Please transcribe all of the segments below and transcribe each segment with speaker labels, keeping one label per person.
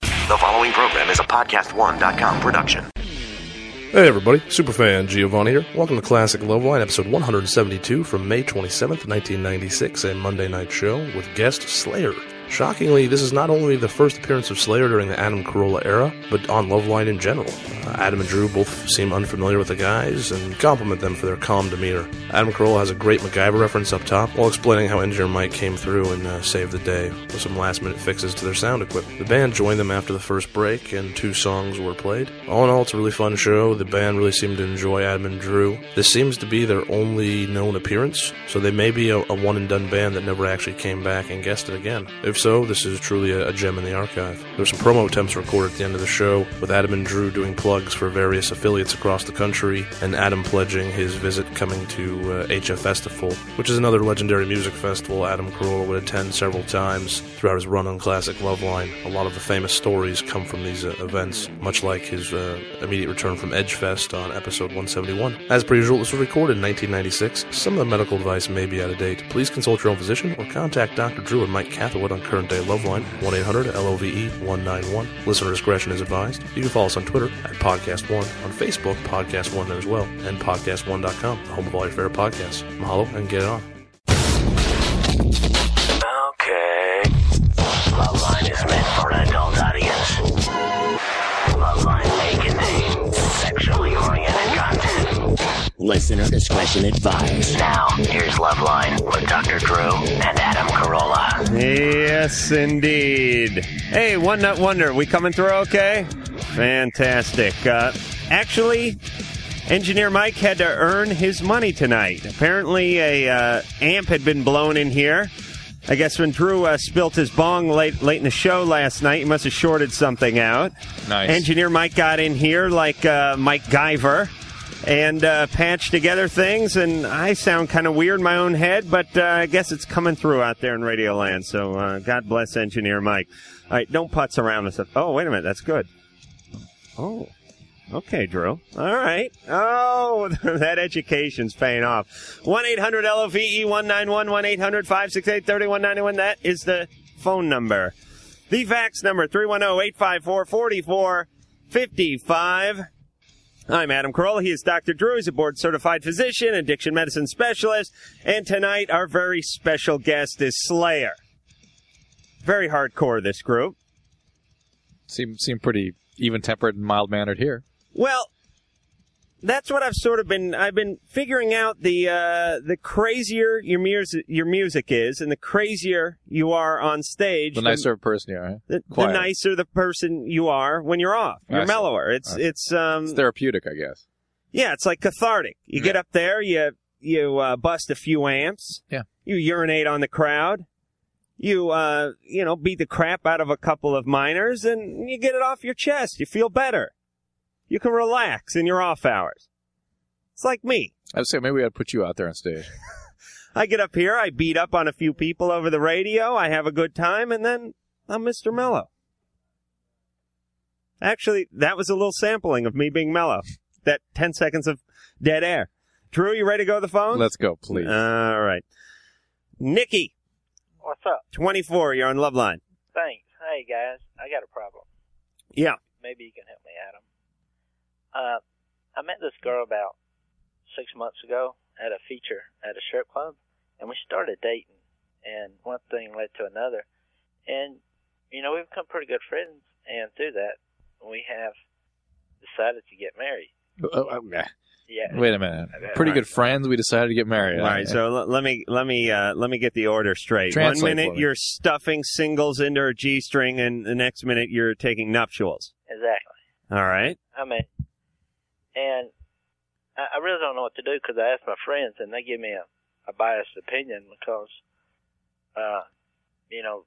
Speaker 1: The following program is a podcast1.com production.
Speaker 2: Hey everybody, Superfan Giovanni here. Welcome to Classic Loveline, episode 172 from May 27th, 1996, a Monday night show with guest Slayer. Shockingly, this is not only the first appearance of Slayer during the Adam Carolla era, but on Loveline in general. Uh, Adam and Drew both seem unfamiliar with the guys and compliment them for their calm demeanor. Adam Carolla has a great MacGyver reference up top while explaining how Engineer Mike came through and uh, saved the day with some last minute fixes to their sound equipment. The band joined them after the first break and two songs were played. All in all, it's a really fun show. The band really seemed to enjoy Adam and Drew. This seems to be their only known appearance, so they may be a, a one and done band that never actually came back and guested again. If so, this is truly a, a gem in the archive. There were some promo attempts recorded at the end of the show, with Adam and Drew doing plugs for various affiliates across the country, and Adam pledging his visit coming to uh, HF Festival, which is another legendary music festival Adam Carolla would attend several times throughout his run on Classic Loveline. A lot of the famous stories come from these uh, events, much like his uh, immediate return from Edgefest on episode 171. As per usual, this was recorded in 1996. Some of the medical advice may be out of date. Please consult your own physician or contact Dr. Drew and Mike Catherwood on Current Day Loveline, 1 800 LOVE 191. Listener discretion is advised. You can follow us on Twitter at Podcast One, on Facebook, Podcast One as well, and PodcastOne.com, the home of all your favorite podcasts. Mahalo and get it on.
Speaker 1: Okay. Loveline is meant for an adult audience. Loveline may contain sexually oriented content.
Speaker 3: Listener discretion advised.
Speaker 1: Now, here's Loveline with Dr. Drew and Adam Carolla.
Speaker 4: Yes, indeed. Hey, One Nut Wonder, we coming through okay? Fantastic. Uh, actually, engineer Mike had to earn his money tonight. Apparently, a uh, amp had been blown in here. I guess when Drew uh, spilt his bong late late in the show last night, he must have shorted something out.
Speaker 5: Nice.
Speaker 4: Engineer Mike got in here like uh, Mike Guyver and uh, patch together things. And I sound kind of weird in my own head, but uh, I guess it's coming through out there in Radio Land. So uh, God bless Engineer Mike. All right, don't putz around with stuff. Oh, wait a minute, that's good. Oh, okay, Drew. All right. Oh, that education's paying off. 1 800 LOVE 191 1 800 568 3191. That is the phone number. The fax number 310 854 4455. I'm Adam Carolla. He is Dr. Drew. He's a board certified physician, addiction medicine specialist. And tonight, our very special guest is Slayer. Very hardcore, this group.
Speaker 5: seem seem pretty even tempered and mild mannered here.
Speaker 4: Well, that's what I've sort of been. I've been figuring out the uh, the crazier your music your music is, and the crazier you are on stage,
Speaker 5: The nicer person you are. huh?
Speaker 4: the, the
Speaker 5: Quiet.
Speaker 4: nicer the person you are when you're off.
Speaker 5: I
Speaker 4: You're
Speaker 5: see.
Speaker 4: mellower. It's
Speaker 5: I see.
Speaker 4: it's um
Speaker 5: It's therapeutic, I guess.
Speaker 4: Yeah, it's like cathartic. You get up there, you you uh, bust a few amps.
Speaker 5: Yeah.
Speaker 4: You urinate on the crowd. You uh, you know beat the crap out of a couple of minors, and you get it off your chest. You feel better. You can relax in your off hours. It's like me.
Speaker 5: I would say maybe I'd put you out there on stage.
Speaker 4: I get up here, I beat up on a few people over the radio, I have a good time, and then I'm Mr. Mellow. Actually, that was a little sampling of me being mellow. That 10 seconds of dead air. Drew, you ready to go to the phone?
Speaker 5: Let's go, please.
Speaker 4: All right. Nikki,
Speaker 6: What's up?
Speaker 4: 24, you're on Love Line.
Speaker 6: Thanks. Hey guys, I got a problem.
Speaker 4: Yeah.
Speaker 6: Maybe you can help me, Adam. Uh, I met this girl about six months ago at a feature at a strip club, and we started dating, and one thing led to another, and you know we've become pretty good friends, and through that we have decided to get married.
Speaker 5: Oh, oh, meh.
Speaker 6: Yeah.
Speaker 5: Wait a minute.
Speaker 6: Okay.
Speaker 5: Pretty good friends. We decided to get married.
Speaker 4: All right, so l- let me let me uh, let me get the order straight.
Speaker 5: Translate
Speaker 4: One
Speaker 5: for
Speaker 4: minute
Speaker 5: me.
Speaker 4: you're stuffing singles into her G string, and the next minute you're taking nuptials.
Speaker 6: Exactly.
Speaker 4: All right.
Speaker 6: I mean, and I, I really don't know what to do because I asked my friends and they give me a, a biased opinion because, uh, you know,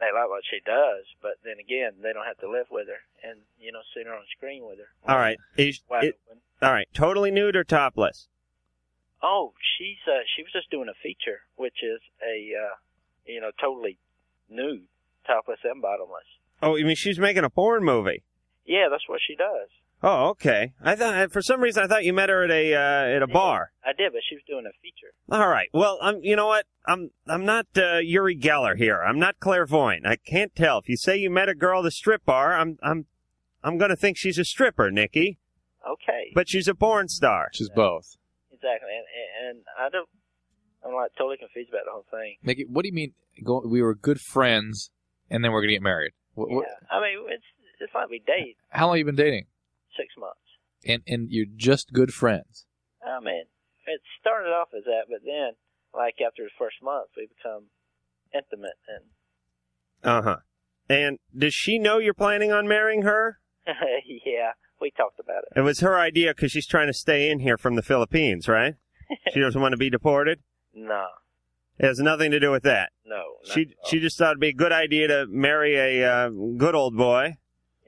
Speaker 6: they like what she does, but then again, they don't have to live with her and, you know, see her on screen with her.
Speaker 4: All right. Is-
Speaker 6: Wide
Speaker 4: it-
Speaker 6: open.
Speaker 4: All right, totally nude or topless?
Speaker 6: Oh, she's, uh, she was just doing a feature, which is a, uh, you know, totally nude, topless and bottomless.
Speaker 4: Oh, you mean she's making a porn movie?
Speaker 6: Yeah, that's what she does.
Speaker 4: Oh, okay. I thought for some reason I thought you met her at a uh, at a bar.
Speaker 7: I did, but she was doing a feature.
Speaker 4: All right. Well, I'm. You know what? I'm. I'm not uh, Yuri Geller here. I'm not clairvoyant. I can't tell. If you say you met a girl at a strip bar, I'm. I'm. I'm gonna think she's a stripper, Nikki.
Speaker 7: Okay.
Speaker 4: But she's a porn star.
Speaker 5: She's both.
Speaker 7: Exactly, and, and I don't. I'm like totally confused about the whole thing.
Speaker 5: Nikki, what do you mean? Go, we were good friends, and then we're gonna get married. What, what,
Speaker 7: Yeah. I mean, it's it's like we date
Speaker 5: how long you been dating?
Speaker 7: six months.
Speaker 5: And and you're just good friends.
Speaker 7: I mean, it started off as that, but then, like after the first month, we become intimate, and
Speaker 4: Uh huh. And does she know you're planning on marrying her?
Speaker 7: yeah, we talked about it.
Speaker 4: It was her idea because she's trying to stay in here from the Philippines, right? she doesn't want to be deported.
Speaker 7: No,
Speaker 4: It has nothing to do with that.
Speaker 7: no. not
Speaker 4: She
Speaker 7: at all.
Speaker 4: she just thought it'd be a good idea to marry a uh, good old boy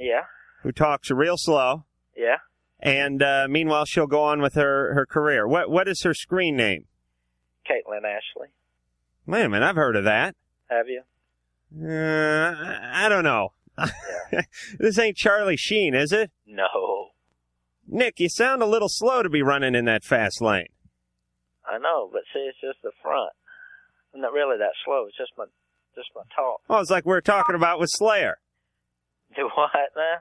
Speaker 7: Yeah,
Speaker 4: who talks real slow.
Speaker 7: yeah.
Speaker 4: And uh, meanwhile, she'll go on with her, her career. What what is her screen name?
Speaker 7: Caitlin Ashley,
Speaker 4: Wait a minute, I've heard of that.
Speaker 7: have you?
Speaker 4: Uh, I- I don't know. this ain't Charlie Sheen, is it?
Speaker 7: No,
Speaker 4: Nick, you sound a little slow to be running in that fast lane.
Speaker 7: I know, but see, it's just the front. I'm not really that slow. It's just my just my talk.
Speaker 4: Oh, it's like we were talking about with Slayer.
Speaker 7: Do what now?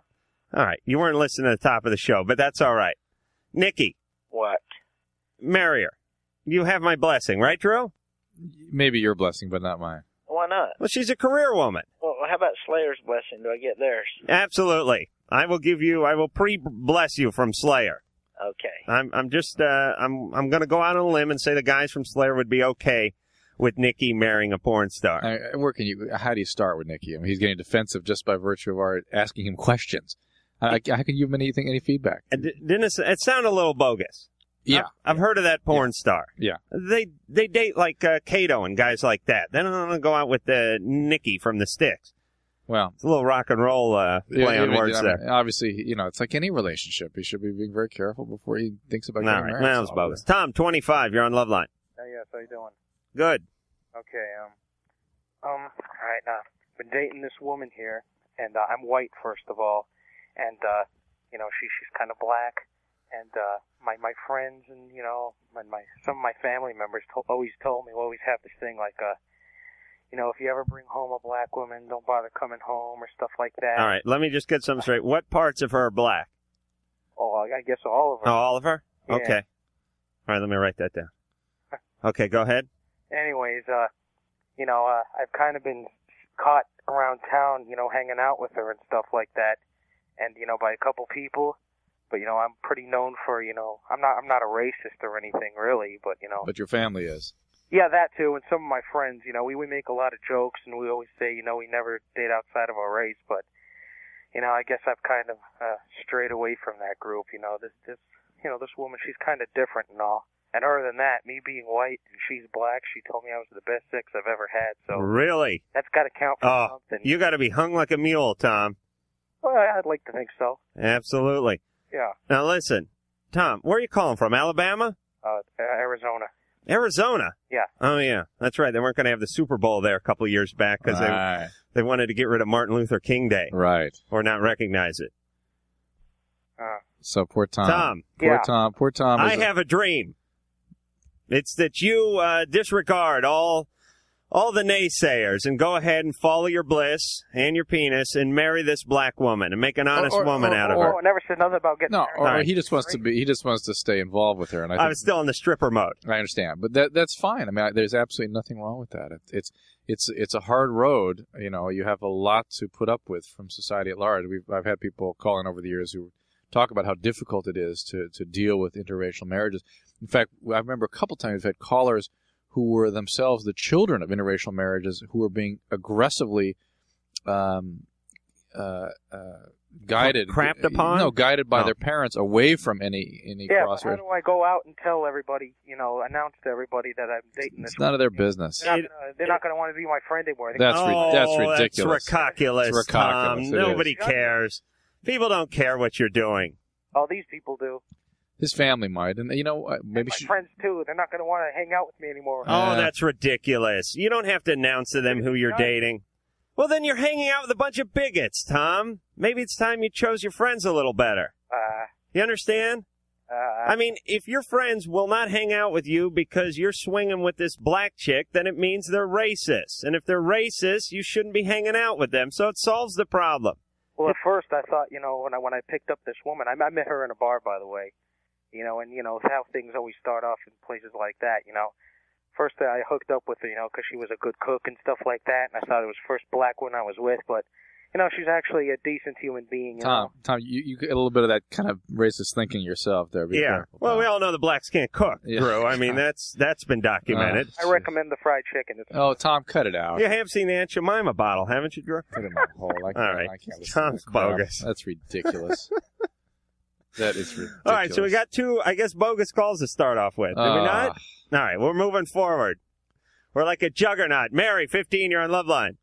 Speaker 4: All right, you weren't listening to the top of the show, but that's all right. Nikki,
Speaker 7: What?
Speaker 4: marry her. You have my blessing, right, Drew?
Speaker 5: Maybe your blessing, but not mine.
Speaker 7: Why not?
Speaker 4: Well, she's a career woman.
Speaker 7: Well, how about Slayer's blessing? Do I get theirs?
Speaker 4: Absolutely. I will give you. I will pre-bless you from Slayer.
Speaker 7: Okay.
Speaker 4: I'm. I'm just. Uh, I'm. I'm going to go out on a limb and say the guys from Slayer would be okay with Nikki marrying a porn star.
Speaker 5: I, I- where can you? How do you start with Nikki? I mean, he's getting defensive just by virtue of our asking him questions. I, I- how can you give him anything, any feedback?
Speaker 4: And di- didn't it, s- it sound a little bogus?
Speaker 5: Yeah.
Speaker 4: I've, I've heard of that porn star.
Speaker 5: Yeah.
Speaker 4: They they date like uh, Kato and guys like that. Then I'm going to go out with uh, Nikki from the Sticks.
Speaker 5: Well,
Speaker 4: It's a little rock and roll uh, play
Speaker 5: yeah, I
Speaker 4: on
Speaker 5: mean,
Speaker 4: words
Speaker 5: I
Speaker 4: there.
Speaker 5: mean, Obviously, you know, it's like any relationship. He should be being very careful before he thinks about
Speaker 4: All
Speaker 5: getting
Speaker 4: right,
Speaker 5: married.
Speaker 4: that was bogus. Tom, 25, you're on Love Line.
Speaker 7: Hey, yes, how you doing?
Speaker 4: Good.
Speaker 7: Okay, um, um, all right, now, been dating this woman here, and uh, I'm white, first of all, and, uh, you know, she, she's kind of black, and, uh, my, my friends and, you know, and my, some of my family members to- always told me, always have this thing like, uh, you know, if you ever bring home a black woman, don't bother coming home or stuff like that.
Speaker 4: All right, let me just get something straight. What parts of her are black?
Speaker 7: Oh, I I guess all of
Speaker 4: Oh,
Speaker 7: them.
Speaker 4: all of her?
Speaker 7: Yeah.
Speaker 4: Okay. All right, let me write that down. Okay, go ahead.
Speaker 7: anyways, uh, you know, uh, I've kind of been caught around town, you know, hanging out with her and stuff like that, and you know, by a couple people. But you know, I'm pretty known for, you know, I'm not, I'm not a racist or anything really, but you know,
Speaker 5: But your family is.
Speaker 7: yeah, that too. And some of my friends, you know, we we make a lot of jokes and we always say, you know, we never date outside of our race, but you know, I guess I've kind of uh, strayed away from that group. You know, this this you know this woman, she's kind of different and all. And other than that, me being white and she's black, she told me I was the best sex I've ever had. So
Speaker 4: Really?
Speaker 7: that's got to count for
Speaker 4: Oh,
Speaker 7: something.
Speaker 4: you got to be hung like a mule, Tom.
Speaker 7: well, I'd like to think so.
Speaker 4: Absolutely.
Speaker 7: Yeah,
Speaker 4: Now listen, Tom, where are you calling from? Alabama?
Speaker 7: uh, Arizona.
Speaker 4: Arizona?
Speaker 7: Yeah.
Speaker 4: Oh yeah, that's right. They weren't going to have the Super Bowl there a couple of years back because
Speaker 5: right.
Speaker 4: they they wanted to get rid of Martin Luther King Day
Speaker 5: right.
Speaker 4: or not recognize it.
Speaker 7: Uh,
Speaker 5: So poor Tom.
Speaker 4: Tom,
Speaker 5: Poor
Speaker 7: Yeah.
Speaker 5: Tom. Poor Tom.
Speaker 4: I
Speaker 5: is a-
Speaker 4: have a dream. It's that you uh, disregard all all the naysayers and go ahead and follow your bliss and your penis and marry this black woman and make an honest
Speaker 5: or-
Speaker 4: woman
Speaker 5: or-
Speaker 4: out of
Speaker 5: or-
Speaker 4: her.
Speaker 7: oh, I never said nothing about getting
Speaker 5: no,
Speaker 7: married.
Speaker 5: or
Speaker 4: Alright.
Speaker 5: he just wants to be. He just wants to stay involved with her, and I,
Speaker 4: I
Speaker 5: think-
Speaker 4: was still in the stripper mode.
Speaker 5: I understand, but that that's fine. I mean, I, there's absolutely nothing wrong with that. It, it's it's it's a hard road. You know, you have a lot to put up with from society at large. We've I've had people calling over the years who talk about how difficult it is to to deal with interracial marriages. In fact, I remember a couple times we've had callers who were themselves the children of interracial marriages who were being aggressively um, uh, uh, guided, Uh,
Speaker 4: Crapped upon?
Speaker 5: no, guided by
Speaker 4: Oh.
Speaker 5: their parents away from any any
Speaker 7: Yeah, but
Speaker 5: cross.
Speaker 7: how do I go out and tell everybody, you know, announce to everybody that I'm dating this
Speaker 5: It's none of their business.
Speaker 7: They're not
Speaker 4: It-
Speaker 7: gonna- they're not going to want to be my friend anymore. They-
Speaker 5: That's ri-
Speaker 4: oh,
Speaker 5: that's ridiculous.
Speaker 4: That's ridiculous.
Speaker 5: It's
Speaker 4: Tom.
Speaker 5: ridiculous, it is.
Speaker 4: Nobody cares. People don't care what you're doing.
Speaker 7: All these people do.
Speaker 5: His family might, and you know uh, maybe
Speaker 7: my
Speaker 5: she,
Speaker 7: friends too. They're not going to want to hang out with me anymore.
Speaker 5: Uh,
Speaker 4: oh, that's ridiculous. You don't have to announce to them who you're
Speaker 7: Yeah.
Speaker 4: dating. Well, then you're hanging out with a bunch of bigots, Tom. Maybe it's time you chose your friends a little better.
Speaker 7: Uh,
Speaker 4: You understand?
Speaker 7: uh,
Speaker 4: I mean, if your friends will not hang out with you because you're swinging with this black chick, then it means they're racist. And if they're racist, you shouldn't be hanging out with them. So it solves the problem.
Speaker 7: well, at first I thought, you know, when I when I picked up this woman, I, I met her in a bar, by the way, you know, and you know how things always start off in places like that, you know. First I hooked up with her, you know, because she was a good cook and stuff like that, and I thought it was first black one I was with, but you know, she's actually a decent human being. You
Speaker 5: Tom,
Speaker 7: know?
Speaker 5: Tom, you, you get a little bit of that kind of racist thinking yourself there. Be
Speaker 4: yeah.
Speaker 5: careful,
Speaker 4: well,
Speaker 5: Tom.
Speaker 4: we all know the blacks can't cook,
Speaker 5: Yeah.
Speaker 4: Drew. I mean, that's that's been documented.
Speaker 5: Uh,
Speaker 7: I recommend the fried chicken. It's
Speaker 5: Oh, Tom, cut it out.
Speaker 4: you have seen the Aunt Jemima bottle, haven't you, Drew?
Speaker 5: Put it in my hole. I can't,
Speaker 4: All right.
Speaker 5: I can't listen to
Speaker 4: Tom's
Speaker 5: that crap.
Speaker 4: bogus.
Speaker 5: That's ridiculous. that is ridiculous.
Speaker 4: All right, so we got two, I guess, bogus calls to start off with. Did we not?
Speaker 5: Ah.
Speaker 4: All right, we're moving forward. We're like a juggernaut. Mary, 15, you're on Love Line.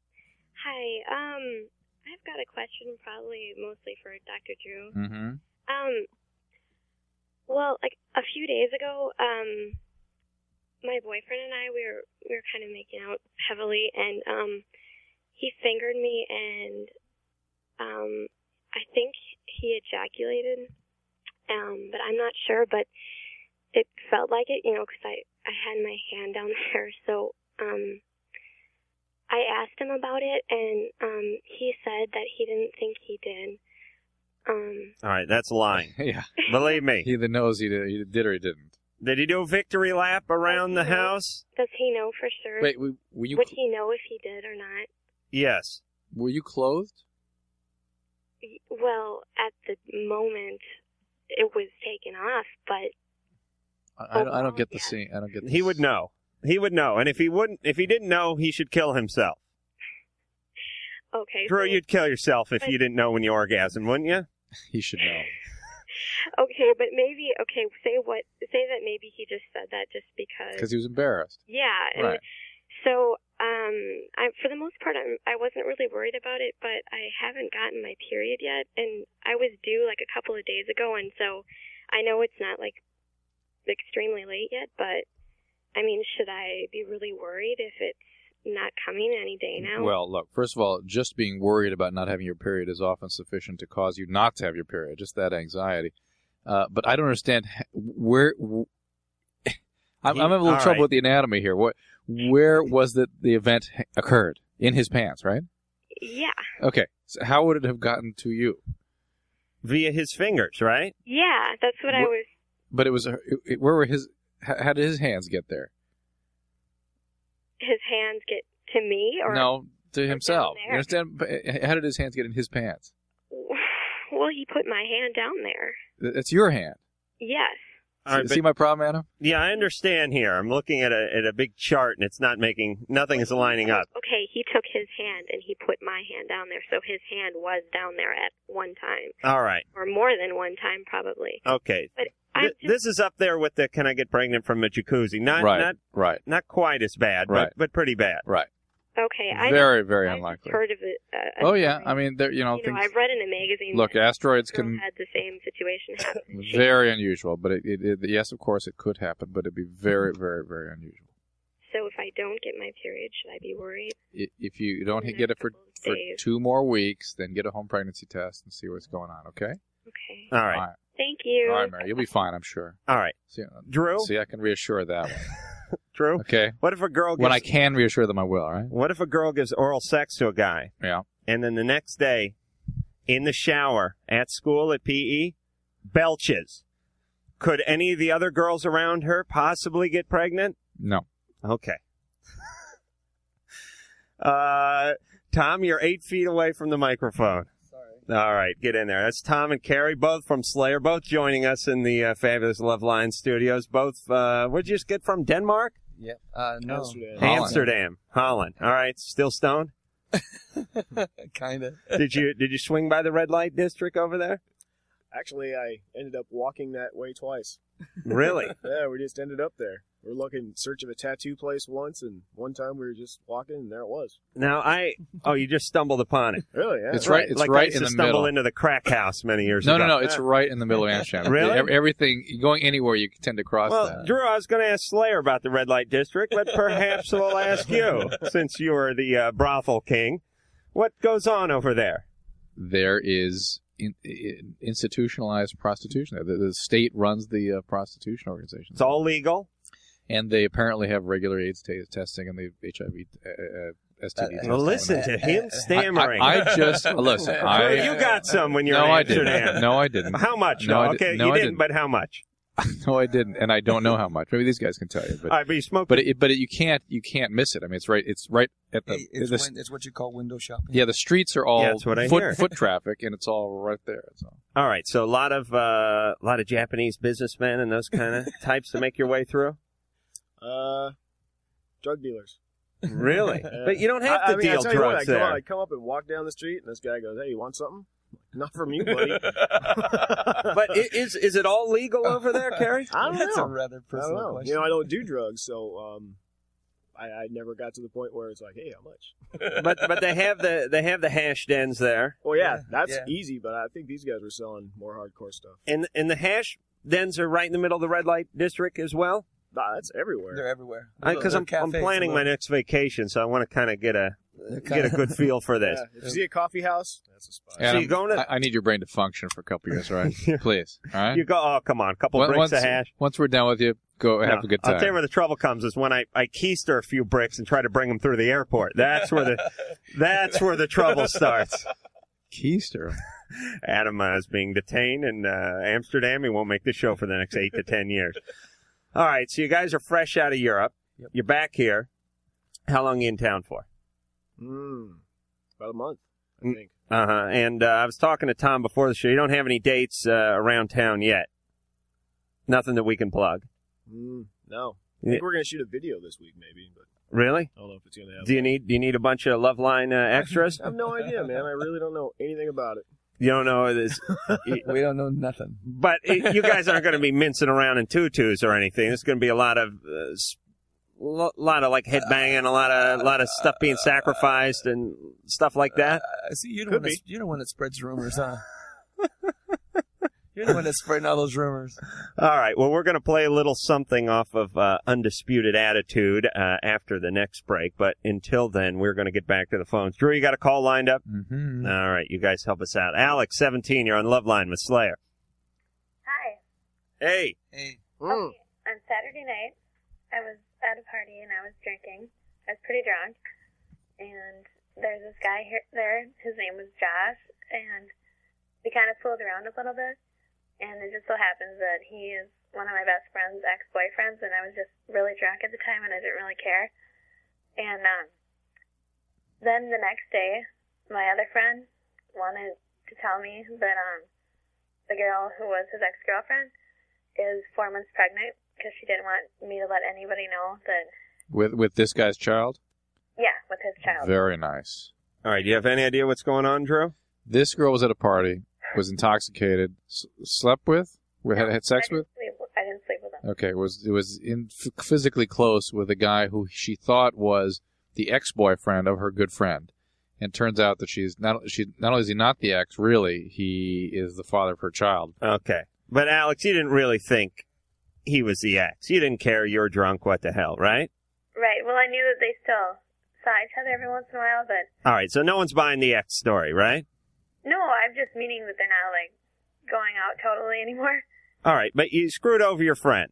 Speaker 8: Hi. Um, I've got a question, probably mostly for Dr. Drew.
Speaker 5: hmm
Speaker 8: Um, well, like a few days ago, um, my boyfriend and I we were we were kind of making out heavily, and um, he fingered me, and um, I think he ejaculated, um, but I'm not sure, but it felt like it, you know, because I I had my hand down there, so um. I asked him about it, and um, he said that he didn't think he did. Um,
Speaker 4: All right, that's lying.
Speaker 5: yeah.
Speaker 4: Believe me.
Speaker 5: He either knows he did, he did or he didn't.
Speaker 4: Did he do a victory lap around the house?
Speaker 8: Does he know for sure?
Speaker 5: Wait, were were you
Speaker 8: Would he know if he did or not?
Speaker 4: Yes.
Speaker 5: were you clothed?
Speaker 8: Y- Well, at the moment, it was taken off, but
Speaker 5: I, I don't- I don't get the
Speaker 8: Oh, Yeah.
Speaker 5: scene. I don't get. The
Speaker 4: He would know. He would know. And if he wouldn't, if he didn't know, he should kill himself.
Speaker 8: okay.
Speaker 4: Drew,
Speaker 8: so-
Speaker 4: you'd kill yourself if you didn't know when you orgasmed, wouldn't you?
Speaker 5: He should know.
Speaker 8: okay, but maybe okay. Say what? Say that maybe he just said that just because.
Speaker 5: because he was embarrassed.
Speaker 8: Yeah, and
Speaker 5: Right.
Speaker 8: so um, I, for the most part, I'm, I wasn't really worried about it, but I haven't gotten my period yet, and I was due like a couple of days ago, and so I know it's not like extremely late yet, but I mean, should I be really worried if it's not coming any day now?
Speaker 5: Well, look. First of all, just being worried about not having your period is often sufficient to cause you not to have your period. Just that anxiety. Uh, but I don't understand h- where. w- I'm,
Speaker 4: He-
Speaker 5: I'm having a little
Speaker 4: all
Speaker 5: trouble
Speaker 4: right. Mm.
Speaker 5: with the anatomy here. What? Where was that the event h- occurred? In his pants, right?
Speaker 8: yeah,
Speaker 5: Okay. So how would it have gotten to you?
Speaker 4: Via his fingers, right?
Speaker 8: yeah, that's what I
Speaker 5: Wh-
Speaker 8: was.
Speaker 5: But it was. a- It, it- where were his? h- How did his hands get there?
Speaker 8: His hands get to me, or
Speaker 5: no, to himself. You
Speaker 8: there.
Speaker 5: understand? But, uh, How did his hands get in his pants?
Speaker 8: Well, he put my hand down there.
Speaker 5: Th- That's your hand.
Speaker 8: Yes.
Speaker 4: All right,
Speaker 5: See- see my problem, Adam?
Speaker 4: Yeah, I understand here. I'm looking at a at a big chart and it's not making nothing is lining up.
Speaker 8: Okay, he took his hand and he put my hand down there, so his hand was down there at one time,
Speaker 4: All right.
Speaker 8: or more than one time probably.
Speaker 4: Okay.
Speaker 8: But I
Speaker 4: Th-
Speaker 8: just,
Speaker 4: this is up there with the can I get pregnant from a jacuzzi. Not
Speaker 5: right,
Speaker 4: not
Speaker 5: right,
Speaker 4: not quite as bad,
Speaker 5: Right.
Speaker 4: but but pretty bad.
Speaker 5: right.
Speaker 8: okay, I
Speaker 5: very, very
Speaker 8: I've
Speaker 5: unlikely.
Speaker 8: heard of it. Uh,
Speaker 5: Oh yeah, I mean, there, you know,
Speaker 8: you know,
Speaker 5: things.
Speaker 8: I've read in a magazine.
Speaker 5: look,
Speaker 8: that
Speaker 5: asteroids
Speaker 8: a girl
Speaker 5: can
Speaker 8: had the same situation happen. She-
Speaker 5: very unusual, but it, it, it, yes, of course, it could happen, but it'd be very,
Speaker 8: Mm-hmm.
Speaker 5: very, very unusual.
Speaker 8: so if I don't get my period, should I be worried?
Speaker 5: I- If you don't
Speaker 8: Next
Speaker 5: get it for
Speaker 8: couple of
Speaker 5: for
Speaker 8: days.
Speaker 5: two more weeks, then get a home pregnancy test and see what's going on. Okay.
Speaker 8: Okay,
Speaker 4: All right.
Speaker 8: thank
Speaker 5: All
Speaker 8: you.
Speaker 5: right, Mary, you'll be fine, I'm sure.
Speaker 4: All right.
Speaker 5: See, uh,
Speaker 4: Drew?
Speaker 5: see, I can reassure that one.
Speaker 4: Drew?
Speaker 5: Okay.
Speaker 4: What if a girl gives
Speaker 5: When I can reassure them, I will. All right.
Speaker 4: What if a girl gives oral sex to a guy
Speaker 5: Yeah.
Speaker 4: and then the next day in the shower at school at PE belches? Could any of the other girls around her possibly get pregnant?
Speaker 5: No.
Speaker 4: Okay. uh, Tom, you're eight feet away from the microphone. Sorry. All right, get in there. That's Tom and Carrie, both from Slayer, both joining us in the uh, fabulous Love Line Studios. Both, uh, where'd you just get from? Denmark,
Speaker 9: Yep. Uh, no.
Speaker 5: Holland.
Speaker 4: Amsterdam, Holland. All right, still stoned. Uh,
Speaker 9: kind of.
Speaker 4: Did you did you swing by the red light district over there?
Speaker 10: Actually, I ended up walking that way twice.
Speaker 4: Really?
Speaker 10: Yeah, we just ended up there. We were looking in search of a tattoo place once, and one time we were just walking, and there it was.
Speaker 4: Now I oh you just stumbled upon it.
Speaker 10: Really? Yeah.
Speaker 5: It's right. It's
Speaker 4: like I
Speaker 5: right
Speaker 4: used
Speaker 5: in
Speaker 4: to
Speaker 5: the
Speaker 4: stumble
Speaker 5: middle.
Speaker 4: into the crack house many years
Speaker 5: No,
Speaker 4: ago.
Speaker 5: no, no. It's right in the middle of Amsterdam.
Speaker 4: Really?
Speaker 5: Ev- Everything going anywhere, you tend to cross
Speaker 4: Well,
Speaker 5: that.
Speaker 4: Drew, I was going to ask Slayer about the red light district, but perhaps we'll ask you since you are the uh, brothel king. What goes on over there?
Speaker 5: there is in, in, institutionalized prostitution. The, the state runs the uh, prostitution organization,
Speaker 4: It's all legal.
Speaker 5: and they apparently have regular AIDS t- testing and they HIV uh, uh, STD. testing.
Speaker 4: Well, listen to him
Speaker 5: I- I-
Speaker 4: stammering.
Speaker 5: I, just listen. I,
Speaker 4: Well, you got some when you were
Speaker 5: no,
Speaker 4: in
Speaker 5: I
Speaker 4: Amsterdam.
Speaker 5: didn't. No, I didn't.
Speaker 4: How much?
Speaker 5: No, I didn't.
Speaker 4: okay,
Speaker 5: No,
Speaker 4: you
Speaker 5: I
Speaker 4: didn't,
Speaker 5: didn't.
Speaker 4: but how much?
Speaker 5: No, I didn't. And I don't know how much. Maybe these guys can tell you. But
Speaker 4: All right, but you smoked.
Speaker 5: but it, but it, you can't you can't miss it. I mean, it's right. It's right at the.
Speaker 9: it's,
Speaker 5: the
Speaker 9: win- it's what you call window shopping.
Speaker 5: yeah, the streets are all
Speaker 4: Yeah, that's what I hear.
Speaker 5: foot foot traffic, and it's all right there. So
Speaker 4: all right, so a lot of uh, a lot of Japanese businessmen and those kind of types to make your way through.
Speaker 10: Uh, drug dealers.
Speaker 4: Really?
Speaker 10: Yeah.
Speaker 4: But you don't have
Speaker 10: I,
Speaker 4: to
Speaker 10: I mean,
Speaker 4: deal
Speaker 10: I tell
Speaker 4: drugs
Speaker 10: you what, I come,
Speaker 4: there.
Speaker 10: I come up and walk down the street, and this guy goes, "Hey, you want something?" Not from you, buddy.
Speaker 4: but i- is is it all legal over there, Carrie?
Speaker 10: I don't
Speaker 9: That's
Speaker 10: know.
Speaker 9: a rather
Speaker 10: I don't
Speaker 9: personal
Speaker 10: know.
Speaker 9: question.
Speaker 10: You know, I don't do drugs, so um, I, I never got to the point where it's like, "Hey, how much?"
Speaker 4: But but they have the they have the hash dens there,
Speaker 10: Well, yeah,
Speaker 9: Yeah,
Speaker 10: that's
Speaker 9: yeah.
Speaker 10: easy, but I think these guys were selling more hardcore stuff.
Speaker 4: and and the hash dens are right in the middle of the red light district as well.
Speaker 10: Nah, that's everywhere.
Speaker 9: They're everywhere.
Speaker 4: Because
Speaker 9: They're
Speaker 4: I'm I'm
Speaker 9: cafes,
Speaker 4: planning my
Speaker 9: little-
Speaker 4: next vacation, so I want to kind of get a
Speaker 9: they're
Speaker 4: get a
Speaker 9: kinda-
Speaker 4: good feel for
Speaker 10: Yeah,
Speaker 4: this.
Speaker 10: If you see a coffee house, that's a spot.
Speaker 5: Adam,
Speaker 4: you're going to-
Speaker 5: I, I need your brain to function for a couple years, all right? Please, all right.
Speaker 4: You go, oh come on, a couple
Speaker 5: Once-
Speaker 4: bricks
Speaker 5: once,
Speaker 4: of hash.
Speaker 5: once we're done with you, go have
Speaker 4: No,
Speaker 5: a good time.
Speaker 4: I'll tell you where the trouble comes is when I, I keister a few bricks and try to bring them through the airport. That's where the that's where the trouble starts.
Speaker 5: Keister.
Speaker 4: Adam uh, is being detained in uh, Amsterdam. He won't make the show for the next eight to ten years. All right, so you guys are fresh out of Europe.
Speaker 9: Yep.
Speaker 4: You're back here. How long you in town for?
Speaker 10: Mm, about a month, I
Speaker 4: Mm.
Speaker 10: think.
Speaker 4: Uh huh. And uh, I was talking to Tom before the show. You don't have any dates uh, around town yet. Nothing that we can plug.
Speaker 10: Mm, no, I
Speaker 4: Yeah.
Speaker 10: think we're gonna shoot a video this week, maybe, but
Speaker 4: Really?
Speaker 10: I don't know if it's gonna happen.
Speaker 4: Do you need Do you need a bunch of love line uh, extras?
Speaker 10: I have no idea, man. I really don't know anything about it.
Speaker 4: you don't know this.
Speaker 9: We don't know nothing.
Speaker 4: but it, you guys aren't going to be mincing around in tutus or anything. It's going to be a lot of uh, s- lo- lot of like headbanging, a lot of lot of stuff being sacrificed and stuff like that.
Speaker 9: Uh, see, you're the,
Speaker 10: Could
Speaker 9: one that's,
Speaker 10: be.
Speaker 9: you're the one that spreads rumors, huh? you're the one that's spreading all those rumors.
Speaker 4: All right. Well, we're going to play a little something off of uh, Undisputed Attitude uh, after the next break. But until then, we're going to get back to the phones. Drew, you got a call lined up?
Speaker 5: Mm-hmm.
Speaker 4: All right. You guys help us out. Alex, 17, you're on Love Line with Slayer.
Speaker 11: Hi.
Speaker 4: Hey.
Speaker 9: Hey,
Speaker 10: Mm.
Speaker 11: Okay. On Saturday night, I was at a party and I was drinking. I was pretty drunk, and there's this guy here there. His name was Josh, and we kind of fooled around a little bit. And it just so happens that he is one of my best friend's ex-boyfriends, and I was just really drunk at the time, and I didn't really care. And um, then the next day, my other friend wanted to tell me that um, the girl who was his ex-girlfriend is four months pregnant because she didn't want me to let anybody know that,
Speaker 5: With with this guy's child.
Speaker 11: yeah, with his child.
Speaker 5: Very nice.
Speaker 4: All right. Do you have any idea what's going on, Drew?
Speaker 5: This girl was at a party, was intoxicated, s- slept with, we had had sex
Speaker 11: I
Speaker 5: with.
Speaker 11: didn't sleep, I didn't sleep with him.
Speaker 5: Okay, was it was in f- physically close with a guy who she thought was the ex boyfriend of her good friend, and turns out that she's not she not only is he not the ex, really he is the father of her child.
Speaker 4: Okay. But Alex, you didn't really think he was the ex. You didn't care. You're drunk. What the hell, right?
Speaker 11: Right. Well, I knew that they still saw each other every once in a while, but
Speaker 4: All right. So no one's buying the ex story, right?
Speaker 11: no, I'm just meaning that they're not like going out totally anymore.
Speaker 4: All right. But you screwed over your friend.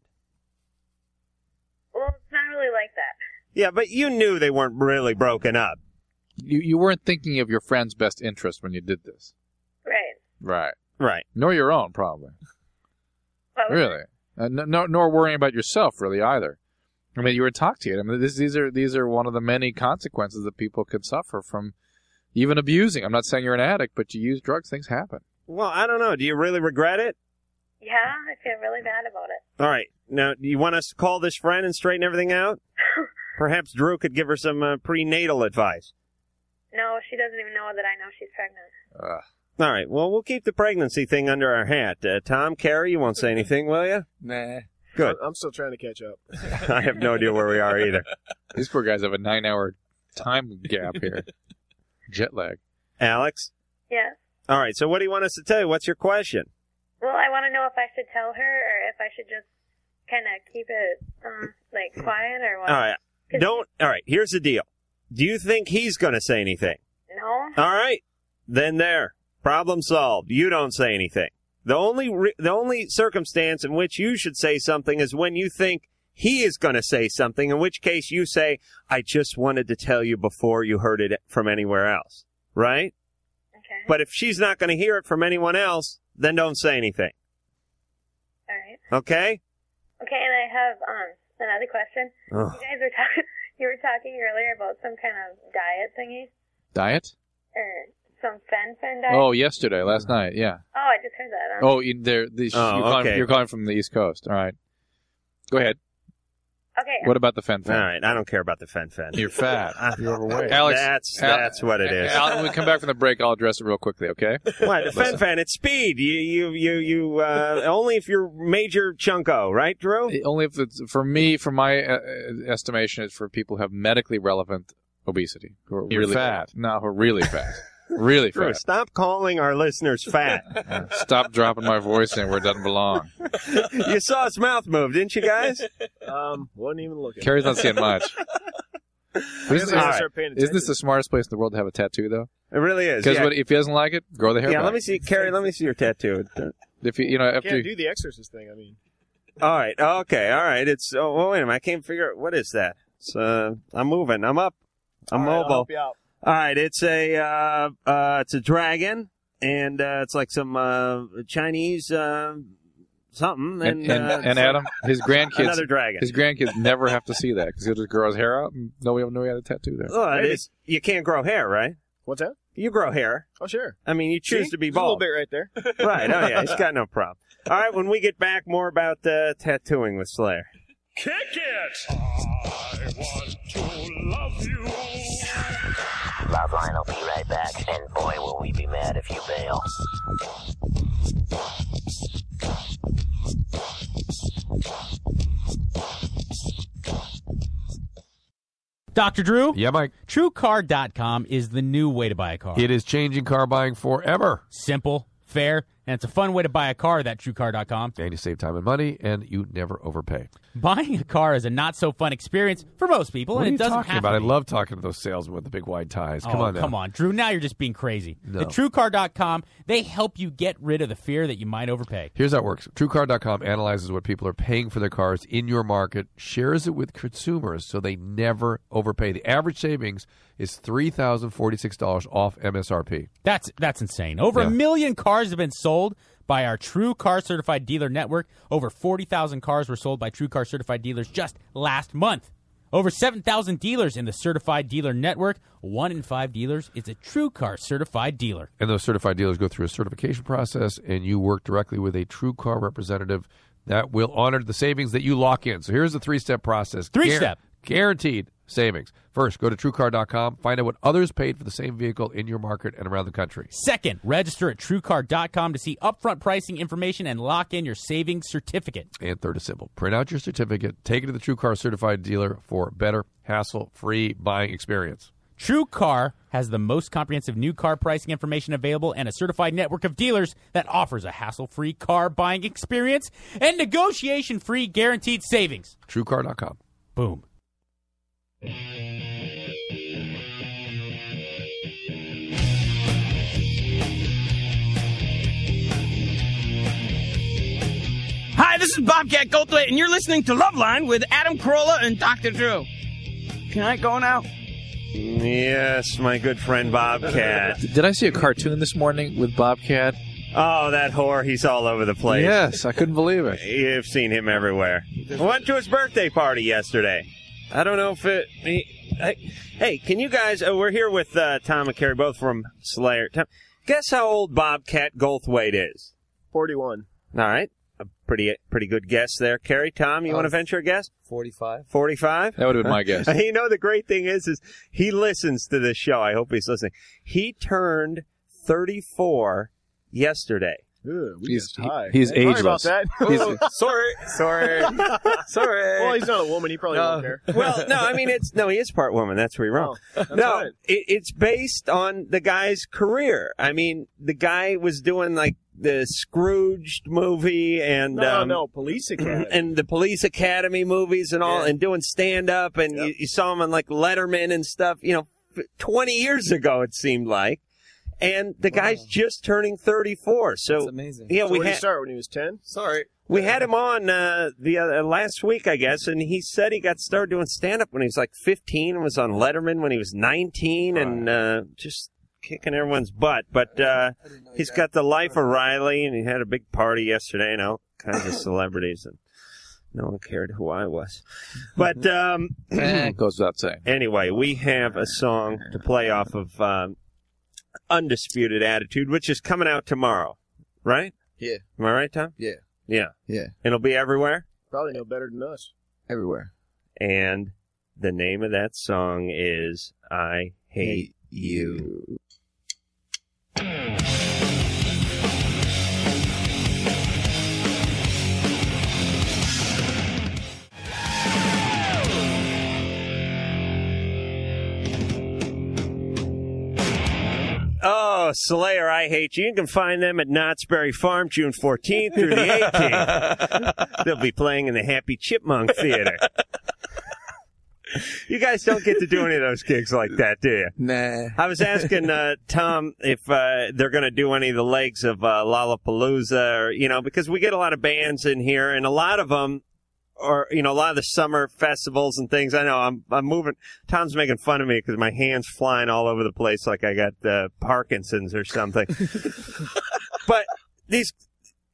Speaker 11: Well, it's not really like that.
Speaker 4: Yeah, but you knew they weren't really broken up.
Speaker 5: You you weren't thinking of your friend's best interest when you did this,
Speaker 11: Right.
Speaker 5: right?
Speaker 4: Right.
Speaker 5: Nor your own, probably.
Speaker 11: Well,
Speaker 5: Really, uh, no, no, nor worrying about yourself really either. I mean, you were intoxicated. I mean, this, these are these are one of the many consequences that people can suffer from, even abusing. I'm not saying you're an addict, but you use drugs, things happen.
Speaker 4: Well, I don't know. Do you really regret it?
Speaker 11: Yeah, I feel really bad about it.
Speaker 4: All right. Now, do you want us to call this friend and straighten everything out? Perhaps Drew could give her some uh, prenatal advice.
Speaker 11: No, she doesn't even know that I know she's pregnant.
Speaker 5: Ugh.
Speaker 4: All right. Well, we'll keep the pregnancy thing under our hat. Uh, Tom, Carrie, you won't say anything, will you?
Speaker 9: nah.
Speaker 4: Good.
Speaker 10: I'm, I'm still trying to catch up.
Speaker 4: I have no idea where we are either.
Speaker 5: These poor guys have a nine hour time gap here. Jet lag.
Speaker 4: Alex?
Speaker 11: Yeah.
Speaker 4: All right. So, what do you want us to tell you? What's your question?
Speaker 11: Well, I want to know if I should tell her or if I should just kind of keep it um, like quiet or what.
Speaker 4: All right. Don't. All right. Here's the deal. Do you think he's going to say anything?
Speaker 11: No,
Speaker 4: All right, then there. Problem solved. You don't say anything. The only re- the only circumstance in which you should say something is when you think he is going to say something. In which case, you say, "I just wanted to tell you before you heard it from anywhere else." Right? Okay. But if she's not going to hear it from anyone else, then don't say anything.
Speaker 11: All right.
Speaker 4: Okay?
Speaker 11: Okay, and I have um another question.
Speaker 4: Ugh.
Speaker 11: You guys were talking. You were talking earlier about some kind of diet thingy,
Speaker 5: Diet?
Speaker 11: or some fen fen diet.
Speaker 5: Oh, yesterday, last night, yeah.
Speaker 11: Oh, I just heard that.
Speaker 5: Oh, in there. This,
Speaker 4: Oh,
Speaker 5: you're, calling,
Speaker 4: okay.
Speaker 5: you're calling from the East Coast. All right. Go ahead.
Speaker 11: Okay.
Speaker 5: What about the fen
Speaker 4: All
Speaker 5: fen?
Speaker 4: right, I don't care about the fen fen.
Speaker 5: You're fat. You're overweight. Alex,
Speaker 4: That's
Speaker 5: Al-
Speaker 4: that's what it is.
Speaker 5: Al, when we come back from the break, I'll address it real quickly, okay?
Speaker 4: What the fen fen? It's speed. You you you you uh, only if you're major chunko, right, Drew?
Speaker 5: Only if it's for me, for my uh, uh, estimation, it's for people who have medically relevant obesity. Who are
Speaker 2: You're
Speaker 5: really
Speaker 2: fat.
Speaker 5: No, who are really fat. really
Speaker 4: Drew,
Speaker 5: fat.
Speaker 4: stop calling our listeners fat.
Speaker 5: Stop dropping my voice in where it doesn't belong.
Speaker 4: you saw his mouth move, didn't you guys?
Speaker 10: Um, wasn't even looking.
Speaker 5: Carrie's not seeing much.
Speaker 10: I
Speaker 5: Isn't,
Speaker 10: guess I gotta
Speaker 4: All
Speaker 10: start paying
Speaker 5: isn't this
Speaker 10: attention.
Speaker 5: the smartest place in the world to have a tattoo, though?
Speaker 4: It really is.
Speaker 5: Because
Speaker 4: Yeah,
Speaker 5: if he doesn't like it, grow the hair.
Speaker 4: Yeah,
Speaker 5: back.
Speaker 4: let me see, Carrie. Let me see your tattoo.
Speaker 5: If you, you know, after
Speaker 10: Can't
Speaker 5: you,
Speaker 10: do the exorcist thing. I mean,
Speaker 4: All right. Okay. All right. It's. Oh, well, wait a minute. I can't figure out what is that. It's. Uh, I'm moving. I'm up. I'm
Speaker 10: All right, I'll
Speaker 4: mobile.
Speaker 10: help you out.
Speaker 4: All right, it's a uh, uh, it's a dragon, and uh, it's like some uh, Chinese uh, something,
Speaker 5: and,
Speaker 4: and,
Speaker 5: and,
Speaker 4: uh,
Speaker 5: and Adam, his grandkids,
Speaker 4: another dragon.
Speaker 5: his grandkids never have to see that because he'll just grow his hair out. and Nobody will know he had a tattoo there.
Speaker 4: Well, it is- you can't grow hair, right?
Speaker 10: What's that?
Speaker 4: You grow hair.
Speaker 10: Oh, sure.
Speaker 4: I mean, you choose
Speaker 10: See?
Speaker 4: to be
Speaker 10: There's A little
Speaker 4: bald,
Speaker 10: bit right there.
Speaker 4: right? Oh yeah, he's got no problem. All right, when we get back, more about uh, tattooing with Slayer.
Speaker 12: Kick it! I want to love you.
Speaker 13: Loveline will be right back, and boy, will we be mad if you bail.
Speaker 14: Dr. Drew,
Speaker 15: Yeah, Mike.
Speaker 14: TrueCar.com is the new way to buy a car.
Speaker 15: It is changing car buying forever.
Speaker 14: Simple, fair, and it's a fun way to buy a car, that TrueCar.com.
Speaker 15: And you save time and money, and you never overpay.
Speaker 14: Buying a car is a not so fun experience for most people,
Speaker 15: what are
Speaker 14: and
Speaker 15: you
Speaker 14: it doesn't
Speaker 15: talking
Speaker 14: have
Speaker 15: about?
Speaker 14: to
Speaker 15: I
Speaker 14: be.
Speaker 15: love talking to those salesmen with the big wide ties. Come
Speaker 14: Oh,
Speaker 15: on now.
Speaker 14: Come on, Drew. Now you're just being crazy.
Speaker 15: No.
Speaker 14: The TrueCar.com, they help you get rid of the fear that you might overpay.
Speaker 15: Here's how it works. TrueCar.com analyzes what people are paying for their cars in your market, shares it with consumers so they never overpay. The average savings is $3,046 off MSRP.
Speaker 14: That's that's insane. Over
Speaker 15: Yeah.
Speaker 14: a million cars have been sold by our True Car Certified Dealer Network. Over 40,000 cars were sold by True Car Certified Dealers just last month. Over 7,000 dealers in the Certified Dealer Network. One in five dealers is a True Car Certified Dealer.
Speaker 15: And those certified dealers go through a certification process, and you work directly with a TrueCar representative that will honor the savings that you lock in. So here's the three step process
Speaker 14: Three-step.
Speaker 15: guaranteed savings. First, go to truecar.com, find out what others paid for the same vehicle in your market and around the country.
Speaker 14: Second, register at TrueCar.com to see upfront pricing information and lock in your savings certificate.
Speaker 15: And third is simple. Print out your certificate, take it to the True Car certified dealer for better, hassle free buying experience.
Speaker 14: True Car has the most comprehensive new car pricing information available and a certified network of dealers that offers a hassle free car buying experience and negotiation free guaranteed savings.
Speaker 15: TrueCar.com.
Speaker 14: Boom.
Speaker 16: Hi, this is Bobcat Goldthwait, and you're listening to Loveline with Adam Carolla and Dr. Drew. Can I go now?
Speaker 4: Yes, my good friend Bobcat.
Speaker 5: Did I see a cartoon this morning with Bobcat?
Speaker 4: Oh, that whore! He's all over the place.
Speaker 5: Yes, I couldn't believe it.
Speaker 4: You've seen him everywhere. I went to his birthday party yesterday. I don't know if it. He, I, hey, can you guys? Uh, we're here with uh, Tom and Carrie, both from Slayer. Tom, guess how old Bobcat Goldthwait is?
Speaker 10: Forty-one.
Speaker 4: All right, a pretty pretty good guess there, Carrie. Tom, you want to
Speaker 9: Uh,
Speaker 4: venture a guess?
Speaker 9: 45.
Speaker 4: Forty-five.
Speaker 5: That would have been my guess.
Speaker 4: You know the great thing is, is he listens to this show. I hope he's listening. He turned thirty-four yesterday.
Speaker 10: Ugh, we
Speaker 5: He's-
Speaker 10: just high.
Speaker 5: he- he's
Speaker 10: Sorry
Speaker 5: ageless.
Speaker 10: about that.
Speaker 4: sorry, sorry, sorry.
Speaker 10: well, he's not a woman. He probably
Speaker 4: No.
Speaker 10: won't care.
Speaker 4: well, no, I mean it's no, he is part woman. That's where you're wrong.
Speaker 17: Oh,
Speaker 10: that's
Speaker 4: no,
Speaker 10: right.
Speaker 4: it, it's based on the guy's career. I mean, the guy was doing like the Scrooged movie and
Speaker 10: No,
Speaker 4: um,
Speaker 10: no, police academy.
Speaker 4: and the Police Academy movies and all,
Speaker 10: Yeah.
Speaker 4: and doing stand up, and you, you saw him on like Letterman and stuff. You know, 20 years ago, it seemed like. And the guy's just turning 34. So
Speaker 10: amazing.
Speaker 4: Yeah,
Speaker 10: so
Speaker 4: we
Speaker 10: where did he
Speaker 4: had,
Speaker 10: start when he was ten. Sorry.
Speaker 4: we had him on uh, the uh, last week, I guess, and he said he got started doing stand up when he was like 15 and was on Letterman when he was 19 and uh, just kicking everyone's butt. But uh, he's got the life of Riley, and he had a big party yesterday and all kinds of celebrities, and no one cared who I was. But um,
Speaker 5: Eh, goes without saying.
Speaker 4: Anyway, we have a song to play off of um, Undisputed Attitude, which is coming out tomorrow, right?
Speaker 10: Yeah.
Speaker 4: Am I right, Tom?
Speaker 10: Yeah.
Speaker 4: Yeah.
Speaker 10: Yeah.
Speaker 4: It'll be everywhere.
Speaker 10: Probably no better than us.
Speaker 4: Everywhere. And the name of that song is I Hate You. Oh, Slayer, I hate you. You can find them at Knott's Berry Farm June 14th through the 18th. They'll be playing in the Happy Chipmunk Theater. You guys don't get to do any of those gigs like that, do you?
Speaker 9: Nah.
Speaker 4: I was asking uh, Tom if uh, they're going to do any of the legs of uh, Lollapalooza, or you know, because we get a lot of bands in here, and a lot of them are, you know, a lot of the summer festivals and things. I know I'm I'm moving. Tom's making fun of me because my hands flying all over the place like I got uh, Parkinson's or something. but these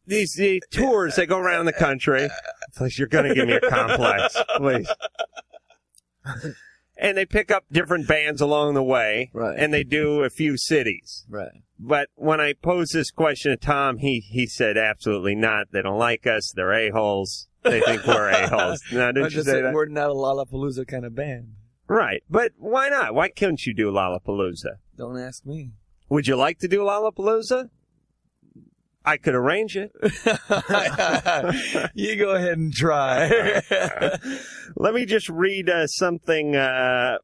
Speaker 4: these the tours they go around the country. Please, you're going to give me a complex, please and they pick up different bands along the way, and they do a few cities.
Speaker 9: Right.
Speaker 4: But when I posed this question to Tom, he he said absolutely not. They don't like us. They're a holes. They think we're a holes. Now,
Speaker 9: I
Speaker 4: didn't you
Speaker 9: just
Speaker 4: say
Speaker 9: said
Speaker 4: that?
Speaker 9: We're not a Lollapalooza kind of band.
Speaker 4: Right. But why not? Why couldn't you do Lollapalooza?
Speaker 9: Don't ask me.
Speaker 4: Would you like to do Lollapalooza? I could arrange it.
Speaker 9: you go ahead and try.
Speaker 4: Let me just read uh, something uh,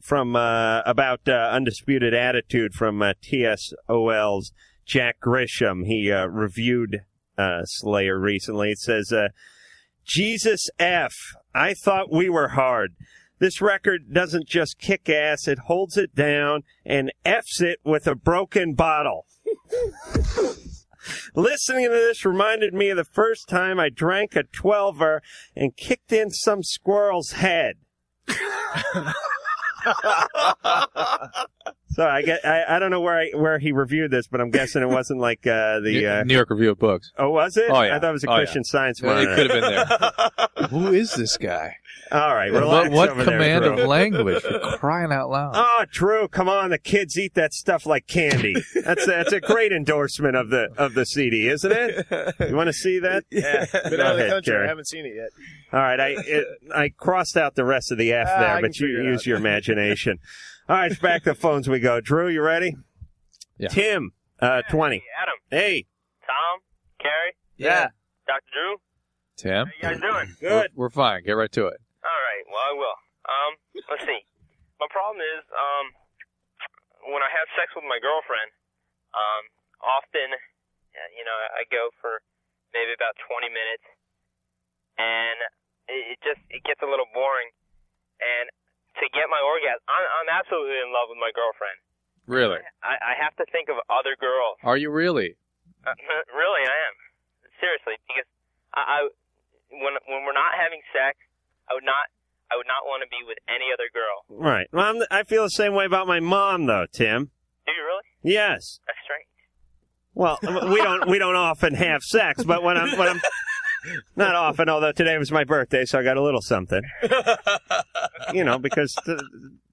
Speaker 4: from uh, about uh, undisputed attitude from uh, TSOL's Jack Grisham. He uh, reviewed uh, Slayer recently. It says, uh, "Jesus F, I thought we were hard." This record doesn't just kick ass, it holds it down and F's it with a broken bottle. Listening to this reminded me of the first time I drank a 12er and kicked in some squirrel's head. So I get I, I don't know where I, where he reviewed this, but I'm guessing it wasn't like uh, the uh,
Speaker 5: New York Review of Books.
Speaker 4: Oh, was it?
Speaker 5: Oh, yeah.
Speaker 4: I thought it was
Speaker 5: Oh,
Speaker 4: a
Speaker 5: yeah.
Speaker 4: Christian Science
Speaker 5: It
Speaker 4: one.
Speaker 5: could have been there. Oh, Who is this guy?
Speaker 4: All right,
Speaker 5: And what-
Speaker 4: relax
Speaker 5: what
Speaker 4: over
Speaker 5: command
Speaker 4: there,
Speaker 5: of
Speaker 4: Drew.
Speaker 5: language? For crying out loud.
Speaker 4: Oh, true. Come on, the kids eat that stuff like candy. That's that's a great endorsement of the of the CD, isn't it? You want to see that?
Speaker 10: Yeah. Been
Speaker 4: Go
Speaker 10: out of the
Speaker 4: ahead,
Speaker 10: country.
Speaker 4: Gary.
Speaker 10: I haven't seen it yet.
Speaker 4: All right, I it, I crossed out the rest of the F
Speaker 10: Ah, I
Speaker 4: there,
Speaker 10: can
Speaker 4: but you
Speaker 10: figure it
Speaker 4: use
Speaker 10: out.
Speaker 4: your imagination. All right, back to the phones we go. Drew, you ready?
Speaker 5: Yeah.
Speaker 4: Tim, uh, twenty.
Speaker 17: Adam,
Speaker 4: Hey.
Speaker 17: Tom, Carrie,
Speaker 4: Yeah.
Speaker 17: Dr. Drew.
Speaker 5: Tim?
Speaker 17: How you guys doing?
Speaker 5: We're, we're fine. Get right to it.
Speaker 17: All right. Well, I will. Um, let's see. My problem is, um, when I have sex with my girlfriend, um, often, uh, you know, I go for maybe about 20 minutes, and it, it just it gets a little boring. And to get my orgasm, I'm, I'm absolutely in love with my girlfriend.
Speaker 5: Really?
Speaker 17: I, I have to think of other girls.
Speaker 5: Are you really?
Speaker 17: Uh, really, I am. Seriously, because I, I when when we're not having sex, I would not I would not want to be with any other girl.
Speaker 4: Right. Well, I'm, I feel the same way about my mom, though, Tim.
Speaker 17: Do you really?
Speaker 4: Yes.
Speaker 17: That's strange.
Speaker 4: Well, we don't we don't often have sex, but when I'm when I'm not often, although today was my birthday, so I got a little something. You know, because the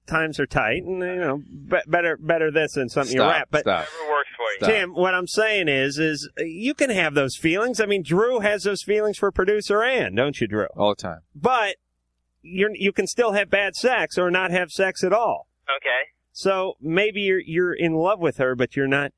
Speaker 4: times are tight, and you know, be- better better this than something you
Speaker 5: Stop,
Speaker 4: wrap. But
Speaker 5: stop.
Speaker 17: Whatever works for you.
Speaker 4: Tim, what I'm saying is, is you can have those feelings. I mean, Drew has those feelings for producer Ann, don't you, Drew?
Speaker 5: All the time.
Speaker 4: But you're you can still have bad sex or not have sex at all.
Speaker 17: Okay.
Speaker 4: So maybe you're you're in love with her, but you're not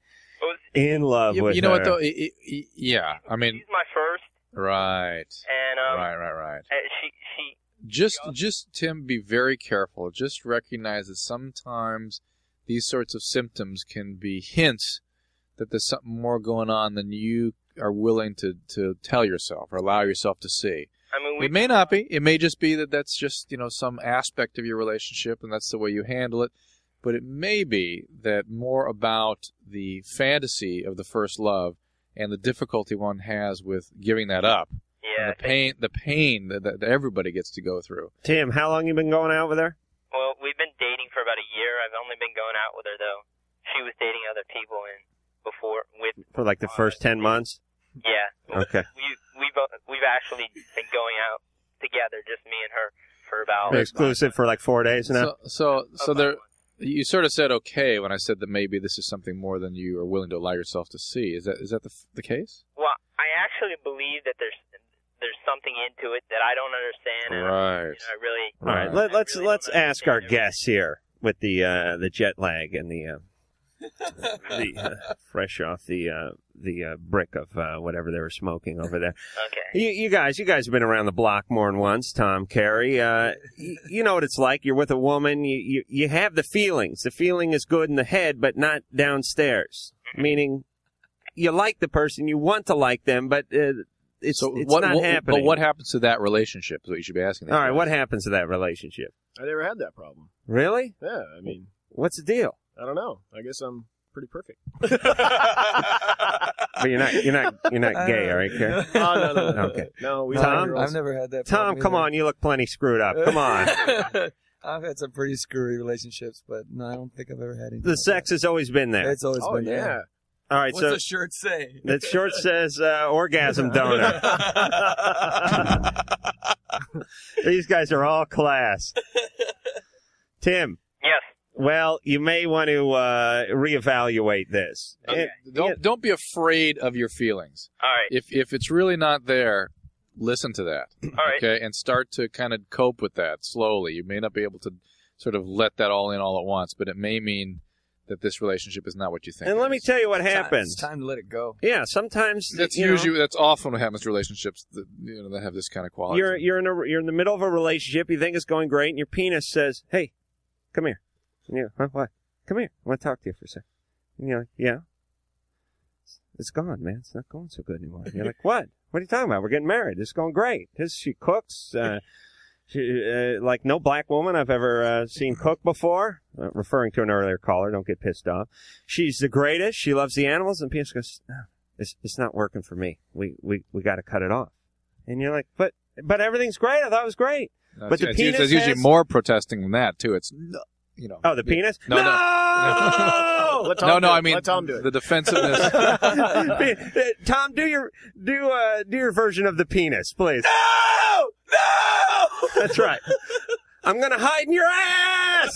Speaker 4: in love
Speaker 5: You,
Speaker 4: with
Speaker 5: you know
Speaker 4: her.
Speaker 5: what, though? It- it- it- yeah. I mean,
Speaker 17: She's my first,
Speaker 5: right.
Speaker 17: and um,
Speaker 5: Right, right, right.
Speaker 17: and she she
Speaker 5: Just, just, Tim, be very careful. Just recognize that sometimes these sorts of symptoms can be hints that there's something more going on than you are willing to, to tell yourself or allow yourself to see.
Speaker 17: I mean, we
Speaker 5: It may not be. It may just be that that's just you know some aspect of your relationship, and that's the way you handle it. But it may be that more about the fantasy of the first love and the difficulty one has with giving that up.
Speaker 17: Yeah.
Speaker 5: the pain, the pain that, that everybody gets to go through.
Speaker 4: Tim, how long you been going out with her?
Speaker 17: Well, we've been dating for about a year. I've only been going out with her though. She was dating other people and before with
Speaker 4: For like the first ten months.
Speaker 17: yeah.
Speaker 4: Okay.
Speaker 17: We we've uh, we've actually been going out together, just me and her, for about
Speaker 4: Exclusive for like four days now.
Speaker 5: So, so, so there, you sort of said okay when I said that maybe this is something more than you are willing to allow yourself to see. Is that is that the the case?
Speaker 17: Well, I actually believe that there's there's something into it that I don't understand. And
Speaker 5: Right.
Speaker 17: You know, I really.
Speaker 4: All right, let, let's let's ask our guests here with the uh, the jet lag and the uh, the uh, fresh off the uh, the uh, brick of uh, whatever they were smoking over there.
Speaker 17: Okay.
Speaker 4: You, you guys, you guys have been around the block more than once. Tom Carey, uh, you, you know what it's like. You're with a woman. You, you you have the feelings. The feeling is good in the head, but not downstairs. Meaning, you like the person, you want to like them, but uh, it's it's
Speaker 5: what,
Speaker 4: not
Speaker 5: what-
Speaker 4: happening.
Speaker 5: But what happens to that relationship is what you should be asking.
Speaker 4: All right, what happens to that relationship?
Speaker 10: I never had that problem.
Speaker 4: Really?
Speaker 10: Yeah, I mean,
Speaker 4: What's the deal?
Speaker 10: I don't know. I guess I'm pretty perfect.
Speaker 4: But you're not you're not you're not gay, all right, Carrie?
Speaker 10: Oh, no, no, no.
Speaker 4: Okay.
Speaker 10: No, we
Speaker 4: Tom,
Speaker 10: I've
Speaker 9: never had that
Speaker 4: Tom,
Speaker 9: problem
Speaker 4: come
Speaker 9: either.
Speaker 4: on, you look plenty screwed up. Come on.
Speaker 9: I've had some pretty screwy relationships, but no, I don't think I've ever had any.
Speaker 4: the sex has always been there.
Speaker 9: It's always been there.
Speaker 4: All right,
Speaker 9: Oh, What's
Speaker 4: so
Speaker 9: the shirt say?
Speaker 4: that shirt says uh, orgasm donor. These guys are all class. Tim.
Speaker 17: Yes.
Speaker 4: Well, you may want to uh, reevaluate this.
Speaker 9: Uh,
Speaker 5: Don't don't be afraid of your feelings.
Speaker 17: All right.
Speaker 5: If if it's really not there, listen to that.
Speaker 17: All right.
Speaker 5: Okay, and start to kind of cope with that slowly. You may not be able to sort of let that all in all at once, but it may mean that this relationship is not what you think.
Speaker 4: And let me tell you what happens.
Speaker 9: time to let it go.
Speaker 4: Yeah, sometimes
Speaker 5: That's
Speaker 4: you know-
Speaker 5: usually that's often what happens to relationships that you know that have this kind of quality.
Speaker 4: You're you're in a you're in the middle of a relationship. You think it's going great, and your penis says, "Hey, come here." And you, huh, what? Come here. I want to talk to you for a second. And you're like, "Yeah." It's gone, man. It's not going so good anymore. And you're like, "What? What are you talking about? We're getting married. It's going great. This she cooks." Uh, She, uh, like no black woman I've ever uh, seen cook before. Uh, referring to an earlier caller, don't get pissed off. She's the greatest. She loves the animals, and penis goes, "Ah, "It's it's not working for me. We we we got to cut it off." And you're like, "But but everything's great. I thought it was great."
Speaker 5: No,
Speaker 4: but the
Speaker 5: it's,
Speaker 4: penis
Speaker 5: it's, it's usually
Speaker 4: has-
Speaker 5: more protesting than that too. It's no, you know.
Speaker 4: Oh, the penis?
Speaker 5: No, no.
Speaker 4: No!
Speaker 5: no, no. I mean, the defensiveness.
Speaker 4: Pe- uh, Tom, do your do uh do your version of the penis, please. No, no. That's right. I'm gonna hide in your ass.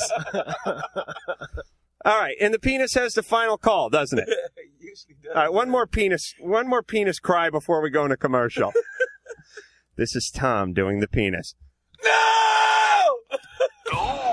Speaker 4: All right, and the penis has the final call, doesn't it? All right, one more penis, one more penis cry before we go into commercial. this is Tom doing the penis. Oh,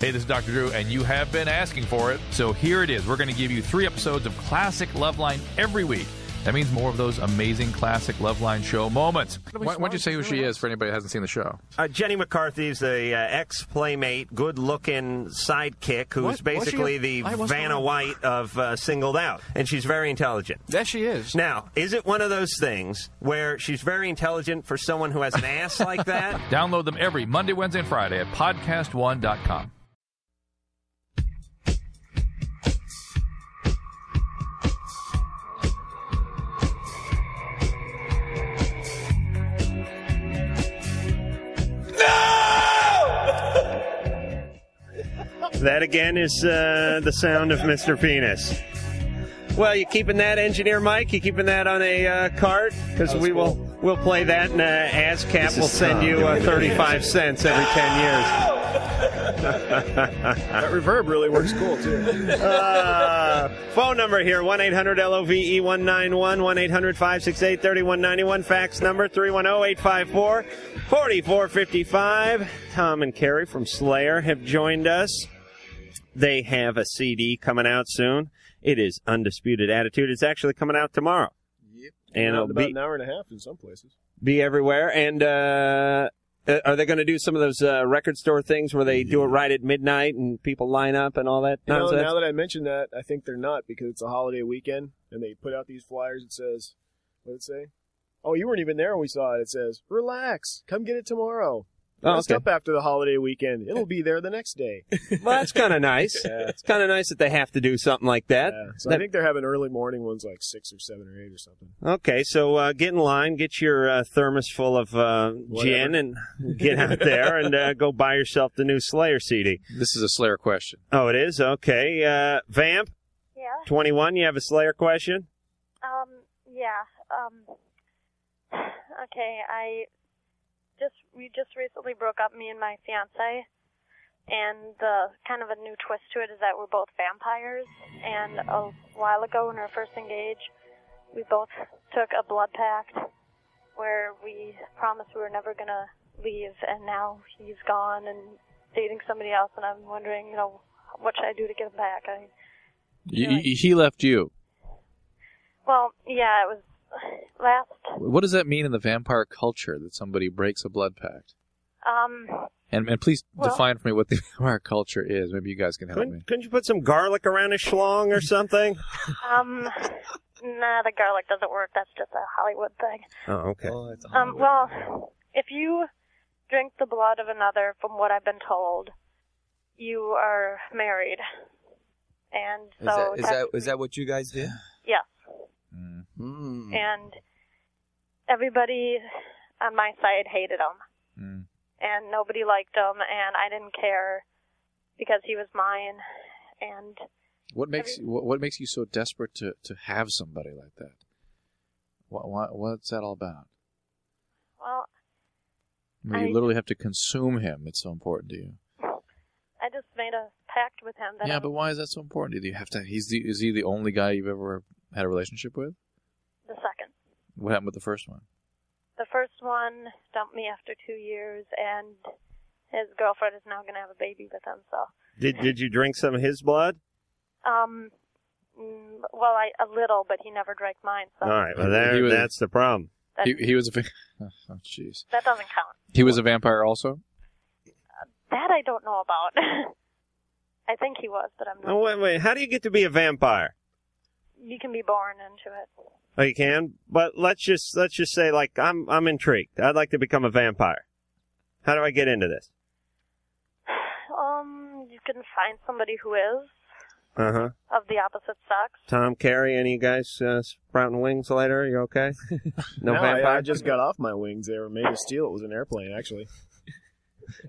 Speaker 15: Hey, this is Dr. Drew, and you have been asking for it. So here it is. We're going to give you three episodes of Classic Loveline every week. That means more of those amazing Classic Loveline show moments.
Speaker 5: Why, why don't you say who she is for anybody that hasn't seen the show?
Speaker 4: Uh, Jenny McCarthy's the uh, ex playmate, good looking sidekick who's
Speaker 5: What? Was she
Speaker 4: basically
Speaker 5: a-
Speaker 4: the
Speaker 5: I wasn't
Speaker 4: Vanna
Speaker 5: aware.
Speaker 4: White of uh, Singled Out. And she's very intelligent.
Speaker 5: Yes, she is.
Speaker 4: Now, is it one of those things where she's very intelligent for someone who has an ass like that?
Speaker 15: Download them every Monday, Wednesday, and Friday at podcast1.com.
Speaker 4: That again is uh, the sound of Mr. Penis. Well, you keeping that engineer Mike? You keeping that on a uh, cart? Because we will we'll play that, and uh, ASCAP will send you uh, thirty five cents every ten years.
Speaker 10: That reverb really works cool too.
Speaker 4: Uh, phone number here 1 800 LOVE 191 1 800 568 3191. Fax number 310 854 4455. Tom and Carrie from Slayer have joined us. They have a CD coming out soon. It is Undisputed Attitude. It's actually coming out tomorrow. Yep. And
Speaker 10: Around
Speaker 4: it'll
Speaker 10: about
Speaker 4: be
Speaker 10: an hour and a half in some places.
Speaker 4: be everywhere. And uh, uh, are they going to do some of those uh, record store things where they do it right at midnight and people line up and all that
Speaker 10: You know,
Speaker 4: nonsense?
Speaker 10: now that I mentioned that, I think they're not because it's a holiday weekend and they put out these flyers. It says, what did it say? Oh, you weren't even there when we saw it. It says, relax, come get it tomorrow.
Speaker 4: Oh,
Speaker 10: Rest
Speaker 4: okay.
Speaker 10: up after the holiday weekend. It'll be there the next day.
Speaker 4: well, that's kind of nice. It's kind of nice that they have to do something like that.
Speaker 10: So I
Speaker 4: That-
Speaker 10: think they're having early morning ones like six or seven or eight or something.
Speaker 4: Okay, so uh, get in line, get your uh, thermos full of uh, gin, and get out there and uh, go buy yourself the new Slayer CD.
Speaker 5: This is a Slayer question.
Speaker 4: Oh, it is? Okay. Uh, Vamp?
Speaker 18: Yeah.
Speaker 4: 21, you have a Slayer question?
Speaker 18: Um, yeah. Um, okay, I just we just recently broke up, me and my fiance, and the kind of a new twist to it is that we're both vampires. And a while ago, when we were first engaged, we both took a blood pact where we promised we were never gonna leave, and now he's gone and dating somebody else, and I'm wondering, you know, what should I do to get him back? I
Speaker 5: Y- y- he left you.
Speaker 18: well, yeah, it was last
Speaker 5: What does that mean in the vampire culture that somebody breaks a blood pact?
Speaker 18: Um,
Speaker 5: And and please
Speaker 18: Well-
Speaker 5: define for me what the vampire culture is. Maybe you guys can help me.
Speaker 4: Couldn't, couldn't you put some garlic around his schlong or something?
Speaker 18: um, nah, the garlic doesn't work. That's just a Hollywood thing.
Speaker 4: oh, okay.
Speaker 18: Um, well, if you drink the blood of another, from what I've been told, you are married. And
Speaker 9: Is
Speaker 18: so,
Speaker 9: that is that is that what you guys did?
Speaker 18: yes.
Speaker 9: Mm.
Speaker 18: And everybody on my side hated him.
Speaker 9: Hmm.
Speaker 18: And nobody liked him, and I didn't care because he was mine. And
Speaker 5: What makes what, what makes you so desperate to, to have somebody like that? What, what what's that all about?
Speaker 18: well,
Speaker 5: I mean, you
Speaker 18: I-
Speaker 5: literally have to consume him. It's so important to you.
Speaker 18: I just made a pact with him that
Speaker 5: yeah,
Speaker 18: I'm
Speaker 5: but why is that so important? Do you have to? He's the, is he the only guy you've ever had a relationship with?
Speaker 18: the second.
Speaker 5: What happened with the first one?
Speaker 18: The first one dumped me after two years, and his girlfriend is now going to have a baby with him. So,
Speaker 4: Did, did you drink some of his blood?
Speaker 18: um, mm, well, I a little, but he never drank mine, so
Speaker 4: All right, well, there,
Speaker 5: He was-
Speaker 4: that's the problem.
Speaker 18: that,
Speaker 5: He, he was a va- oh jeez.
Speaker 18: that doesn't count.
Speaker 5: He was a vampire also.
Speaker 18: That I don't know about. I think he was, but I'm not.
Speaker 4: Oh, wait, wait. How do you get to be a vampire?
Speaker 18: You can be born into it.
Speaker 4: Oh, you can, but let's just let's just say like I'm I'm intrigued. I'd like to become a vampire. How do I get into this?
Speaker 18: Um, you can find somebody who is
Speaker 4: Uh huh.
Speaker 18: of the opposite sex.
Speaker 4: Tom Carey, any of you guys uh, sprouting wings later? You okay? No
Speaker 10: I-
Speaker 4: vampire.
Speaker 10: I, just got off my wings. They were made of steel. It was an airplane, actually.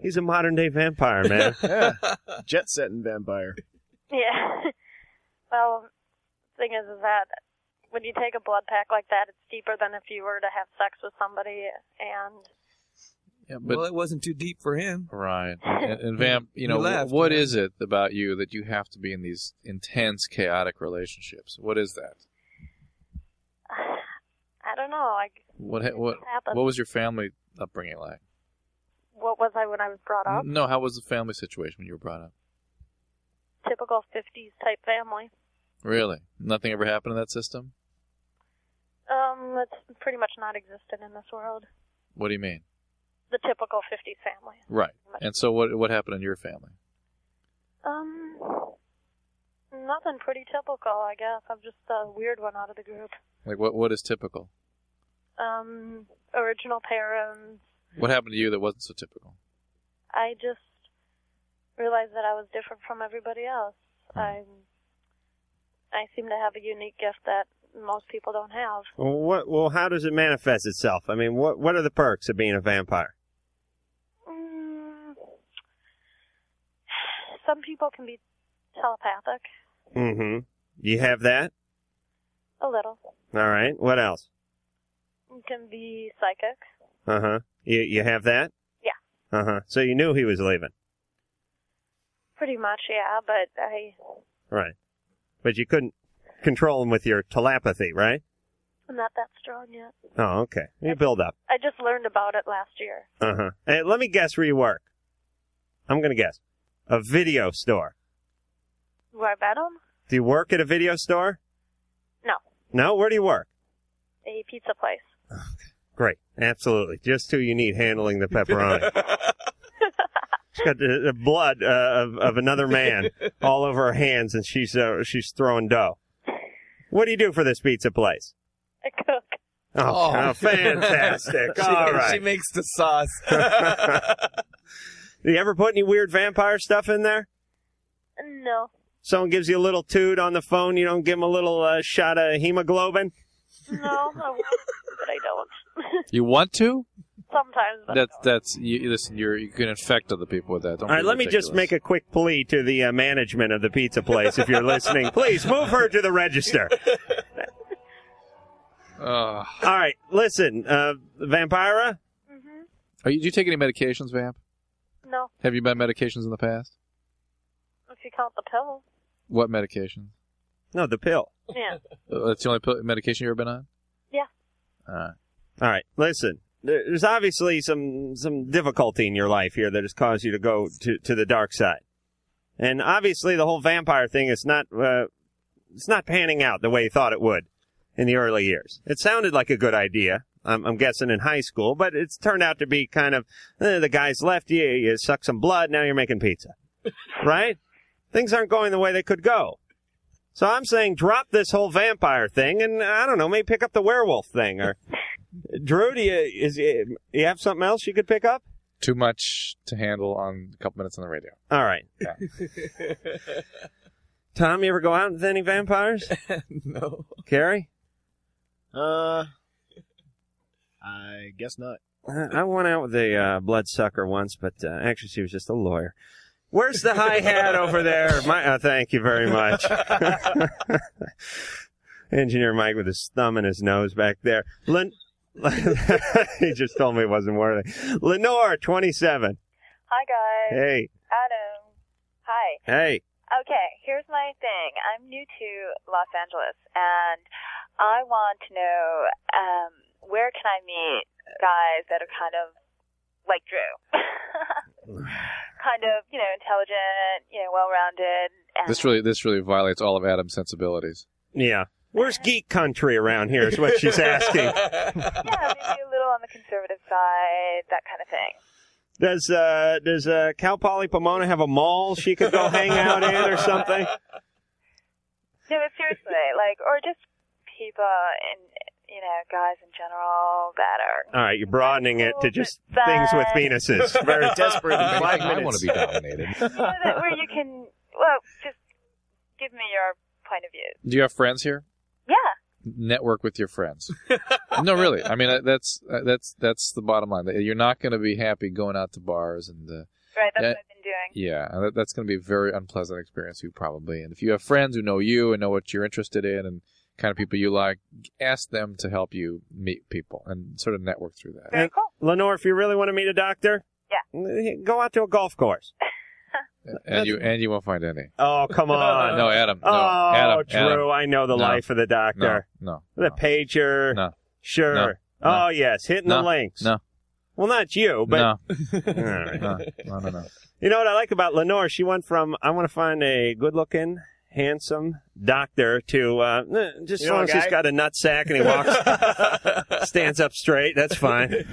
Speaker 4: He's a modern day vampire, man.
Speaker 10: Yeah. Jet setting vampire.
Speaker 18: Yeah. well, thing is, is that when you take a blood pack like that, it's deeper than if you were to have sex with somebody. And
Speaker 5: Yeah, but
Speaker 9: well, it wasn't too deep for him.
Speaker 5: Right. And, and vamp, you
Speaker 9: You
Speaker 5: know,
Speaker 9: left,
Speaker 5: what
Speaker 9: yeah.
Speaker 5: is it about you that you have to be in these intense, chaotic relationships? What is that?
Speaker 18: I don't know. Like,
Speaker 5: What ha- what
Speaker 18: Happens.
Speaker 5: what was your family upbringing like?
Speaker 18: what was I when I was brought up?
Speaker 5: No, how was the family situation when you were brought up?
Speaker 18: Typical 50s type family.
Speaker 5: Really, nothing ever happened in that system.
Speaker 18: Um, that's pretty much not existent in this world.
Speaker 5: What do you mean?
Speaker 18: The typical 50s family.
Speaker 5: Right. And so, what what happened in your family?
Speaker 18: Um, nothing pretty typical, I guess. I'm just the weird one out of the group.
Speaker 5: Like, what what is typical?
Speaker 18: Um, original parents.
Speaker 5: What
Speaker 18: Mm.
Speaker 5: happened to you that wasn't so typical?
Speaker 18: I just realized that I was different from everybody else.
Speaker 5: Hmm.
Speaker 18: I I seem to have a unique gift that most people don't have.
Speaker 4: Well, what? Well, how does it manifest itself? I mean, what what are the perks of being a vampire?
Speaker 18: Mm, some people can be telepathic,
Speaker 4: Mm-hmm. You have that.
Speaker 18: a little.
Speaker 4: All right. What else?
Speaker 18: You can be psychic.
Speaker 4: Uh huh. You you have that.
Speaker 18: Yeah,
Speaker 4: Uh huh. So you knew he was leaving,
Speaker 18: pretty much. Yeah, but I
Speaker 4: right? But you couldn't control him with your telepathy, right?
Speaker 18: I'm not that strong yet.
Speaker 4: Oh, okay. You build up.
Speaker 18: I just learned about it last year.
Speaker 4: Uh huh. Hey, let me guess where you work. I'm gonna guess a video store.
Speaker 18: Where I met him?
Speaker 4: Do you work at a video store?
Speaker 18: No,
Speaker 4: No? Where do you work?
Speaker 18: a pizza place.
Speaker 4: Great. Absolutely. Just who you need handling the pepperoni. She's got the, the blood uh, of, of another man all over her hands, and she's uh, she's throwing dough. What do you do for this pizza place?
Speaker 18: I cook.
Speaker 4: Oh, oh, fantastic!
Speaker 9: She-
Speaker 4: All right.
Speaker 9: She makes the sauce.
Speaker 4: Do you ever put any weird vampire stuff in there?
Speaker 18: No.
Speaker 4: Someone gives you a little toot on the phone, you don't give them a little uh, shot of hemoglobin.
Speaker 18: No, I would, but I don't.
Speaker 5: You want to?
Speaker 18: Sometimes, but
Speaker 5: That's that's you, listen. You're you can infect other people with that. Don't
Speaker 4: All right,
Speaker 5: be
Speaker 4: let me just
Speaker 5: ridiculous.
Speaker 4: make a quick plea to the uh, management of the pizza place. If you're listening, please move her to the register.
Speaker 5: Ugh.
Speaker 4: All right, listen, uh, Vampira.
Speaker 5: Are you, do you take any medications, Vamp?
Speaker 18: Mm-hmm. no.
Speaker 5: Have you been on medications in the past?
Speaker 18: If you count the pill,
Speaker 5: What medication?
Speaker 4: No, the pill.
Speaker 18: yeah,
Speaker 5: Uh, That's the only pill, medication you've ever been on.
Speaker 18: yeah.
Speaker 5: All
Speaker 4: Uh, right, listen. there- There's obviously some some difficulty in your life here that has caused you to go to to the dark side, and obviously the whole vampire thing is not uh, it's not panning out the way you thought it would in the early years. It sounded like a good idea. I'm, I'm guessing in high school, but it's turned out to be kind of eh, the guys left you, you suck some blood, now you're making pizza, right? Things aren't going the way they could go. So I'm saying drop this whole vampire thing, and I don't know, maybe pick up the werewolf thing. Or Drew, do you is you you have something else you could pick up?
Speaker 5: Too much to handle on a couple minutes on the radio.
Speaker 4: All right,
Speaker 5: Yeah.
Speaker 4: Tom, you ever go out with any vampires?
Speaker 10: no.
Speaker 4: Carrie,
Speaker 10: Uh, I guess not.
Speaker 4: I I went out with a uh, bloodsucker once, but uh, actually she was just a lawyer. Where's the high hat over there? My, uh, thank you very much. Engineer Mike with his thumb in his nose back there. Len- he just told me it wasn't worth it. Lenore, 27.
Speaker 19: Hi guys.
Speaker 4: Hey.
Speaker 19: Adam. Hi.
Speaker 4: Hey.
Speaker 19: Okay, here's my thing. I'm new to Los Angeles and I want to know um where can I meet guys that are kind of like Drew? kind of, you know, intelligent, you know, well-rounded. And
Speaker 5: This really this really violates all of Adam's sensibilities.
Speaker 4: Yeah. Where's geek country around here is what she's asking.
Speaker 19: yeah, maybe a little on the conservative side, that kind of thing.
Speaker 4: Does uh does uh Cal Poly Pomona have a mall she could go hang out in or something?
Speaker 19: No, but seriously, like or just people and you know, guys in general that are
Speaker 4: All right, you're broadening it to just things with penises. Very desperate. in Five minutes.
Speaker 5: I want to be dominated.
Speaker 19: you know, that where you can well just give me your point of view
Speaker 5: Do you have friends here?
Speaker 19: yeah
Speaker 5: network with your friends. no, really. I mean, uh, that's uh, that's that's the bottom line. You're not going to be happy going out to bars and. Uh,
Speaker 19: right that's what
Speaker 5: Yeah.
Speaker 19: i've been doing
Speaker 5: yeah, and that- that's going to be a very unpleasant experience for you probably. And if you have friends who know you and know what you're interested in and kind of people you like, ask them to help you meet people and sort of network through that.
Speaker 4: And, Lenore, if you really want to meet a doctor, yeah, go out to a golf course.
Speaker 5: And you and you won't find any.
Speaker 4: Oh, come on.
Speaker 5: No, Adam, no.
Speaker 4: Oh,
Speaker 5: Adam,
Speaker 4: Drew,
Speaker 5: Adam.
Speaker 4: I know the
Speaker 5: No.
Speaker 4: life of the doctor.
Speaker 5: No,
Speaker 4: The pager.
Speaker 5: No.
Speaker 4: Sure.
Speaker 5: No.
Speaker 4: Oh, yes, hitting
Speaker 5: no,
Speaker 4: the links.
Speaker 5: No,
Speaker 4: Well, not you, but
Speaker 5: no,
Speaker 4: All right.
Speaker 5: no, no, no, no.
Speaker 4: You know what I like about Lenore? She went from I want to find a good-looking, handsome doctor to uh, eh, just
Speaker 10: You
Speaker 4: as
Speaker 10: know
Speaker 4: long
Speaker 10: a
Speaker 4: as he's
Speaker 10: guy?
Speaker 4: got a nut sack and he walks, stands up straight. That's fine.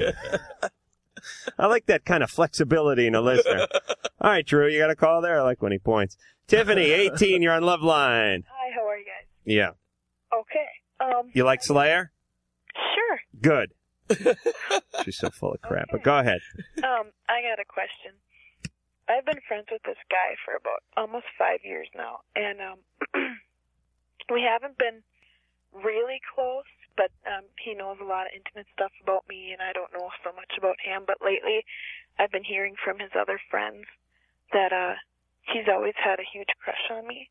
Speaker 4: I like that kind of flexibility in a listener. All right, Drew, you got a call there. I like when he points. Tiffany, 18, you're on Love Line.
Speaker 20: Hi, how are you guys?
Speaker 4: Yeah,
Speaker 20: Okay. Um,
Speaker 4: you like Slayer?
Speaker 20: sure.
Speaker 4: Good. She's so full of crap. But go ahead.
Speaker 20: Um, I got a question. I've been friends with this guy for about almost five years now, and um, we haven't been really close. But um, he knows a lot of intimate stuff about me, and I don't know so much about him. But lately, I've been hearing from his other friends that uh, he's always had a huge crush on me,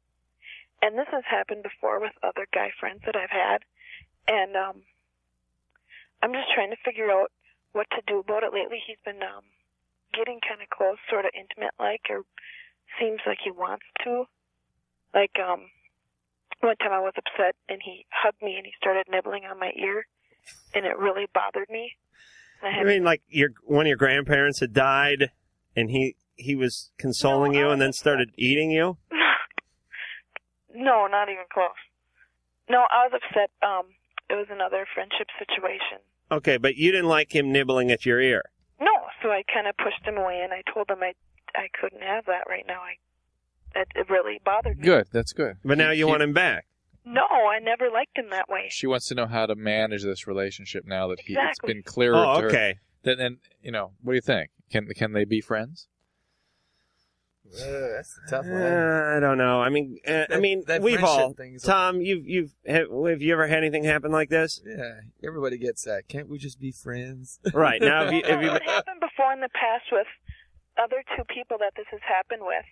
Speaker 20: and this has happened before with other guy friends that I've had, and um, I'm just trying to figure out what to do about it lately. He's been um getting kind of close, sort of intimate like, or seems like he wants to. Like um one time I was upset and he hugged me and he started nibbling on my ear, and it really bothered me. And I
Speaker 4: I
Speaker 20: had
Speaker 4: mean, like your one of your grandparents had died, and he he was consoling you, and then started eating you.
Speaker 20: No, not even close. No, I was upset. Um, it was another friendship situation.
Speaker 4: Okay, but you didn't like him nibbling at your ear.
Speaker 20: No, so I kind of pushed him away, and I told him I I couldn't have that right now. I it, it really bothered me.
Speaker 5: Good. That's good.
Speaker 4: But now you want him back.
Speaker 20: No, I never liked him that way.
Speaker 5: She wants to know how to manage this relationship now that he it's
Speaker 20: Exactly.
Speaker 5: been clearer
Speaker 4: Oh,
Speaker 5: to her.
Speaker 4: okay.
Speaker 5: Then, then you know, what do you think? Can can they be friends?
Speaker 9: that's a tough
Speaker 4: Uh, I don't know. I mean, uh, I
Speaker 9: That-
Speaker 4: mean,
Speaker 9: that
Speaker 4: we've
Speaker 9: friendship
Speaker 4: all.
Speaker 9: thing's like-
Speaker 4: Tom, you've you've have, have you ever had anything happen like this?
Speaker 9: Yeah, everybody gets that. Can't we just be friends?
Speaker 4: Right now, have you, have you
Speaker 20: It happened before in the past with other two people that this has happened with.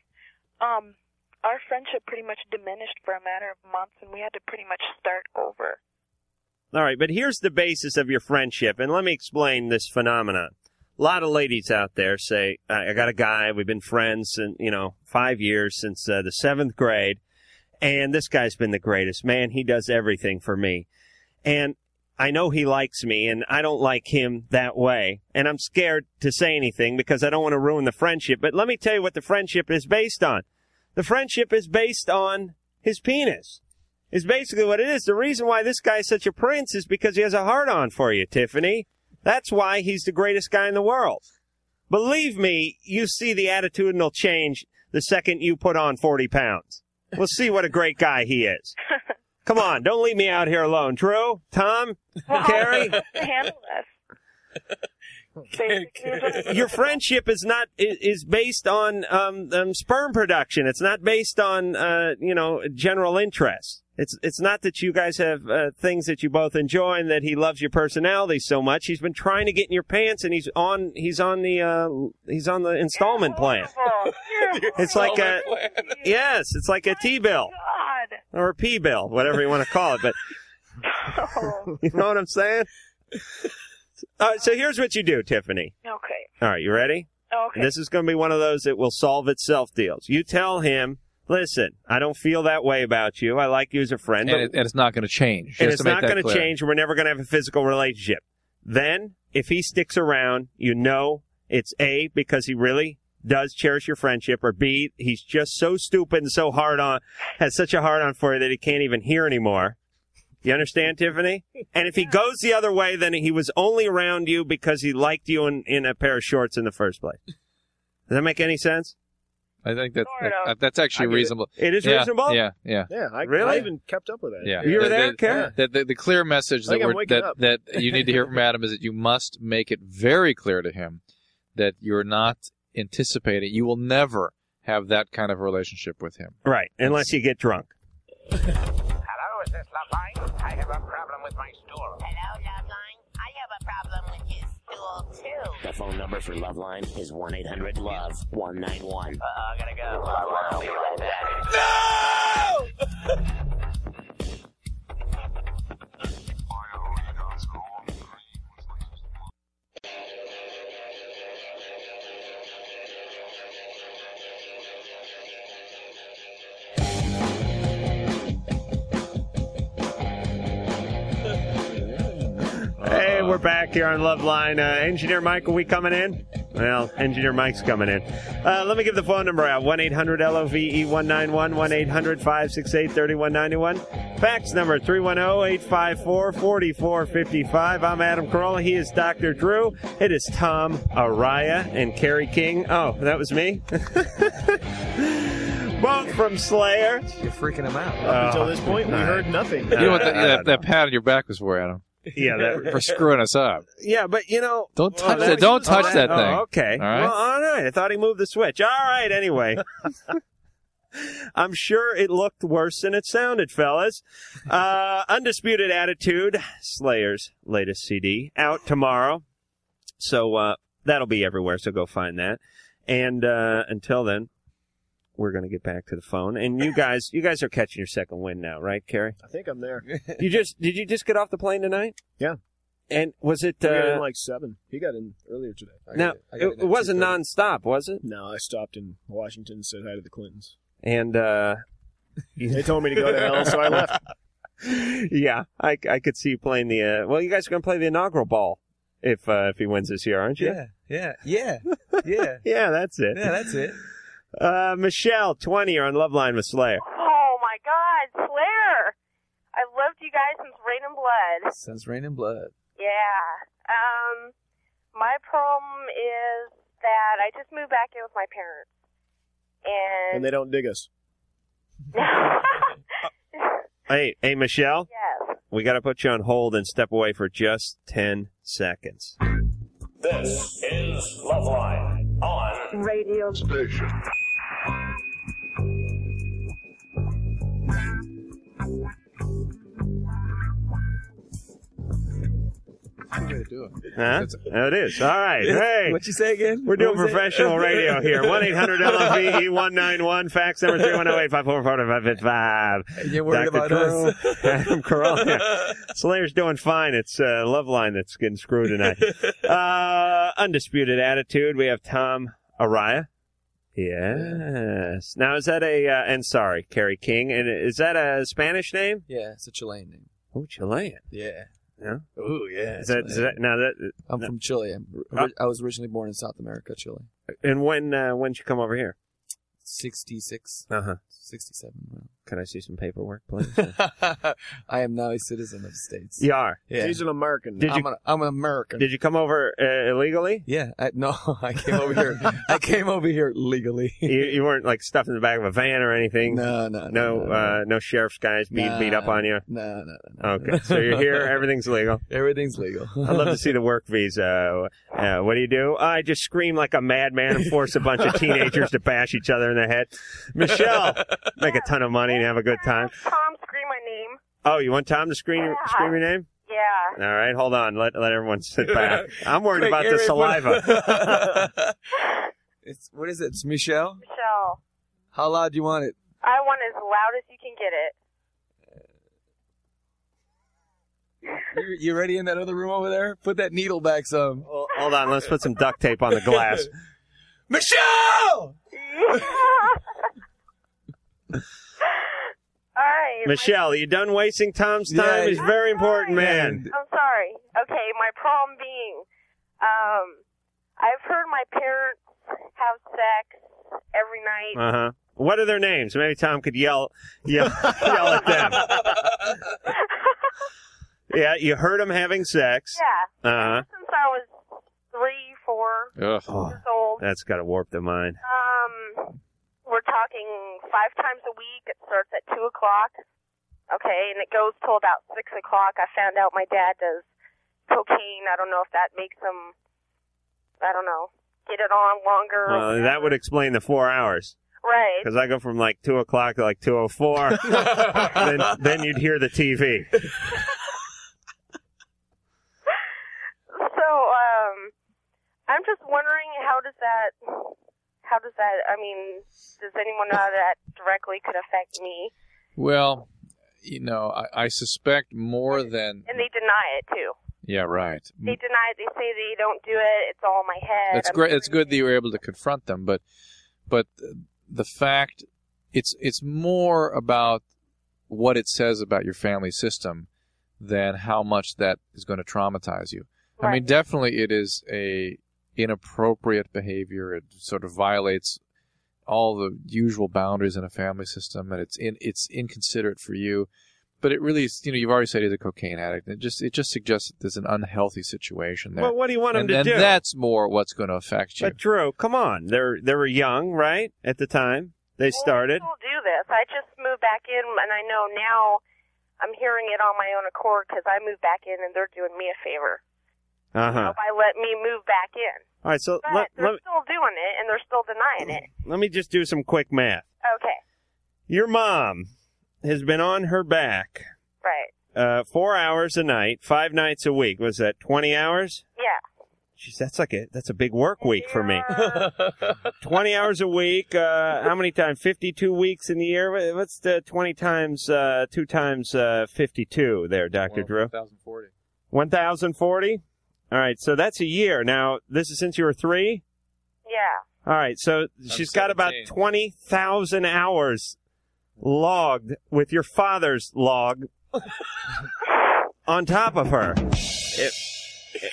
Speaker 20: Um, our friendship pretty much diminished for a matter of months, and we had to pretty much start over.
Speaker 4: All right, but here's the basis of your friendship, and let me explain this phenomenon. A lot of ladies out there say, "I, I got a guy. We've been friends, and you know, five years since uh, the seventh grade, and this guy's been the greatest man. He does everything for me, and I know he likes me, and I don't like him that way. And I'm scared to say anything because I don't want to ruin the friendship. But let me tell you what the friendship is based on. The friendship is based on his penis is basically what it is. The reason why this guy's such a prince is because he has a heart on for you, Tiffany. That's why he's the greatest guy in the world. Believe me, you see the attitudinal change the second you put on 40 pounds. We'll see what a great guy he is. Come on, don't leave me out here alone. Drew, Tom, Carrie,
Speaker 20: To handle this. Basically, it was just-
Speaker 4: your friendship is not i- is based on um, um, sperm production. It's not based on uh, you know general interest. It's it's not that you guys have uh, things that you both enjoy and that he loves your personality so much. He's been trying to get in your pants and he's on he's on the uh, he's on the installment plan. It's like a yes, it's like a T bill
Speaker 20: God.
Speaker 4: or a P bill, whatever you want to call it. But
Speaker 20: Oh.
Speaker 4: you know what I'm saying. Uh, so here's what you do, Tiffany.
Speaker 20: Okay.
Speaker 4: All right, you ready?
Speaker 20: Okay.
Speaker 4: And this is going to be one of those that will solve itself deals. You tell him, listen, I don't feel that way about you. I like you as a friend.
Speaker 5: And,
Speaker 4: but-
Speaker 5: it, and it's not going to change. She
Speaker 4: and
Speaker 5: has
Speaker 4: it's
Speaker 5: to make
Speaker 4: not
Speaker 5: that
Speaker 4: going to
Speaker 5: clear.
Speaker 4: change. We're never going to have a physical relationship. Then, if he sticks around, you know it's A, because he really does cherish your friendship, or B, he's just so stupid and so hard on, has such a hard on for you that he can't even hear anymore. You understand, Tiffany? And if he goes the other way, then he was only around you because he liked you in, in a pair of shorts in the first place. Does that make any sense?
Speaker 5: I think that's
Speaker 4: Sort of.
Speaker 5: that- that's actually
Speaker 4: I get it.
Speaker 5: reasonable.
Speaker 4: It is
Speaker 5: Yeah,
Speaker 4: reasonable?
Speaker 5: Yeah, yeah.
Speaker 10: Yeah, I, I
Speaker 4: Really?
Speaker 10: even kept up with that.
Speaker 5: Yeah,
Speaker 4: You were
Speaker 5: The-
Speaker 4: there,
Speaker 5: the,
Speaker 4: Karen?
Speaker 5: The, the, the clear message
Speaker 10: I think
Speaker 5: that,
Speaker 10: I'm
Speaker 5: we're,
Speaker 10: waking
Speaker 5: that
Speaker 10: up.
Speaker 5: that you need to hear from Adam is that you must make it very clear to him that you're not anticipating. You will never have that kind of relationship with him.
Speaker 4: Right, unless you get drunk.
Speaker 13: Hello, is this Loveline? I have a problem with my stool. Hello, Loveline. I have a problem with his stool, too.
Speaker 1: The phone number for Loveline is 1 800 Love 191.
Speaker 13: Uh, I gotta go. I'll be right back.
Speaker 4: Hey, we're back here on Loveline. Uh, Engineer Mike, are we coming in? Well, Engineer Mike's coming in. Uh, let me give the phone number out 1 800 LOVE 191 1 800 568 3191. Fax number 310 854 4455. I'm Adam Carolla. He is Dr. Drew. It is Tom Araya and Carrie King. Oh, that was me? Both from Slayer. Oh.
Speaker 9: You're freaking him out.
Speaker 4: Up
Speaker 10: until this point, we heard nothing.
Speaker 5: You know what? uh, That, that, that pat on your back was for Adam.
Speaker 4: Yeah, that-
Speaker 5: for screwing us up.
Speaker 4: Yeah, but you know,
Speaker 5: Don't
Speaker 4: Oh,
Speaker 5: touch
Speaker 4: that
Speaker 5: that.
Speaker 4: was-
Speaker 5: Don't touch
Speaker 4: oh,
Speaker 5: that thing.
Speaker 4: Oh, okay.
Speaker 5: All right.
Speaker 4: Well, all right. I thought he moved the switch. All right. Anyway, I'm sure it looked worse than it sounded, fellas. Uh, Undisputed Attitude, Slayer's latest CD, out tomorrow. So uh, that'll be everywhere. So go find that. And uh, until then, we're gonna get back to the phone. And you guys, you guys are catching your second win now, right, Carrie?
Speaker 10: I think I'm there.
Speaker 4: You just did you just get off the plane tonight?
Speaker 10: Yeah.
Speaker 4: And was it?
Speaker 10: We got
Speaker 4: Uh,
Speaker 10: in like seven. He got in earlier today.
Speaker 4: now it, it wasn't nonstop, was it?
Speaker 10: No, I stopped in Washington and said hi to the Clintons.
Speaker 4: And uh, they
Speaker 10: told me to go to hell, so I left.
Speaker 4: yeah, I, I could see you playing the. Uh, well, you guys are going to play the inaugural ball if uh, if he wins this year, aren't you?
Speaker 9: Yeah, yeah, yeah, yeah.
Speaker 4: yeah, that's it.
Speaker 9: Yeah, that's it.
Speaker 4: Uh, Michelle, twenty, you're on Love Line with Slayer.
Speaker 21: Oh my God, blood.
Speaker 9: Since Rain and Blood.
Speaker 21: Yeah. Um, my problem is that I just moved back in with my parents, and
Speaker 10: And they don't dig us.
Speaker 4: Hey, hey, Michelle.
Speaker 21: Yes.
Speaker 4: We got to put you on hold and step away for just ten seconds.
Speaker 12: This is Loveline on radio station.
Speaker 5: Good way to do it.
Speaker 4: Huh? That is. All right. Hey.
Speaker 9: What'd you say again?
Speaker 4: We're doing
Speaker 9: What was it?
Speaker 4: professional radio here. 1 800 LFE 191, fax number 310 854
Speaker 9: You're worried about us.
Speaker 4: Adam Carolla. Yeah. Slayer's doing fine. It's uh, Loveline that's getting screwed tonight. Uh, undisputed attitude. We have Tom Araya. Yes. Now, is that a, uh, and sorry, Kerry King, and is that a Spanish name?
Speaker 9: Yeah, it's a Chilean name.
Speaker 4: Oh, Chilean.
Speaker 9: Yeah.
Speaker 4: No?
Speaker 9: Ooh, yeah,
Speaker 4: Is that, is that, now that,
Speaker 9: I'm
Speaker 4: no.
Speaker 9: from Chile. I'm,
Speaker 4: Ah.
Speaker 9: I was originally born in South America, Chile.
Speaker 4: and when, uh, when did you come over here?
Speaker 9: 66.
Speaker 4: Uh huh.
Speaker 9: 67.
Speaker 4: Can I see some paperwork, please?
Speaker 9: I am now a citizen of the States.
Speaker 4: You are.
Speaker 9: Yeah.
Speaker 10: He's an American.
Speaker 4: Did you-
Speaker 9: I'm, an, I'm an American.
Speaker 4: Did you come over uh, illegally?
Speaker 9: Yeah. I, no, I came over here. I came over here legally.
Speaker 4: you, you weren't like stuffed in the back of a van or anything.
Speaker 9: No, no,
Speaker 4: no,
Speaker 9: no, no.
Speaker 4: uh, no sheriff's guys beat
Speaker 9: Nah,
Speaker 4: beat up on you.
Speaker 9: No, no, no.
Speaker 4: Okay, so you're here. Everything's legal.
Speaker 9: Everything's legal.
Speaker 4: I'd love to see the work visa. Uh, what do you do? I just scream like a madman and force a bunch of teenagers to bash each other in the head. Michelle, make a ton of money and have a good time.
Speaker 21: Tom screamed my name.
Speaker 4: Oh, you want Tom to scream scream your name?
Speaker 21: Yeah.
Speaker 4: All right, hold on. Let let everyone sit back. I'm worried
Speaker 9: Quick,
Speaker 4: about the
Speaker 9: everyone-
Speaker 4: saliva.
Speaker 9: It's what is it? It's Michelle.
Speaker 21: Michelle,
Speaker 9: How loud do you want it?
Speaker 21: I want as loud as you can get it.
Speaker 9: You, you ready in that other room over there? Put that needle back some.
Speaker 4: hold on, let's put some duct tape on the glass.
Speaker 9: Michelle.
Speaker 21: All right. my-
Speaker 4: Michelle, are you done wasting Tom's time? He's a very important, man.
Speaker 21: I'm sorry. Okay, my problem being, um, I've heard my parents have sex every night.
Speaker 4: Uh huh. What are their names? Maybe Tom could yell, yell, yell at them. yeah, you heard them having sex.
Speaker 21: Yeah.
Speaker 4: Uh
Speaker 21: Since I was three, four
Speaker 4: huh.
Speaker 21: years old,
Speaker 4: Oh, That's got to warp the mind.
Speaker 21: um, we're talking five times a week. It starts at two o'clock. Okay, and it goes till about six o'clock. I found out my dad does cocaine. I don't know if that makes him, I don't know, get it on longer. or
Speaker 4: Well, that would explain the four hours.
Speaker 21: Right.
Speaker 4: Because I go from like two o'clock to like two o four, then then you'd hear the TV.
Speaker 21: So, um, I'm just wondering how does that, how does that, I mean, does anyone know how that directly could affect me?
Speaker 5: Well, you know, I, I suspect more than
Speaker 21: And they deny it too.
Speaker 5: yeah, right. Mm,
Speaker 21: They deny it. They say they don't do it. It's all in my head.
Speaker 5: It's
Speaker 21: I'm
Speaker 5: great. It's good that you were able to confront them, but but the fact it's it's more about what it says about your family system than how much that is going to traumatize you. I mean, definitely it is a inappropriate behavior. It sort of violates all the usual boundaries in a family system, and it's in it's inconsiderate for you. But it really, is, you know, you've already said he's a cocaine addict. It just it just suggests that there's an unhealthy situation there.
Speaker 4: Well, what do you want him
Speaker 5: and
Speaker 4: to
Speaker 5: then
Speaker 4: do?
Speaker 5: That's more what's going to affect you.
Speaker 4: But Drew, come on, they're they were young, right? At the time they started.
Speaker 21: people do this. I just moved back in, and I know now I'm hearing it on my own accord because I moved back in, and they're doing me a favor
Speaker 4: Uh huh.
Speaker 21: by let me move back in.
Speaker 4: All right, so
Speaker 21: But
Speaker 4: let,
Speaker 21: they're
Speaker 4: let
Speaker 21: still doing it, and they're still denying it.
Speaker 4: let me just do some quick math.
Speaker 21: Okay,
Speaker 4: Your mom has been on her back
Speaker 21: right?
Speaker 4: uh, four hours a night, five nights a week. Was that twenty hours?
Speaker 21: Yeah.
Speaker 4: Jeez, that's like a that's a big work week for me. twenty hours a week. Uh, how many times? Fifty-two weeks in the year. Wha- What's the twenty times uh, two times uh, fifty-two? There, Doctor Drew.
Speaker 5: 1040.
Speaker 4: 1,040? All right, so that's a year. Now, this is since you were three?
Speaker 21: Yeah.
Speaker 4: All right, so she's got about 20,000 hours logged with your father's log on top of her. It-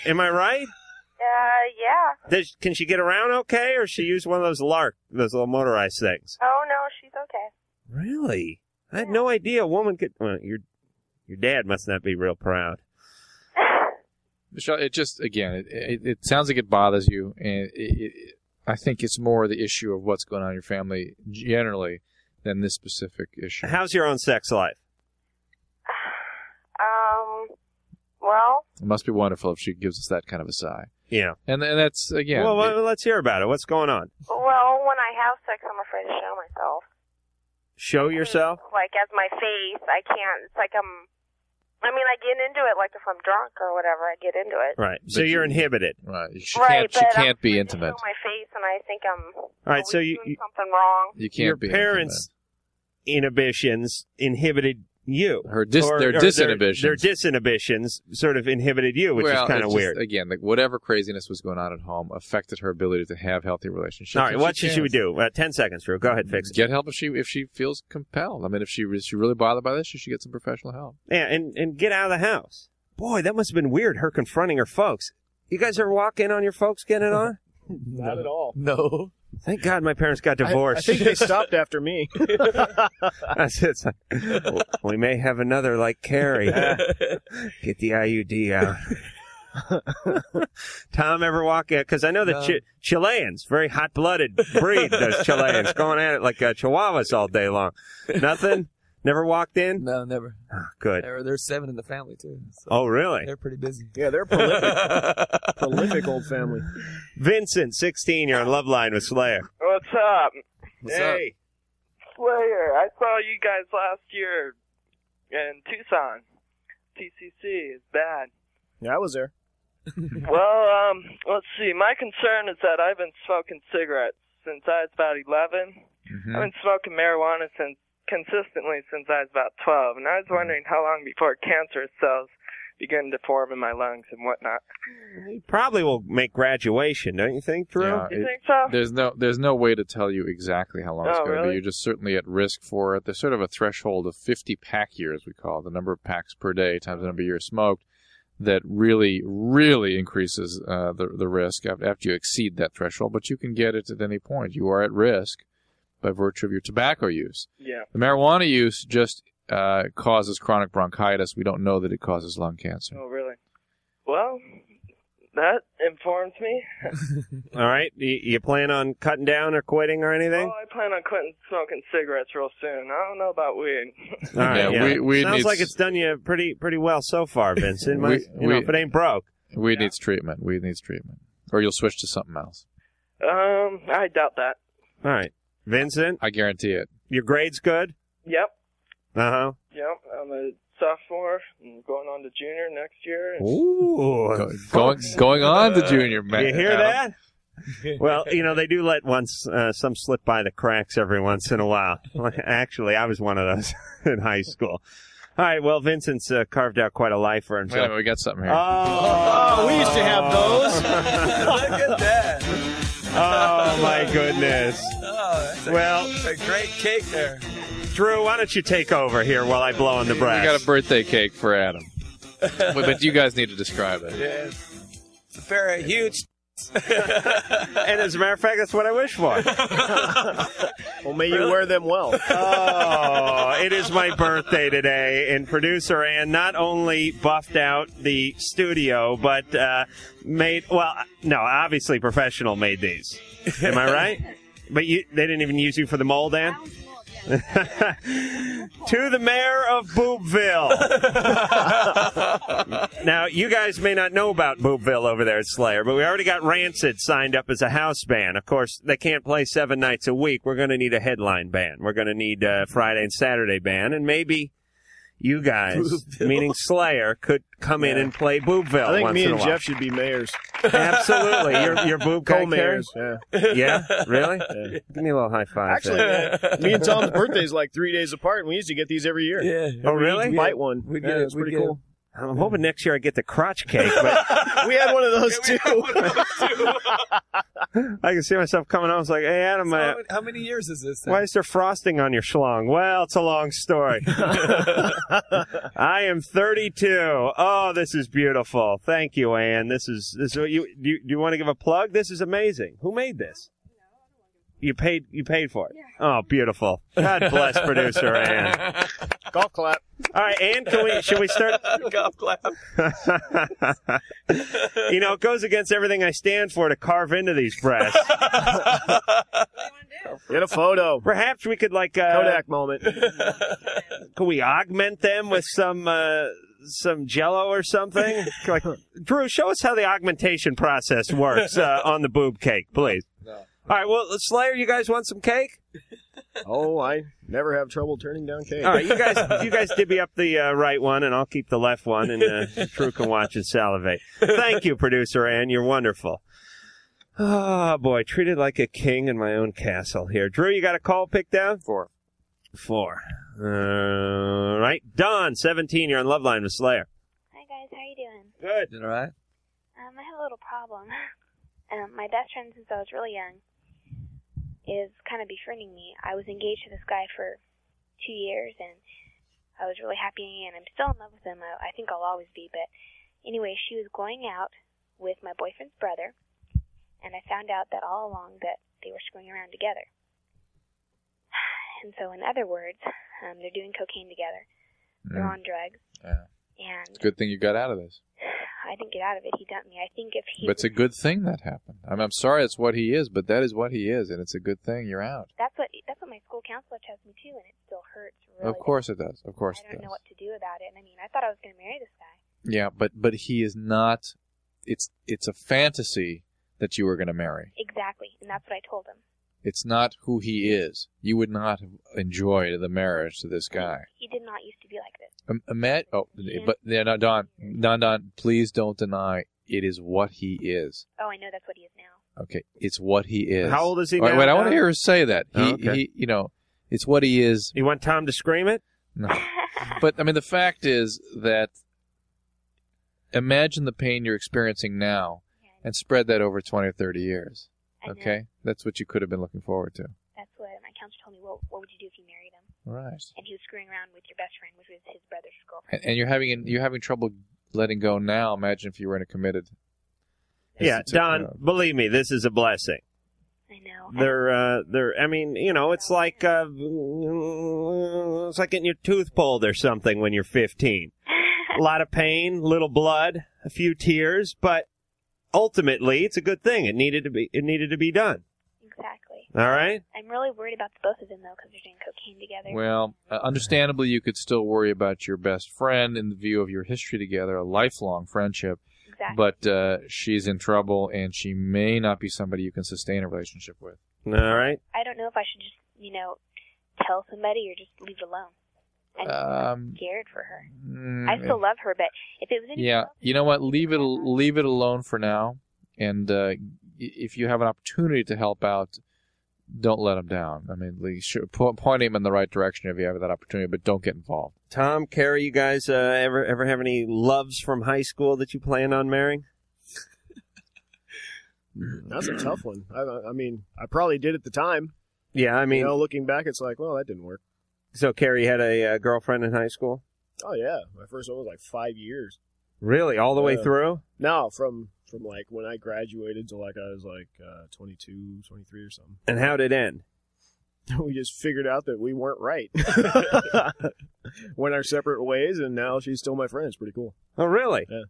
Speaker 4: am I right?
Speaker 21: Uh, yeah.
Speaker 4: Does, can she get around okay, or she used one of those lark, those little motorized things?
Speaker 21: Oh no, she's okay.
Speaker 4: Really? I had no idea a woman could. Well, your your dad must not be real proud.
Speaker 5: Michelle, it just again, it, it, it sounds like it bothers you, and it, it, it- I think it's more the issue of what's going on in your family generally than this specific issue.
Speaker 4: How's your own sex life?
Speaker 21: Um, well,
Speaker 5: It must be wonderful if she gives us that kind of a sigh.
Speaker 4: Yeah,
Speaker 5: and and that's again.
Speaker 4: well, well, let's hear about it. What's going on?
Speaker 21: well, when I have sex, I'm afraid to show myself.
Speaker 4: Show yourself.
Speaker 21: Like as my face, I can't. It's like I'm. I mean, I get into it like if I'm drunk or whatever. I get into it.
Speaker 4: Right. So
Speaker 5: But
Speaker 4: you're
Speaker 5: you-
Speaker 4: inhibited.
Speaker 5: Right. She
Speaker 21: Right,
Speaker 5: can't. She
Speaker 21: but I'm
Speaker 5: can't be intimate.
Speaker 21: Show my face, and I think I'm
Speaker 4: All right. So you, you
Speaker 21: doing something wrong.
Speaker 5: You can't
Speaker 4: your
Speaker 5: be
Speaker 4: parents' inhibitions inhibited you.
Speaker 5: Her dis- their disinhibitions.
Speaker 4: Their, disinhibitions sort of inhibited you, which
Speaker 5: Well,
Speaker 4: is kind
Speaker 5: it's
Speaker 4: of
Speaker 5: just,
Speaker 4: weird.
Speaker 5: Again, like whatever craziness was going on at home affected her ability to have healthy relationships.
Speaker 4: All right.
Speaker 5: and
Speaker 4: What should she
Speaker 5: can't.
Speaker 4: do? Uh, Ten seconds, Drew. Go ahead, fix it.
Speaker 5: Get help if she if she feels compelled. I mean, if she is she really bothered by this, she should get some professional help.
Speaker 4: Yeah, and and get out of the house. Boy, that must have been weird. Her confronting her folks. You guys ever walk in on your folks getting it on?
Speaker 10: Not at all.
Speaker 4: No. Thank God my parents got
Speaker 10: I-
Speaker 4: divorced.
Speaker 10: I, think they stopped after me.
Speaker 4: That's it. It's like, w- we may have another like Carrie. Get the IUD out. Tom ever walk in? Because I know that
Speaker 9: No.
Speaker 4: Chi- Chileans, very hot blooded breed, those Chileans, going at it like uh, Chihuahuas all day long. Nothing? Never walked in? Ah,
Speaker 9: No, never.
Speaker 4: Good.
Speaker 9: There, there's seven in the family too. so
Speaker 4: Oh, really?
Speaker 9: They're pretty busy.
Speaker 10: Yeah, they're prolific. prolific old family.
Speaker 4: Vincent, 16, you're on Love Line with Slayer.
Speaker 22: What's up?
Speaker 4: What's up? Hey.
Speaker 22: Slayer, I saw you guys last year in Tucson. TCC is bad.
Speaker 10: Yeah, I was there.
Speaker 22: well, um, let's see. My concern is that I've been smoking cigarettes since I was about 11. I've been smoking marijuana since consistently since I was about 12, and I was wondering how long before cancerous cells begin to form in my lungs and whatnot.
Speaker 4: You probably will make graduation, don't you think, Drew?
Speaker 5: Yeah,
Speaker 22: You think so?
Speaker 5: There's no there's no way to tell you exactly how long it's
Speaker 22: Oh,
Speaker 5: going to be.
Speaker 22: really?
Speaker 5: You're just certainly at risk for it. There's sort of a threshold of 50 pack years, we call it, the number of packs per day times the number of years smoked, that really really increases uh, the the risk af- after you exceed that threshold. But you can get it at any point. You are at risk by virtue of your tobacco use.
Speaker 22: Yeah.
Speaker 5: The marijuana use just uh, causes chronic bronchitis. We don't know that it causes lung cancer.
Speaker 22: Oh, really? Well, that informs me.
Speaker 4: All right. You, you plan on cutting down or quitting or anything?
Speaker 22: Well, I plan on quitting smoking cigarettes real soon. I don't know about weed.
Speaker 4: All right,
Speaker 5: Yeah, we- we
Speaker 4: Sounds
Speaker 5: need
Speaker 4: like
Speaker 5: s-
Speaker 4: it's done you pretty pretty well so far, Vincent. My-
Speaker 5: We-
Speaker 4: you know,
Speaker 5: we-
Speaker 4: if it ain't broke.
Speaker 5: Weed needs treatment. Weed needs treatment, or you'll switch to something else.
Speaker 22: um, I doubt that.
Speaker 4: All right, Vincent.
Speaker 5: I guarantee it.
Speaker 4: Your grade's good.
Speaker 22: Yep,
Speaker 4: Uh huh.
Speaker 22: yep. I'm a sophomore. I'm going on to junior next year. and-
Speaker 4: Ooh,
Speaker 5: going going on to junior, man.
Speaker 4: You hear
Speaker 5: Adam.
Speaker 4: that? well, you know they do let once uh, some slip by the cracks every once in a while. Well, Actually, I was one of those in high school. All right, well, Vincent's uh, carved out quite a life for
Speaker 5: Wait a
Speaker 4: himself.
Speaker 5: minute, we got something here.
Speaker 4: Oh,
Speaker 12: we used to have
Speaker 4: those.
Speaker 12: Look at that.
Speaker 4: Oh my goodness. Well,
Speaker 9: a great cake there.
Speaker 4: Drew, why don't you take over here while I blow on the brass?
Speaker 5: We got a birthday cake for Adam. Wait, but you guys need to describe it.
Speaker 9: Yeah, it's a very huge.
Speaker 4: and as a matter of fact, that's what I wish for.
Speaker 10: Well, may you wear them well.
Speaker 9: Uh,
Speaker 4: oh, it is my birthday today, and producer Ann not only buffed out the studio, but uh, made well, no, obviously professional made these. Am I right? But you, they didn't even use you for the mold, Ann. to the mayor of Boobville. now, you guys may not know about Boobville over there at Slayer, but we already got Rancid signed up as a house band. Of course, they can't play seven nights a week. We're going to need a headline band. We're going to need a Friday and Saturday band, and maybe you guys, meaning Slayer, could come in and play Boobville
Speaker 10: I think
Speaker 4: once
Speaker 10: me
Speaker 4: in a
Speaker 10: and
Speaker 4: while.
Speaker 10: Jeff should be mayors.
Speaker 4: Absolutely. You're, you're boob guy,
Speaker 10: Co-mayors,
Speaker 4: Karen?
Speaker 10: yeah.
Speaker 4: Yeah? Really? Give me a little high five.
Speaker 10: Actually,
Speaker 4: there.
Speaker 10: yeah, me and Tom's birthday's like three days apart, and we used to get these every year.
Speaker 4: Oh,
Speaker 10: We
Speaker 4: really?
Speaker 10: each bite one. yeah, it's pretty cool.
Speaker 4: I'm hoping next year I get the crotch cake, but
Speaker 10: We had one of those too.
Speaker 4: I can see myself coming home. It's like, hey, Adam, uh,
Speaker 9: How, how many years is this?
Speaker 4: why is there frosting on your schlong? Well, it's a long story. I am 32. Oh, this is beautiful. Thank you, Anne. This is this. Is, you do you, do you want to give a plug? This is amazing. Who made this? You paid you paid for it. Oh, beautiful. God bless producer Anne. Golf clap. All right, and can we? Should we start?
Speaker 12: Golf clap.
Speaker 10: Uh,
Speaker 4: you know, it goes against everything I stand for to carve into these breasts. Get a photo. Perhaps we could like uh,
Speaker 10: Kodak moment.
Speaker 4: Can we augment them with some uh, some Jello or something? like, Drew, show us how the augmentation process works uh, on the boob cake, please. All right, well, Slayer, you guys want some cake?
Speaker 10: Oh, I never have trouble turning down cake.
Speaker 4: All right, you guys, you guys divvy up the uh, right one, and I'll keep the left one, and uh, Drew can watch it salivate. Thank you, producer Ann. You're wonderful. Oh boy, treated like a king in my own castle here. Drew, you got a call picked down? Four. Four. All right, Don, seventeen. You're on Love Line with Slayer.
Speaker 23: Hi guys, how you doing?
Speaker 4: Good. All right.
Speaker 23: Um, I have a little problem. Um, my best friend since I was really young is kind of befriending me. I was engaged to this guy for two years, and I was really happy, and I'm still in love with him. I, I think I'll always be, but anyway, she was going out with my boyfriend's brother, and I found out that all along that they were screwing around together. And so, in other words, um, they're doing cocaine together. They're on drugs,
Speaker 5: Yeah.
Speaker 23: and
Speaker 5: It's a good thing you got out of this.
Speaker 23: I didn't get out of it. He dumped me. I think if he
Speaker 5: But it's a good thing that happened. I'm, I'm sorry that's what he is, but that is what he is, and it's a good thing you're out.
Speaker 23: that's what that's what my school counselor tells me too, and it still hurts. Really
Speaker 5: Of course it does. Of
Speaker 23: I
Speaker 5: course it does.
Speaker 23: don't know what to do about it. And I mean, I thought I was going to marry this guy.
Speaker 5: Yeah, but but he is not. It's it's a fantasy that you were going to marry.
Speaker 23: Exactly, and that's what I told him.
Speaker 5: It's not who he is. You would not have enjoyed the marriage to this guy.
Speaker 23: He did not used to be like this.
Speaker 5: Um, Matt, oh, but yeah, no, Don, Don, Don, please don't deny it is what he is.
Speaker 23: Oh, I know that's what he is now.
Speaker 5: Okay, it's what he is.
Speaker 4: How old is he
Speaker 5: Wait,
Speaker 4: now,
Speaker 5: wait, I want
Speaker 4: Don?
Speaker 5: to hear her say that. He,
Speaker 4: Oh, okay.
Speaker 5: he, you know, it's what he is.
Speaker 4: You want Tom to scream it?
Speaker 5: No, but I mean, the fact is that imagine the pain you're experiencing now, and spread that over 20 or 30 years. Okay, that's what you could have been looking forward to.
Speaker 23: That's what my counselor told me. Well, what would you do if you married him?
Speaker 5: Right.
Speaker 23: And he was screwing around with your best friend, which was his brother's girlfriend.
Speaker 5: and, and you're having you're having trouble letting go now. Imagine if you were in a committed.
Speaker 4: Yeah, Don, believe me, this is a blessing.
Speaker 23: I
Speaker 4: know. They're, uh, they're. I mean, you know, it's like uh, it's like getting your tooth pulled or something when you're 15. a lot of pain, little blood, a few tears, but ultimately, it's a good thing. It needed to be. It needed to be done.
Speaker 23: Exactly.
Speaker 4: All right.
Speaker 23: I'm really worried about the both of them though, because they're doing cocaine together.
Speaker 5: Well, uh, understandably, you could still worry about your best friend in the view of your history together, a lifelong friendship.
Speaker 23: Exactly.
Speaker 5: But uh, she's in trouble, and she may not be somebody you can sustain a relationship with.
Speaker 4: All right.
Speaker 23: I don't know if I should just, you know, tell somebody or just leave it alone. I'm
Speaker 5: Um,
Speaker 23: scared for her.
Speaker 5: mm,
Speaker 23: I still love her, but if it was any
Speaker 5: Yeah, you know what? Leave it leave it alone for now, and uh, y- if you have an opportunity to help out, don't let him down. I mean, like, sure, po- point him in the right direction if you have that opportunity, but don't get involved.
Speaker 4: Tom, Carrie, you guys uh, ever ever have any loves from high school that you plan on marrying?
Speaker 10: That's a tough one. I, I mean, I probably did at the time.
Speaker 4: Yeah, I mean,
Speaker 10: you know, looking back, it's like, well, that didn't work.
Speaker 4: so Carrie had a uh, girlfriend in high school.
Speaker 10: Oh yeah, my first one was like five years.
Speaker 4: Really, all the way
Speaker 10: Yeah.
Speaker 4: through?
Speaker 10: No, from from like when I graduated to like I was like uh, 22, 23 or something.
Speaker 4: And how'd it end?
Speaker 10: We just figured out that we weren't right. Went our separate ways, and now she's still my friend. It's pretty cool.
Speaker 4: Oh, really?
Speaker 10: Yeah.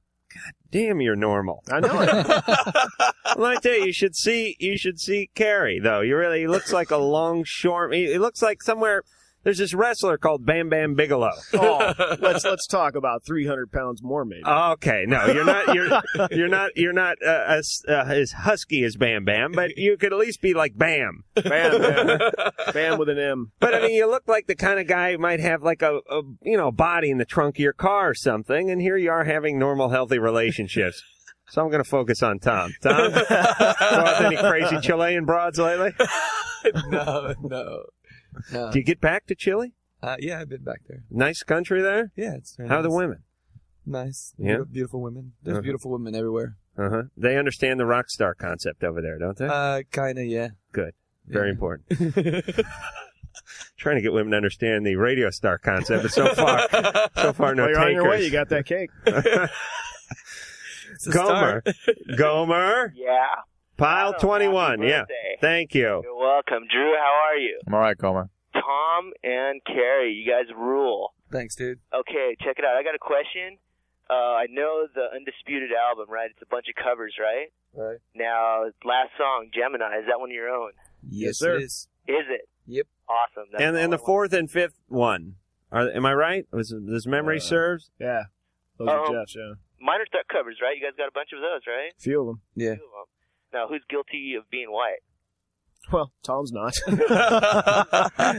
Speaker 4: Damn, you're normal.
Speaker 10: I know. it.
Speaker 4: Let me tell you, you should see you should see Carrie though. You really he looks like a longshoreman. He, he looks like somewhere. There's this wrestler called Bam Bam Bigelow.
Speaker 10: oh, let's let's talk about three hundred pounds more, maybe.
Speaker 4: Oh, Okay, no, you're not. You're you're not. You're not uh, as uh, as husky as Bam Bam, but you could at least be like Bam.
Speaker 10: Bam, bam, bam with an M.
Speaker 4: But I mean, you look like the kind of guy who might have like a, a you know body in the trunk of your car or something, and here you are having normal, healthy relationships. So I'm going to focus on Tom. Tom, go out with any crazy Chilean broads lately?
Speaker 9: no, no. no.
Speaker 4: Do you get back to Chile?
Speaker 9: Uh, yeah, I've been back there.
Speaker 4: Nice country there.
Speaker 9: Yeah, it's very
Speaker 4: how are the
Speaker 9: nice.
Speaker 4: women?
Speaker 9: Nice.
Speaker 4: Yeah?
Speaker 9: Beau- Beautiful women. There's
Speaker 4: Uh-huh.
Speaker 9: beautiful women everywhere.
Speaker 4: Uh huh. They understand the rock star concept over there, don't they?
Speaker 9: Uh, kinda, yeah.
Speaker 4: Good. Very important. Trying to get women to understand the radio star concept, but so far, so far no
Speaker 10: Well, you're on your way. You
Speaker 4: takers.
Speaker 10: got that cake.
Speaker 4: a Gomer. start. Gomer.
Speaker 24: Yeah.
Speaker 4: Pile
Speaker 24: Adam,
Speaker 4: twenty one.
Speaker 24: happy
Speaker 4: Yeah.
Speaker 24: birthday.
Speaker 4: Thank you.
Speaker 24: You're welcome. Drew, how are you?
Speaker 5: I'm all right, Comer.
Speaker 24: Tom and Carrie, you guys rule.
Speaker 9: Thanks, dude.
Speaker 7: Okay, check it out. I got a question. Uh, I know the Undisputed album, right? It's a bunch of covers, right?
Speaker 9: Right.
Speaker 7: Now, last song, Gemini, is that one of your own?
Speaker 9: Yes,
Speaker 4: sir.
Speaker 9: it is.
Speaker 7: Is it?
Speaker 9: Yep.
Speaker 7: Awesome. That's
Speaker 4: and
Speaker 7: all
Speaker 4: and the
Speaker 7: I want.
Speaker 4: fourth and fifth one. Are, am I right? Was this memory serves?
Speaker 10: Uh, Yeah.
Speaker 4: Those are Jeff's,
Speaker 10: yeah.
Speaker 7: Um, Minor Threat covers, right? You guys got a bunch of those, right?
Speaker 10: Few of them.
Speaker 9: Yeah.
Speaker 7: Few of 'em. Now, who's guilty of being white?
Speaker 10: Well, Tom's not.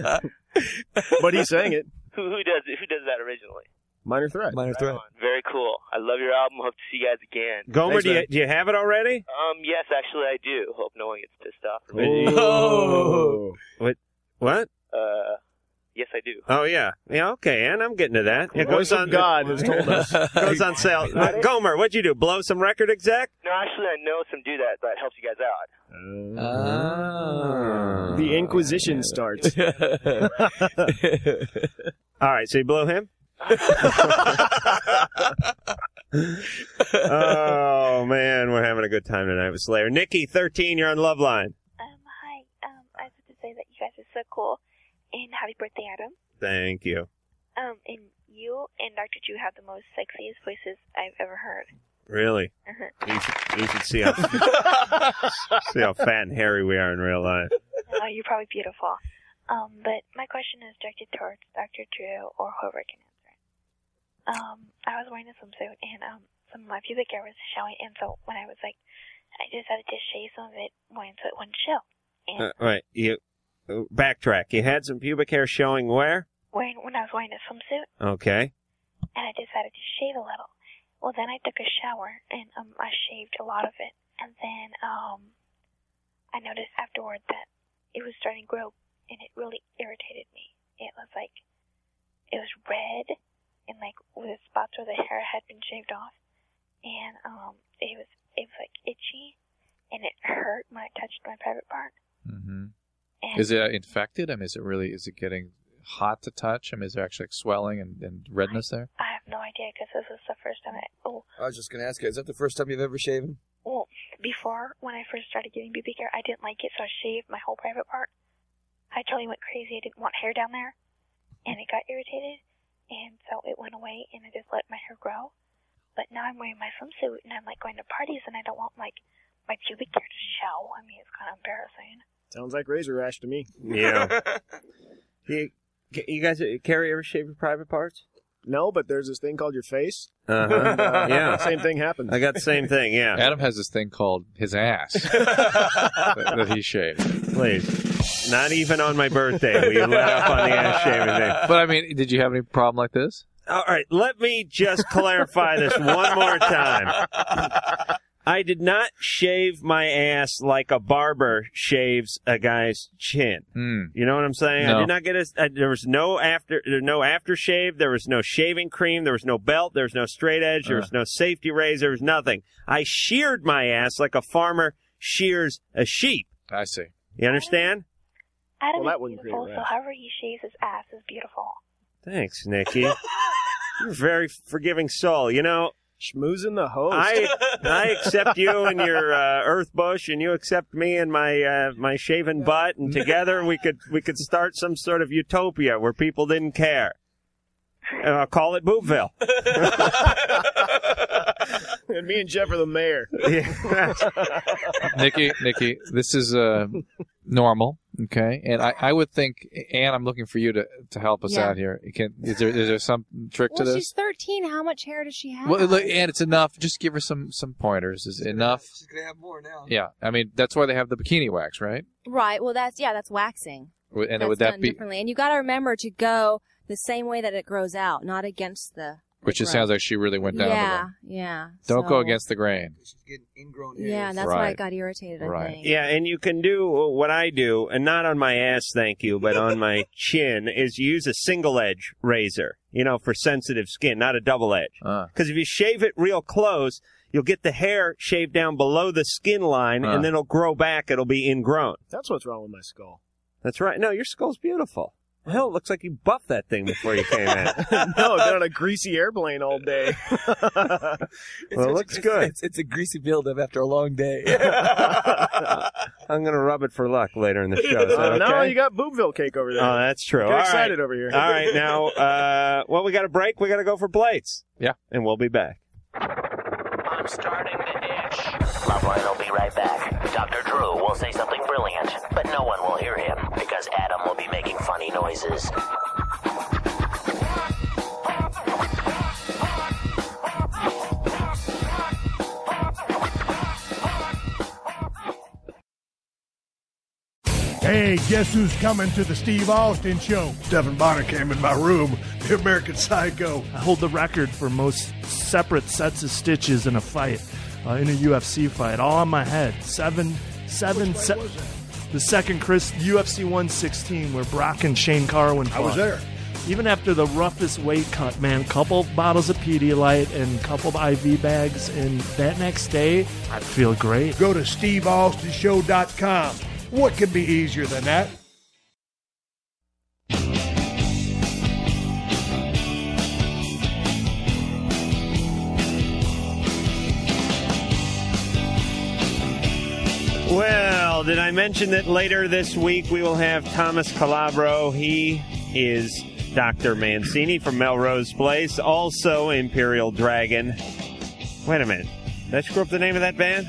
Speaker 10: but he sang it.
Speaker 7: Who who does it? Who does that originally?
Speaker 10: Minor threat.
Speaker 9: Minor threat.
Speaker 7: Very cool. I love your album. Hope to see you guys again.
Speaker 4: Gomer, do, you, do you have it already?
Speaker 7: Um, yes, actually, I do. Hope no one gets pissed off.
Speaker 4: Oh. What? What?
Speaker 7: Uh, yes, I do.
Speaker 4: Oh yeah, yeah. Okay, and I'm getting to that. It
Speaker 7: Voice
Speaker 4: goes
Speaker 7: of
Speaker 4: on.
Speaker 7: God has told us.
Speaker 4: goes on sale. Gomer, what'd you do? Blow some record exec?
Speaker 7: No, actually, I know some do that, but it helps you guys out.
Speaker 10: The Inquisition starts.
Speaker 4: All right, so you blow him. oh man, we're having a good time tonight with Slayer. Nikki, thirteen, you're on Love Line.
Speaker 24: Um, hi. Um, I was to say that you guys are so cool, and happy birthday, Adam.
Speaker 4: Thank you.
Speaker 24: Um, and you and Dr. Jew have the most sexiest voices I've ever heard.
Speaker 4: Really?
Speaker 24: Uh-huh.
Speaker 4: You should, you should see how see how fat and hairy we are in real life.
Speaker 24: Oh, you're probably beautiful. Um, but my question is directed towards Dr. Drew or whoever can answer it. Um, I was wearing a swimsuit and um, some of my pubic hair was showing, and so when I was like, I decided to shave some of it, one so it wouldn't show. And
Speaker 4: Uh, all right, you uh, backtrack. You had some pubic hair showing where?
Speaker 24: when when I was wearing a swimsuit,
Speaker 4: Okay.
Speaker 24: and I decided to shave a little. Well, then I took a shower and um, I shaved a lot of it, and then um, I noticed afterward that it was starting to grow, and it really irritated me. It was like it was red, and like with spots where the hair had been shaved off, and um, it was it was like itchy, and it hurt when I touched my private part.
Speaker 5: Mm-hmm.
Speaker 24: And
Speaker 5: Is it uh, infected? I mean, is it really? Is it getting hot to touch? I mean, is there actually like swelling and, and redness there?
Speaker 24: I have no idea because this was the first time I oh
Speaker 9: I was just gonna ask you, is that the first time you've ever shaven?
Speaker 24: Well, before when I first started getting pubic hair, I didn't like it, so I shaved my whole private part. I totally went crazy. I didn't want hair down there, and it got irritated, and so it went away, and I just let my hair grow. But now I'm wearing my swimsuit, and I'm like going to parties, and I don't want like my pubic hair to show. I mean, it's kind of embarrassing.
Speaker 10: Sounds like razor rash to me.
Speaker 4: Yeah. you, you guys, Carrie, ever shave your private parts?
Speaker 10: No, but there's this thing called your face.
Speaker 4: Uh-huh.
Speaker 10: And, uh,
Speaker 4: Yeah.
Speaker 10: Same thing happened.
Speaker 4: I got the same thing. Yeah.
Speaker 5: Adam has this thing called his ass that, that he shaved.
Speaker 4: Please, not even on my birthday will you let up on the ass shaving thing.
Speaker 5: But I mean, did you have any problem like this?
Speaker 4: All right, let me just clarify this one more time. I did not shave my ass like a barber shaves a guy's chin. You know what I'm saying? I
Speaker 5: Hmm. No.
Speaker 4: did not get a. I, there was no after. There was no aftershave. There was no shaving cream. There was no belt. There was no straight edge. There was
Speaker 5: Uh.
Speaker 4: no safety razor. There was nothing. I sheared my ass like a farmer shears a sheep.
Speaker 5: I see.
Speaker 4: You understand?
Speaker 24: Adam
Speaker 10: Well, that
Speaker 24: is
Speaker 10: wouldn't create a
Speaker 24: beautiful, so
Speaker 10: rash.
Speaker 24: however he shaves his ass is beautiful.
Speaker 4: Thanks, Nikki. You're a very forgiving soul. You know,
Speaker 10: Schmoozing the host.
Speaker 4: I I accept you and your uh, earth bush, and you accept me and my uh, my shaven butt, and together we could we could start some sort of utopia where people didn't care. And I'll call it Boopville.
Speaker 10: and me and Jeff are the mayor.
Speaker 5: Nikki, Nikki, this is uh, normal, okay? And I, I would think, and I'm looking for you to, to help us
Speaker 25: Yeah.
Speaker 5: out here. You Can is there is there some trick
Speaker 25: Well,
Speaker 5: to
Speaker 25: she's
Speaker 5: this?
Speaker 25: 13. How much hair does she have?
Speaker 5: Well, look, and it's enough. Just give her some some pointers. Is enough?
Speaker 25: she's gonna have more now.
Speaker 5: Yeah, I mean that's why they have the bikini wax, right?
Speaker 25: Right. Well, that's yeah, that's waxing.
Speaker 5: Would- And
Speaker 25: that's
Speaker 5: would that
Speaker 25: done
Speaker 5: be?
Speaker 25: differently? And you got to remember to go the same way that it grows out, not against the.
Speaker 5: Which it sounds like she really went down. the
Speaker 25: yeah,
Speaker 5: line.
Speaker 25: yeah.
Speaker 5: Don't
Speaker 25: So-
Speaker 5: go against the grain.
Speaker 25: Yeah, that's why I
Speaker 5: Right.
Speaker 25: got irritated. I
Speaker 5: Right.
Speaker 25: think.
Speaker 4: Yeah, and you can do what I do, and not on my ass, thank you, but on my chin, is you use a single edge razor, you know, for sensitive skin, not a double edge.
Speaker 10: Uh.
Speaker 4: Because if you shave it real close, you'll get the hair shaved down below the skin line,
Speaker 10: Huh.
Speaker 4: and then it'll grow back. It'll be ingrown.
Speaker 10: That's what's wrong with my skull.
Speaker 4: That's right. No, your skull's beautiful. hell, it looks like you buffed that thing before you came in.
Speaker 10: no, I've been on a greasy airplane all day.
Speaker 4: well, it looks good.
Speaker 9: It's, it's a greasy buildup after a long day.
Speaker 4: I'm going to rub it for luck later in the show. Is that
Speaker 10: Uh, No,
Speaker 4: okay?
Speaker 10: you got boobville cake over there.
Speaker 4: Oh, that's true.
Speaker 10: Get
Speaker 4: All right.
Speaker 10: excited over here.
Speaker 4: All right, now, uh, well, we got a break. We got to go for plates.
Speaker 5: Yeah.
Speaker 4: And we'll be back.
Speaker 26: I'm starting to itch.
Speaker 1: Loveline will be right back. Dr. Drew will say something brilliant, but no one will hear him because Adam will be making funny noises.
Speaker 22: Hey, guess who's coming to the Steve Austin show? Stephen Bonner came in my room, the American Psycho.
Speaker 12: I hold the record for most separate sets of stitches in a fight, uh, in a UFC fight, all on my head. Seven, seven,
Speaker 22: Which fight
Speaker 12: se-
Speaker 22: was that?
Speaker 12: The second Chris UFC 116, where Brock and Shane Carwin.
Speaker 22: I was
Speaker 12: fought.
Speaker 22: there.
Speaker 12: Even after the roughest weight cut, man, couple bottles of Pedialyte and couple of IV bags, and that next day, I feel great.
Speaker 22: Go to SteveAustinShow.com. What could be easier than that?
Speaker 4: Well, did I mention that later this week we will have Thomas Calabro? He is Dr. Mancini from Melrose Place, also Imperial Dragon. Wait a minute. Did I screw up the name of that band?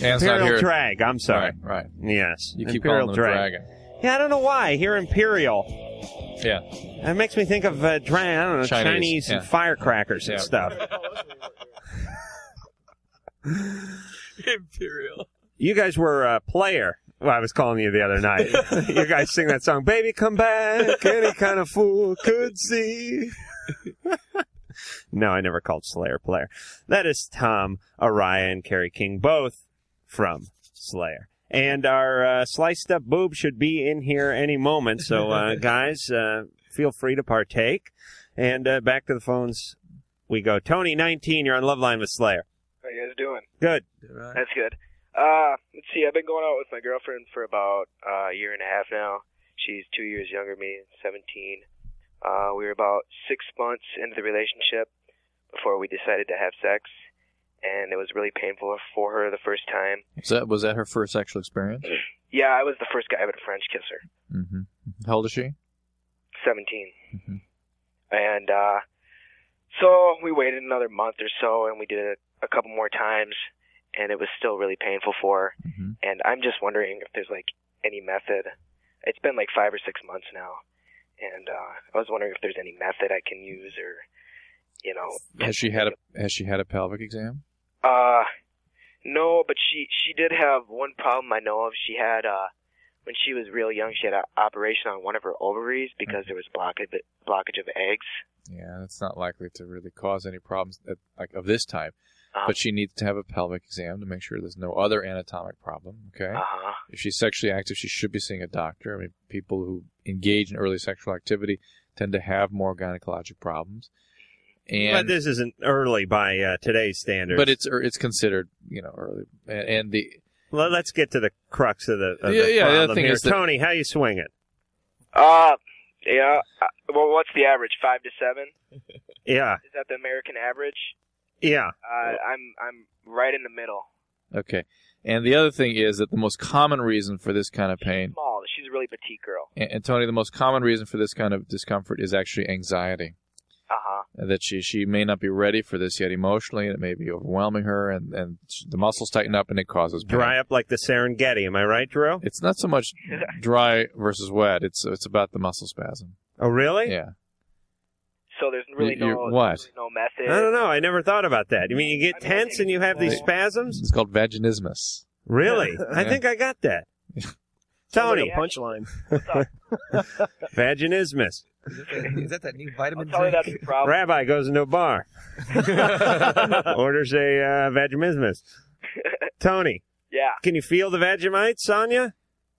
Speaker 5: Anne's not
Speaker 4: Imperial
Speaker 5: here.
Speaker 4: Drag. I'm sorry.
Speaker 5: Right. right.
Speaker 4: Yes.
Speaker 5: You keep
Speaker 4: Imperial
Speaker 5: calling them
Speaker 4: Drag.
Speaker 5: dragon.
Speaker 4: Yeah, I don't know why. I hear Imperial.
Speaker 5: Yeah.
Speaker 4: That makes me think of uh, dragon. I don't know Chinese,
Speaker 5: Chinese,
Speaker 4: and
Speaker 5: yeah.
Speaker 4: firecrackers and
Speaker 5: Yeah.
Speaker 4: stuff.
Speaker 9: Imperial.
Speaker 4: You guys were a player. Well, I was calling you the other night. you guys sing that song, "Baby, come back." Any kind of fool could see. no, I never called Slayer player. That is Tom Araya and Kerry King, both from Slayer. And our uh, sliced up boob should be in here any moment. So, uh, guys, uh, feel free to partake. And uh, back to the phones we go. Tony, 19, you're on Love Line with Slayer.
Speaker 27: How you guys doing?
Speaker 4: Good.
Speaker 27: That's good. Uh, let's see. I've been going out with my girlfriend for about uh, a year and a half now. She's two years younger than me, 17. Uh, we were about six months into the relationship before we decided to have sex, and it was really painful for her the first time.
Speaker 5: Was that was that her first sexual experience?
Speaker 27: Yeah, I was the first guy with a French kisser.
Speaker 5: Mm-hmm. How old is she?
Speaker 27: 17. And uh, so we waited another month or so, and we did it a couple more times, and it was still really painful for her. And I'm just wondering if there's like any method. It's been like five or six months now, and uh, I was wondering if there's any method I can use or, you know,
Speaker 5: Has she had a Has she had a pelvic exam?
Speaker 27: uh, no, but she she did have one problem I know of. She had uh, when she was real young, she had an operation on one of her ovaries because there was blockage blockage of eggs.
Speaker 5: Yeah, that's not likely to really cause any problems that, like of this type.
Speaker 27: Uh-huh.
Speaker 5: But she needs to have a pelvic exam to make sure there's no other anatomic problem. Okay.
Speaker 27: Uh-huh.
Speaker 5: If she's sexually active, she should be seeing a doctor. I mean, people who engage in early sexual activity tend to have more gynecologic problems. And
Speaker 4: but this isn't early by uh, today's standards.
Speaker 5: but it's er, it's considered you know early and, and the
Speaker 4: Well, let's get to the crux of the, of
Speaker 5: Yeah,
Speaker 4: the
Speaker 5: yeah, the other
Speaker 4: problem
Speaker 5: thing
Speaker 4: here.
Speaker 5: is that-
Speaker 4: Tony, how you swing it?
Speaker 27: Uh, yeah. uh, Well, what's the average? Five to seven?
Speaker 4: Yeah,
Speaker 27: Is that the American average?
Speaker 4: yeah.
Speaker 27: Uh, I'm I'm right in the middle.
Speaker 5: Okay. And the other thing is that the most common reason for this kind of pain,
Speaker 27: Small. She's a really petite girl.
Speaker 5: and, and Tony, the most common reason for this kind of discomfort is actually anxiety.
Speaker 27: Uh huh.
Speaker 5: That she she may not be ready for this yet emotionally, and it may be overwhelming her, and and the muscles tighten up, and it causes pain.
Speaker 4: Dry up like the Serengeti. Am I right, Drew?
Speaker 5: It's not so much dry versus wet. It's it's about the muscle spasm.
Speaker 4: Oh, really?
Speaker 5: Yeah.
Speaker 27: So there's really
Speaker 5: You-
Speaker 27: no
Speaker 5: you- what?
Speaker 27: there's really no method.
Speaker 4: I don't know. I never thought about that. You mean you get tense and you have these
Speaker 5: Right.
Speaker 4: spasms?
Speaker 5: It's called vaginismus.
Speaker 4: Really? I
Speaker 5: Yeah.
Speaker 4: think I got that.
Speaker 10: Sounds
Speaker 4: Tony,
Speaker 10: like a punchline.
Speaker 4: vaginismus.
Speaker 9: Is that that new vitamin
Speaker 27: I'll tell you
Speaker 9: drink?
Speaker 27: that's the problem.
Speaker 4: Rabbi goes into a bar, orders a uh, vaginismus. Tony,
Speaker 27: Yeah.
Speaker 4: can you feel the Vagimites on you?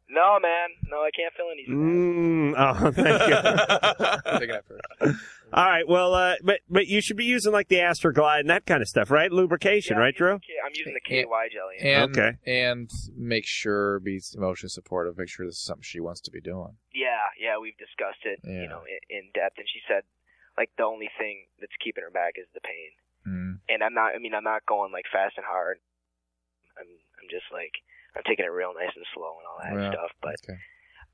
Speaker 27: No, man. No, I can't feel anything.
Speaker 4: Mm, oh, thank you.
Speaker 5: Take it out first.
Speaker 4: All right. Well, uh, but but you should be using like the Astroglide and that kind of stuff, right? Lubrication, right, Drew?
Speaker 27: I'm using the KY jelly.
Speaker 5: And,
Speaker 4: Okay.
Speaker 5: And make sure be emotionally supportive. Make sure this is something she wants to be doing.
Speaker 27: Yeah, yeah, we've discussed it,
Speaker 5: Yeah.
Speaker 27: you know, in, in depth, and she said, like, the only thing that's keeping her back is the pain. And I'm not, I mean, I'm not going like fast and hard. I'm, I'm just like, I'm taking it real nice and slow and all that
Speaker 4: Yeah.
Speaker 27: stuff. But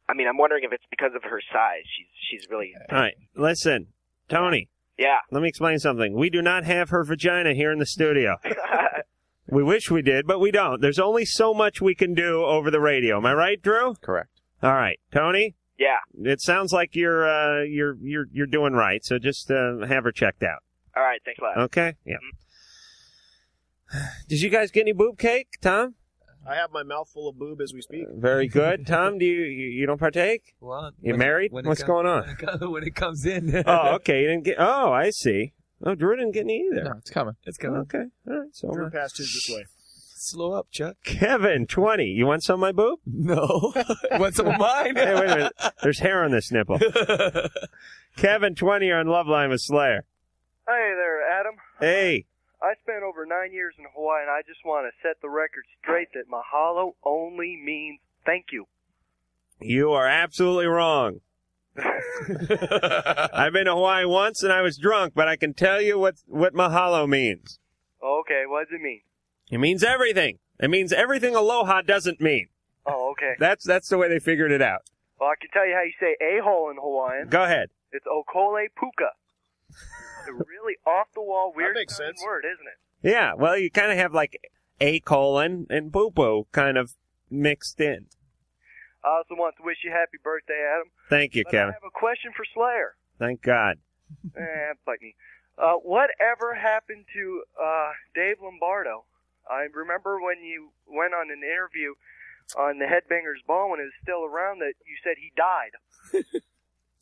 Speaker 27: I mean, I'm wondering if it's because of her size. She's, she's really,
Speaker 4: All right. Listen, Tony.
Speaker 27: Yeah.
Speaker 4: Let me explain something. We do not have her vagina here in the studio. we wish we did, but we don't. There's only so much we can do over the radio. Am I right, Drew?
Speaker 5: Correct.
Speaker 4: All right, Tony.
Speaker 27: Yeah.
Speaker 4: It sounds like you're uh, you're you're you're doing right. So just uh, have her checked out.
Speaker 27: all right, thanks a lot. Mm-hmm.
Speaker 4: Okay. Yeah. Did you guys get any boob cake, Tom?
Speaker 10: I have my mouth full of boob as we speak.
Speaker 4: Very good. Tom, do you you, you don't partake?
Speaker 10: Well,
Speaker 4: you
Speaker 10: when-
Speaker 4: married?
Speaker 10: when it
Speaker 4: What's
Speaker 10: come-
Speaker 4: going on?
Speaker 10: when it come- When it comes in.
Speaker 4: oh, okay. You didn't get. Oh, I see. Oh, Drew didn't get any either.
Speaker 10: No,
Speaker 5: it's coming.
Speaker 10: It's coming.
Speaker 4: Okay. All right. So
Speaker 10: We're
Speaker 4: we're
Speaker 10: past his this way. Slow up, Chuck.
Speaker 4: Kevin, twenty. You want some of my boob?
Speaker 10: No. Want some of mine?
Speaker 4: hey, wait a minute. There's hair on this nipple. Kevin, twenty, are on Love Line with Slayer.
Speaker 22: Hey there, Adam.
Speaker 4: Hey,
Speaker 22: I spent over nine years in Hawaii, and I just want to set the record straight that mahalo only means thank you.
Speaker 4: you are absolutely wrong. I've been to Hawaii once and I was drunk, but I can tell you what what mahalo means.
Speaker 22: Okay, what does it mean?
Speaker 4: It means everything. It means everything aloha doesn't mean.
Speaker 22: Oh, okay.
Speaker 4: That's that's the way they figured it out.
Speaker 22: Well, I can tell you how you say a-hole in Hawaiian.
Speaker 4: Go ahead.
Speaker 22: It's okole puka. It's a really off-the-wall, weird sounding word, isn't it?
Speaker 4: Yeah, well, you kind of have like a colon and poo poo kind of mixed in.
Speaker 22: I also want to wish you happy birthday, Adam.
Speaker 4: Thank you,
Speaker 22: But
Speaker 4: Kevin.
Speaker 22: I have a question for Slayer.
Speaker 4: Thank God.
Speaker 22: eh, bite me. Uh, whatever happened to uh, Dave Lombardo? I remember when you went on an interview on the Headbangers Ball when it was still around that you said he died.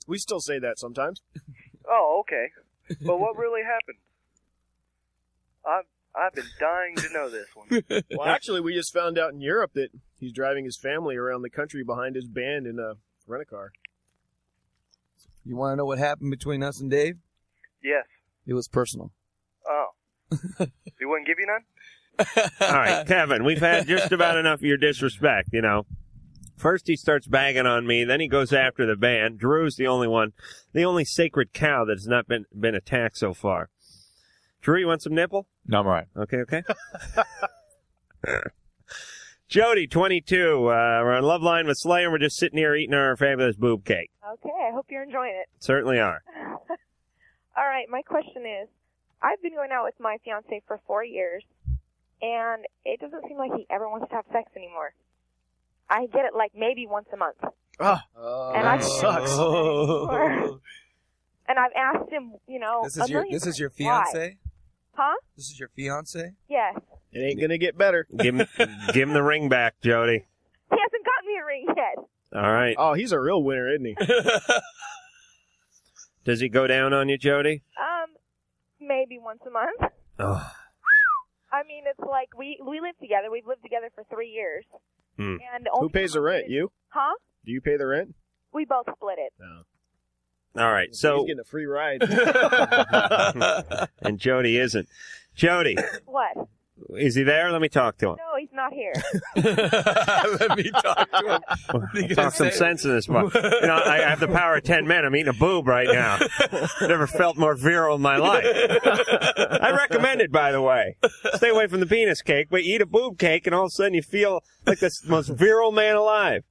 Speaker 10: We still say that sometimes.
Speaker 22: Oh, okay. But what really happened? I've I've been dying to know this one.
Speaker 10: well, actually, we just found out in Europe that he's driving his family around the country behind his band in a rent a car.
Speaker 9: You want to know what happened between us and Dave?
Speaker 22: Yes.
Speaker 9: It was personal.
Speaker 22: Oh. he wouldn't give you none.
Speaker 4: All right, Kevin, we've had just about enough of your disrespect, you know. First he starts bagging on me, then he goes after the band. Drew's the only one, the only sacred cow that has not been been attacked so far. Drew, you want some nipple?
Speaker 5: No, I'm all right.
Speaker 4: Okay, okay. Jody, 22. Uh, we're on Love Line with Slayer, and we're just sitting here eating our fabulous boob cake.
Speaker 16: Okay, I hope you're enjoying it.
Speaker 4: Certainly are.
Speaker 16: All right, my question is I've been going out with my fiance for four years, and it doesn't seem like he ever wants to have sex anymore. I get it like maybe once a month.
Speaker 10: Oh,
Speaker 16: And I-
Speaker 10: that sucks.
Speaker 4: Oh.
Speaker 16: And I've asked him, you know,
Speaker 10: This is
Speaker 16: a
Speaker 10: your-
Speaker 16: million
Speaker 10: this is your
Speaker 16: times, why?
Speaker 10: fiancé?
Speaker 16: Huh?
Speaker 10: This is your fiance.
Speaker 16: Yes.
Speaker 10: It ain't gonna get better.
Speaker 4: Give him, give him the ring back, Jody.
Speaker 16: He hasn't gotten me a ring yet.
Speaker 4: All right.
Speaker 10: Oh, he's a real winner, isn't he?
Speaker 4: Does he go down on you, Jody?
Speaker 16: Um, maybe once a month.
Speaker 4: Oh.
Speaker 16: I mean, it's like we we live together. We've lived together for three years,
Speaker 4: Hmm.
Speaker 16: and the
Speaker 10: Who
Speaker 16: only
Speaker 10: pays the rent? You?
Speaker 16: huh?
Speaker 10: Do you pay the rent?
Speaker 16: We both split it.
Speaker 4: All right. So
Speaker 10: He's getting a free ride.
Speaker 4: and Jody isn't. Jody,
Speaker 16: What?
Speaker 4: is he there? Let me talk to him.
Speaker 16: No, he's not here.
Speaker 10: Let me talk to him.
Speaker 4: Talk some sense in this one. You know, I have the power of ten men. I'm eating a boob right now. Never felt more virile in my life. I recommend it, by the way. Stay away from the penis cake, but eat a boob cake, and all of a sudden you feel like the most virile man alive.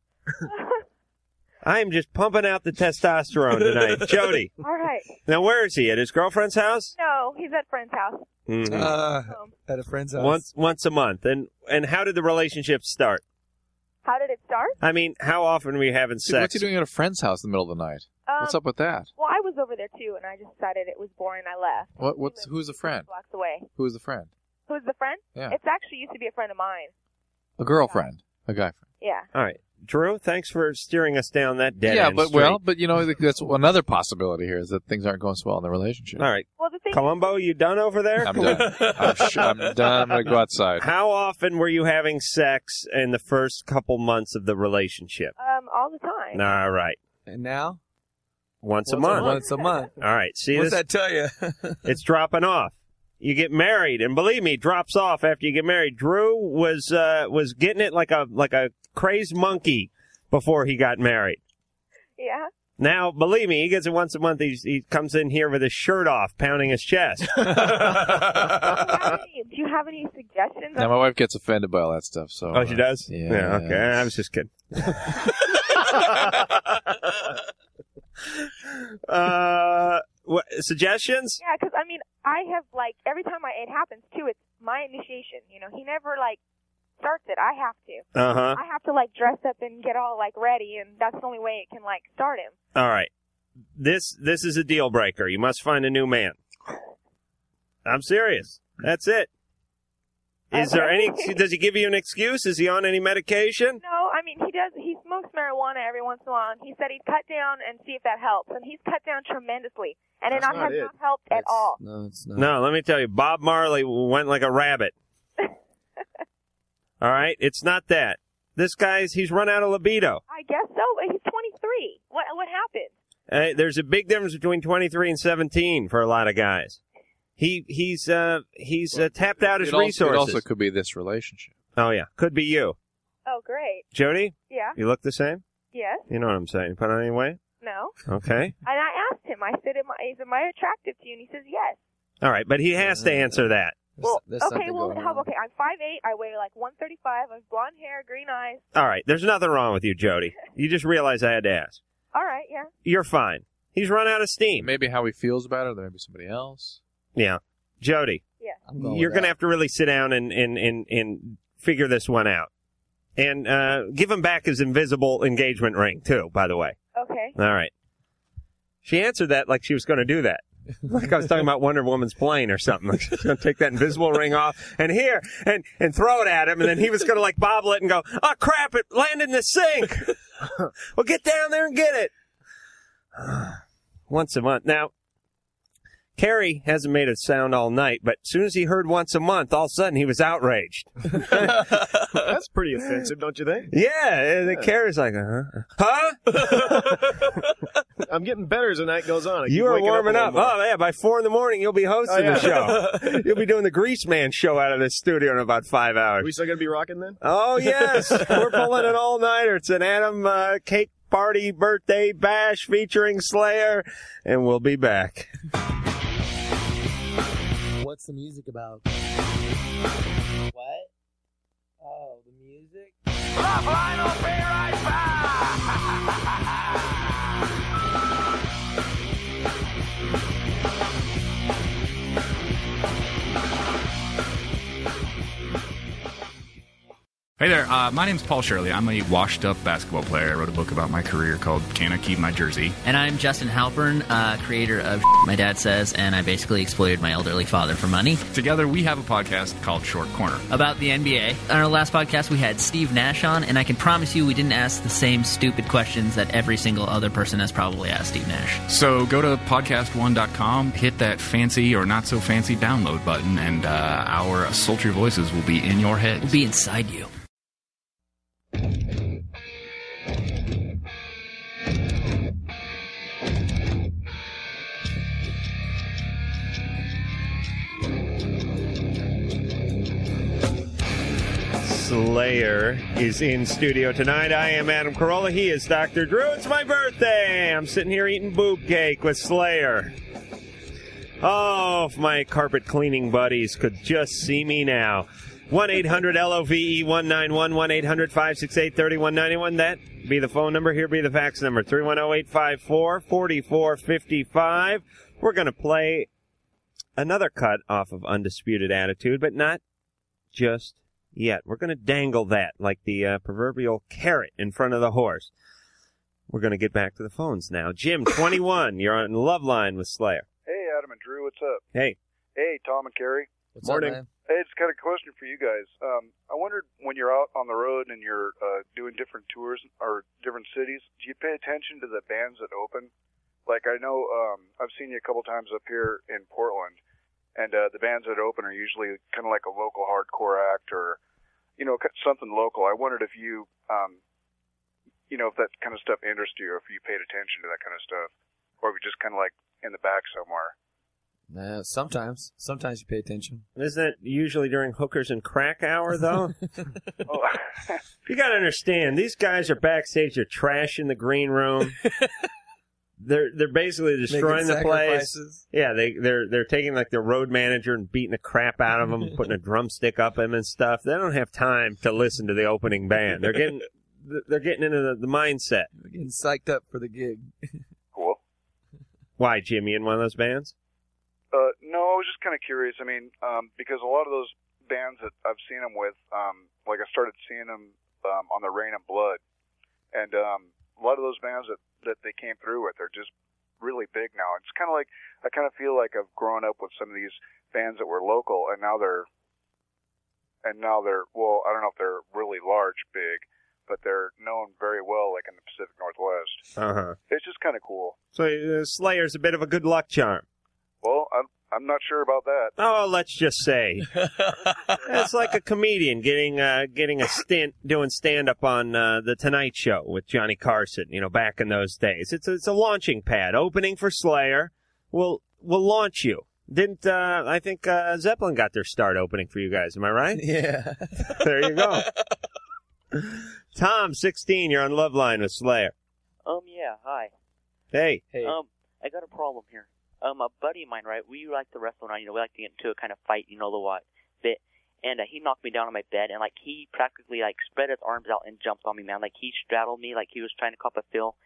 Speaker 4: I am just pumping out the testosterone tonight, Jody.
Speaker 16: All right.
Speaker 4: Now, where is he? At his girlfriend's house?
Speaker 16: No, he's at friend's house.
Speaker 4: Mhm.
Speaker 9: Uh,
Speaker 10: at a friend's house.
Speaker 4: once once a month. And and how did the relationship start?
Speaker 16: How did it start?
Speaker 4: I mean, how often were you having
Speaker 5: Dude, what's
Speaker 4: sex?
Speaker 5: he doing at a friend's house in the middle of the night?
Speaker 16: Um,
Speaker 5: what's up with that?
Speaker 16: Well, I was over there too, and I just decided it was boring. I left.
Speaker 5: What? What's who's the friend?
Speaker 16: Blocks away.
Speaker 5: Who's the friend?
Speaker 16: Who's the friend?
Speaker 5: Yeah.
Speaker 16: It's actually used to be a friend of mine.
Speaker 5: A girlfriend. A guy friend.
Speaker 16: Yeah.
Speaker 4: All right, Drew. Thanks for steering us down that dead
Speaker 5: yeah,
Speaker 4: end
Speaker 5: but
Speaker 4: street.
Speaker 5: well, but you know that's another possibility here is that things aren't going so well in the relationship.
Speaker 4: All right.
Speaker 16: Well, the thing
Speaker 4: Columbo, you done over there?
Speaker 5: I'm done. I'm, sh- I'm done. I'm gonna go outside.
Speaker 4: How often were you having sex in the
Speaker 16: Uh,
Speaker 4: first couple months of the relationship?
Speaker 16: Um, all the time.
Speaker 4: All right.
Speaker 10: And now?
Speaker 4: Once,
Speaker 9: Once
Speaker 4: a
Speaker 9: a
Speaker 4: month.
Speaker 9: month. Once a month.
Speaker 4: All right. See
Speaker 9: What's
Speaker 4: this?
Speaker 9: that tell you?
Speaker 4: it's dropping off. You get married, and believe me, it drops off after you get married. Drew was uh, was getting it like a like a crazed monkey before he got married.
Speaker 16: Yeah.
Speaker 4: Now, believe me, he gets it once a month. He's, he comes in here with his shirt off, pounding his chest.
Speaker 5: Uh.
Speaker 16: Hey, do you have any suggestions?
Speaker 5: Now my wife gets offended by all that stuff. So
Speaker 4: Oh, she
Speaker 5: uh,
Speaker 4: does?
Speaker 5: Yeah.
Speaker 4: Yeah, okay. I was just kidding. uh, what, suggestions?
Speaker 16: Yeah, because I mean, I have like every time I, it happens too. It's my initiation. You know, he never like starts it. I have to.
Speaker 4: Uh-huh.
Speaker 16: I have to like dress up and get all like ready, and that's the only way it can like start him.
Speaker 4: All right. This this is a deal breaker. You must find a new man. I'm serious. That's it. Is there any? Does he give you an excuse? Is he on any medication?
Speaker 16: No, I mean he does. He smokes marijuana every once in a while. And he said he'd cut down and see if that helps, and he's cut down tremendously, and it
Speaker 4: That's
Speaker 16: not,
Speaker 4: not
Speaker 16: has
Speaker 4: it.
Speaker 16: not helped at all.
Speaker 9: No, it's
Speaker 4: No. let me tell you. Bob Marley went like a rabbit. All right, it's not that. This guy's he's run out of libido.
Speaker 16: I guess so. But he's 23. What what happened?
Speaker 4: Uh, there's a big difference between 23 and 17 for a lot of guys. He he's uh he's uh, tapped out his
Speaker 5: it also,
Speaker 4: resources.
Speaker 5: It also could be this relationship.
Speaker 4: oh yeah, could be you,
Speaker 16: Oh, great.
Speaker 4: Jody.
Speaker 16: Yeah.
Speaker 4: You look the same.
Speaker 16: Yes.
Speaker 4: You know what I'm saying? Put on any weight.
Speaker 16: No.
Speaker 4: Okay.
Speaker 16: And I asked him. I said, "Am I, is, am I attractive to you?" And he says, "Yes."
Speaker 4: All right, but he has
Speaker 5: Uh,
Speaker 4: to answer that.
Speaker 16: Well, okay. Well, how, okay. I'm 5'8". I weigh like 135. I have blonde hair, green eyes.
Speaker 4: All right, there's nothing wrong with you, Jody. You just realize I had to ask.
Speaker 16: All right. Yeah.
Speaker 4: You're fine. He's run out of steam.
Speaker 5: Maybe how he feels about it. There may be somebody else.
Speaker 4: Yeah. Jody.
Speaker 16: Yeah.
Speaker 5: going with
Speaker 4: You're going to
Speaker 5: that.
Speaker 4: have to really sit down and, and, and, and figure this one out. And uh, give him back his invisible engagement ring, too, by the way.
Speaker 16: Okay.
Speaker 4: All right. She answered that like she was going to do that. Like I was talking about Wonder Woman's plane or something. Like she's going to take that invisible ring off and here and, and throw it at him. And then he was going to like bobble it and go, oh crap, it landed in the sink. well, get down there and get it. once a month. Now, Carrie hasn't made a sound all night, but as soon as he heard once a month, all of a sudden he was outraged.
Speaker 10: That's pretty offensive, don't you think?
Speaker 4: Yeah, and then Carrie's like, uh huh?
Speaker 10: I'm getting better as the night goes on. I keep
Speaker 4: You are
Speaker 10: waking
Speaker 4: warming
Speaker 10: a
Speaker 4: up.
Speaker 10: little more.
Speaker 4: Oh yeah, by four in the morning you'll be hosting
Speaker 10: Oh, yeah.
Speaker 4: the show. you'll be doing the Grease Man show out of this studio in about five
Speaker 10: Are we
Speaker 4: hours.
Speaker 10: still gonna be rocking then?
Speaker 4: Oh yes, we're pulling an all nighter. It's an Adam uh, cake party birthday bash featuring Slayer, and we'll be back.
Speaker 15: What's the music about? What? Oh, the music?
Speaker 12: Line will be right back.
Speaker 17: Hey there, uh, my name's Paul Shirley. I'm a washed up basketball player. I wrote a book about my career called Can I Keep My Jersey?
Speaker 18: And I'm Justin Halpern, uh, creator of My Dad Says, and I basically exploited my elderly father for money.
Speaker 17: Together, we have a podcast called Short Corner.
Speaker 18: About the NBA. On our last podcast, we had Steve Nash on, and I can promise you we didn't ask the same stupid questions that every single other person has probably asked Steve Nash.
Speaker 17: So go to podcast1.com, hit that fancy or not so fancy download button, and uh, our sultry voices will be in your head. Will
Speaker 18: be inside you.
Speaker 4: Slayer is in studio tonight. I am Adam Carolla. He is Dr. Drew. It's my birthday. I'm sitting here eating boob cake with Slayer. Oh, if my carpet cleaning buddies could just see me now. 1 800 LOVE 191 1 800 568 3191. That be the phone number. Here be the fax number 310 854 4455. We're going to play another cut off of Undisputed Attitude, but not just yet. We're going to dangle that like the uh, proverbial carrot in front of the horse. We're going to get back to the phones now. Jim, 21, you're on love line with Slayer.
Speaker 28: Hey, Adam and Drew, what's up?
Speaker 4: Hey,
Speaker 28: Hey, Tom and Carrie.
Speaker 4: What's up, Morning. man?
Speaker 28: Hey, it's got a question for you guys. Um, I wondered when you're out on the road and you're uh, doing different tours or different cities, do you pay attention to the bands that open? Like I know um, I've seen you a couple times up here in Portland, and uh, the bands that open are usually kind of like a local hardcore act or you know something local. I wondered if you um, you know if that kind of stuff interested you, or if you paid attention to that kind of stuff, or or are we just kind of like in the back somewhere?
Speaker 9: Nah, Uh, sometimes, sometimes you pay attention.
Speaker 4: Isn't it usually during hookers and crack hour, though? you got to understand, these guys are backstage. They're trash in the green room. they're they're basically destroying the place.
Speaker 9: sacrifices.
Speaker 4: Yeah, they they're they're taking like their road manager and beating the crap out of him, putting a drumstick up him and stuff. They don't have time to listen to the opening band. They're getting they're getting into the, the mindset.
Speaker 9: They're getting psyched up for the gig.
Speaker 28: Cool.
Speaker 4: Why, Jimmy, in one of those bands?
Speaker 28: Uh, no, I was just kind of curious. I mean, um, because a lot of those bands that I've seen them with, um, like I started seeing them um, on the Rain and Blood, and um, a lot of those bands that that they came through with are just really big now. It's kind of like I kind of feel like I've grown up with some of these bands that were local, and now they're and now they're well, I don't know if they're really large, big, but they're known very well, like in the Pacific Northwest.
Speaker 4: Uh huh.
Speaker 28: It's just kind of cool.
Speaker 4: So uh, Slayer's a bit of a good luck charm.
Speaker 28: Well, I'm I'm not sure about that.
Speaker 4: Oh, let's just say it's like a comedian getting uh, getting a stint doing stand up on uh, the Tonight Show with Johnny Carson. You know, back in those days, it's it's a launching pad opening for Slayer. Will will launch you. Didn't uh, I think uh, Zeppelin got their start opening for you guys? Am I right?
Speaker 9: Yeah.
Speaker 4: there you go. Tom, sixteen, you're on Love Line with Slayer.
Speaker 19: Um, yeah, hi.
Speaker 4: Hey.
Speaker 19: Um, I got a problem here. Um, a buddy of mine, right, we like to wrestle around, you know, we like to get into a kind of fight, you know, the what bit. And uh, he knocked me down on my bed, and, like, he practically, like, spread his arms out and jumped on me, man. Like, he straddled me like he was trying to cop a fill,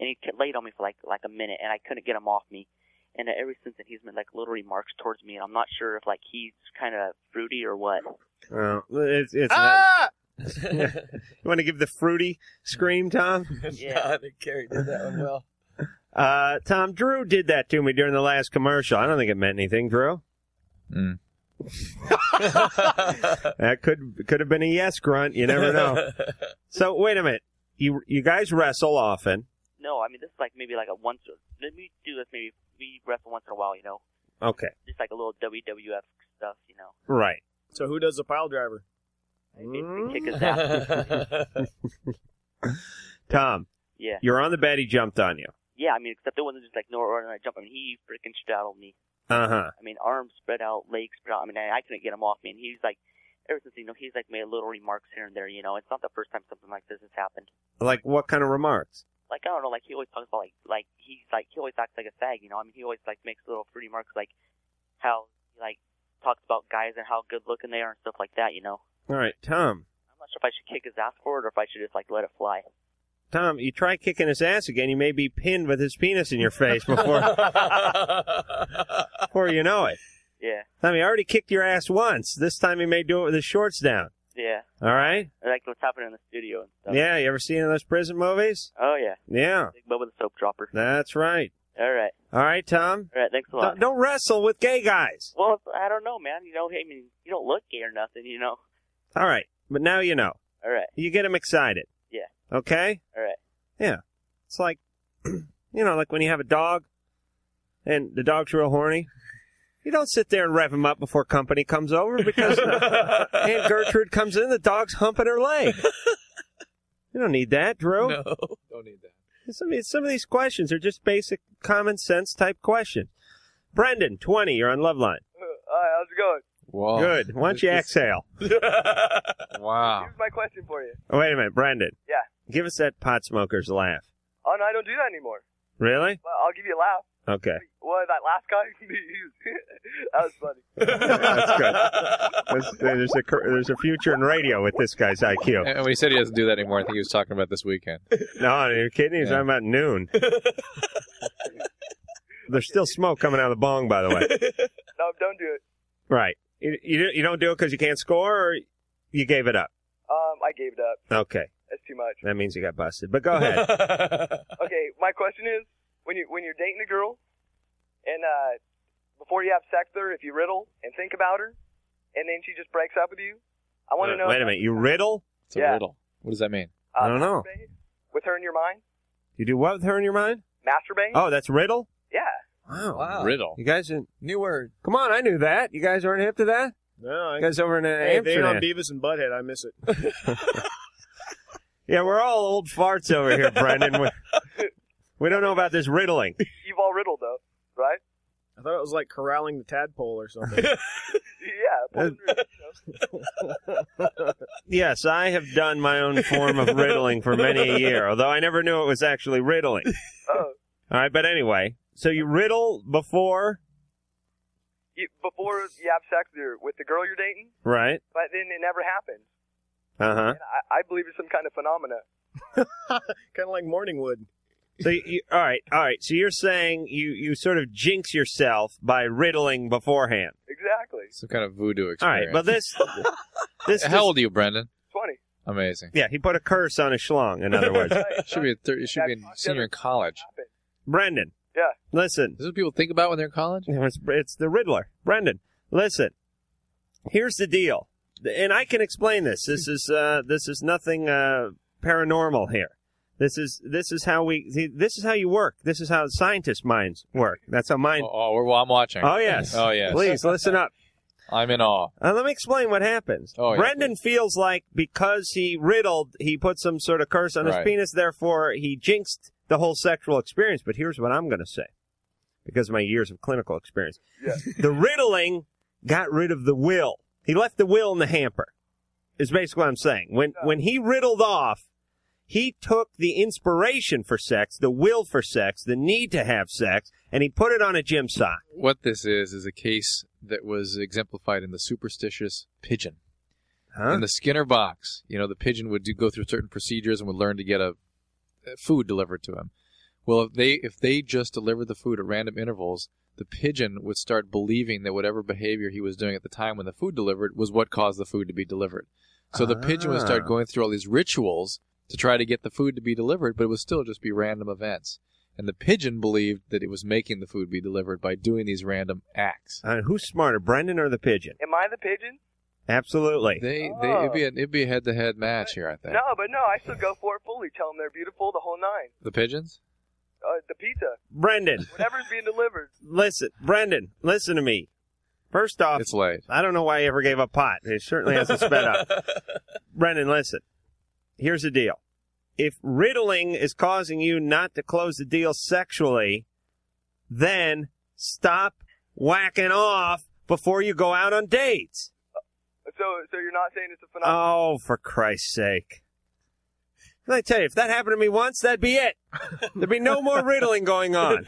Speaker 19: and he kept- laid on me for, like, like a minute, and I couldn't get him off me. And uh, ever since then, he's made, like, little remarks towards me, and I'm not sure if, like, he's kind of fruity or what.
Speaker 4: Oh, it's, it's not. you want to give the fruity scream, Tom?
Speaker 19: yeah.
Speaker 9: I think Carrie did that one well.
Speaker 4: Uh, Tom, Drew did that to me during the last commercial. I don't think it meant anything, Drew. that could could have been a yes grunt. You never know. so wait a minute. You you guys wrestle often.
Speaker 19: No, I mean, this is, like, maybe, like, a once, let me do this maybe, we wrestle once in a while, you know?
Speaker 4: Okay.
Speaker 19: Just, like, a little WWF stuff, you know?
Speaker 4: Right.
Speaker 10: So who does the pile driver? Mm.
Speaker 19: kick his ass.
Speaker 4: Tom.
Speaker 19: Yeah.
Speaker 4: You're on the bed. He jumped on you.
Speaker 19: Yeah, I mean, except it wasn't just like no ordinary jump. I mean, he freaking straddled me.
Speaker 4: Uh huh.
Speaker 19: I mean, arms spread out, legs spread out. I mean, I, I couldn't get him off me. And he's like, ever since you know, he's like made little remarks here and there. You know, it's not the first time something like this has happened.
Speaker 4: Like what kind of remarks?
Speaker 19: Like I don't know, like he always talks about like like he's like he always acts like a fag. You know, I mean, he always like makes little free remarks like how he like talks about guys and how good looking they are and stuff like that. You know,
Speaker 4: All right, Tom.
Speaker 19: I'm not sure if I should kick his ass for it or if I should just like let it fly.
Speaker 4: Tom, you try kicking his ass again, you may be pinned with his penis in your face before before you know it.
Speaker 19: yeah,
Speaker 4: Tom, he already kicked your ass once. This time he may do it with his shorts down.
Speaker 19: yeah.
Speaker 4: All right.
Speaker 19: Like what's happening in the studio and stuff.
Speaker 4: Yeah, you ever seen any of those prison movies?
Speaker 19: Oh yeah.
Speaker 4: Yeah.
Speaker 19: Big Bubba the soap dropper.
Speaker 4: That's right.
Speaker 19: All right.
Speaker 4: All right, Tom.
Speaker 19: All right, thanks a lot.
Speaker 4: Don't, don't wrestle with gay guys.
Speaker 19: Well, I don't know, man. You know, I mean, you don't look gay or nothing, you know.
Speaker 4: All right, but now you know.
Speaker 19: All right.
Speaker 4: You get him excited.
Speaker 19: Yeah.
Speaker 4: Okay?
Speaker 19: All right.
Speaker 4: Yeah. It's like, you know, like when you have a dog and the dog's real horny. You don't sit there and rev him up before company comes over because Aunt Gertrude comes in, the dog's humping her leg. You don't need that, Drew.
Speaker 9: No.
Speaker 5: Don't need that.
Speaker 4: Some of, these, some of these questions are just basic common sense type questions. Brendan, 20, you're on love line.
Speaker 14: Hi, how's it going?
Speaker 5: Whoa.
Speaker 4: Good. Why don't you exhale?
Speaker 5: Wow.
Speaker 14: Here's my question for you.
Speaker 4: Oh, wait a minute, Brendan.
Speaker 14: Yeah.
Speaker 4: Give us that pot smoker's laugh.
Speaker 14: Oh no, I don't do that anymore.
Speaker 4: Really?
Speaker 14: But I'll give you a laugh.
Speaker 4: Okay.
Speaker 14: What that last guy? He was- that was funny.
Speaker 4: That's good. There's, there's a, cur- there's a future in radio with this guy's IQ.
Speaker 5: And when he said he doesn't do that anymore, I think he was talking about this weekend.
Speaker 4: No, are you kidding? He's talking about noon. There's still smoke coming out of the bong, by the way.
Speaker 14: no, don't do it.
Speaker 4: Right. You, you, you don't do it because you can't score, or you gave it up?
Speaker 14: Um, I gave it up.
Speaker 4: Okay.
Speaker 14: That's too much.
Speaker 4: That means you got busted. But go ahead.
Speaker 14: okay, my question is when you when you're dating a girl and uh before you have sex with her, if you riddle and think about her and then she just breaks up with you, I want to know
Speaker 4: Wait a minute. You riddle?
Speaker 5: It's a riddle. What does that mean?
Speaker 4: I don't know.
Speaker 14: masturbate with her in your mind?
Speaker 4: You do what with her in your mind?
Speaker 14: Masturbate?
Speaker 4: Oh, that's riddle?
Speaker 14: Yeah.
Speaker 4: Wow.
Speaker 14: Wow.
Speaker 5: Riddle.
Speaker 4: You guys didn't.
Speaker 9: New word.
Speaker 4: Come on, I knew that. You guys aren't hip to that?
Speaker 10: No, I,
Speaker 4: You guys over in uh,
Speaker 10: hey, if they ain't on
Speaker 4: Amsterdam.
Speaker 10: Beavis and Butthead. I miss it.
Speaker 4: Yeah, we're all old farts over here, Brendan. We- We don't know about this riddling.
Speaker 28: You've all riddled though, right?
Speaker 10: I thought it was like corralling the tadpole or something.
Speaker 28: yeah.
Speaker 4: Yes, I have done my own form of riddling for many a year, although I never knew it was actually riddling.
Speaker 10: Oh.
Speaker 4: All right, but anyway, so you riddle before,
Speaker 28: You, before you have sex with, your, with the girl you're dating,
Speaker 4: right?
Speaker 28: but then it never happens.
Speaker 4: Uh huh.
Speaker 28: And I, I believe it's some kind of phenomena.
Speaker 10: kind of like Morningwood.
Speaker 4: So you, you, all right, all right. So you're saying you you sort of jinx yourself by riddling beforehand.
Speaker 28: Exactly.
Speaker 5: Some kind of voodoo experience.
Speaker 4: All right, but this this
Speaker 5: How old are you, Brendan?
Speaker 28: 20.
Speaker 5: Amazing.
Speaker 4: Yeah, he put a curse on a schlong. In other words,
Speaker 5: should be a thir- you should be a senior in college.
Speaker 4: Brendan.
Speaker 28: Yeah.
Speaker 4: Listen.
Speaker 5: This is what people think about when they're in college?
Speaker 4: It's, it's the Riddler. Brendan, listen. Here's the deal. And I can explain this. This is uh, this is nothing uh, paranormal here. This is this is how we see, this is how you work. This is how scientist minds work. That's how mine.
Speaker 5: Oh, we're, well, I'm watching.
Speaker 4: Oh yes.
Speaker 5: Oh yes.
Speaker 4: Please listen up.
Speaker 5: I'm in awe.
Speaker 4: Uh, let me explain what happens.
Speaker 5: Oh, yeah,
Speaker 4: Brendan feels like because he riddled, he put some sort of curse on his
Speaker 5: Right.
Speaker 4: penis, therefore he jinxed the whole sexual experience. But here's what I'm going to say because of my years of clinical experience. the riddling got rid of the will. He left the will in the hamper. Is basically what I'm saying. When when he riddled off, he took the inspiration for sex, the will for sex, the need to have sex, and he put it on a gym sock.
Speaker 5: What this is is a case that was exemplified in the superstitious pigeon. In the Skinner box, you know, the pigeon would do go through certain procedures and would learn to get a uh, food delivered to him. Well, if they if they just delivered the food at random intervals, the pigeon would start believing that whatever behavior he was doing at the time when the food delivered was what caused the food to be delivered. So the pigeon would start
Speaker 4: Ah.
Speaker 5: going through all these rituals to try to get the food to be delivered, but it would still just be random events. And the pigeon believed that it was making the food be delivered by doing these random acts.
Speaker 4: Uh, who's smarter, Brendan or the pigeon?
Speaker 28: Am I the pigeon?
Speaker 4: Absolutely.
Speaker 5: They, they, it'd
Speaker 4: Oh.
Speaker 5: be a, it'd be a head-to-head match here, I think.
Speaker 28: No, but no, I still go for it fully. Tell them they're beautiful, the whole nine.
Speaker 5: The pigeons?
Speaker 28: Uh, the pizza,
Speaker 4: Brendan.
Speaker 28: whatever's being delivered.
Speaker 4: listen, Brendan, listen to me. First off,
Speaker 5: it's late.
Speaker 4: I don't know why I ever gave up pot. It certainly hasn't sped up. Brendan, listen. Here's the deal. If riddling is causing you not to close the deal sexually, then stop whacking off before you go out on dates.
Speaker 28: So, so you're not saying it's a phenomenon?
Speaker 4: Oh, for Christ's sake. Let me tell you, if that happened to me once, that'd be it. There'd be no more riddling going on.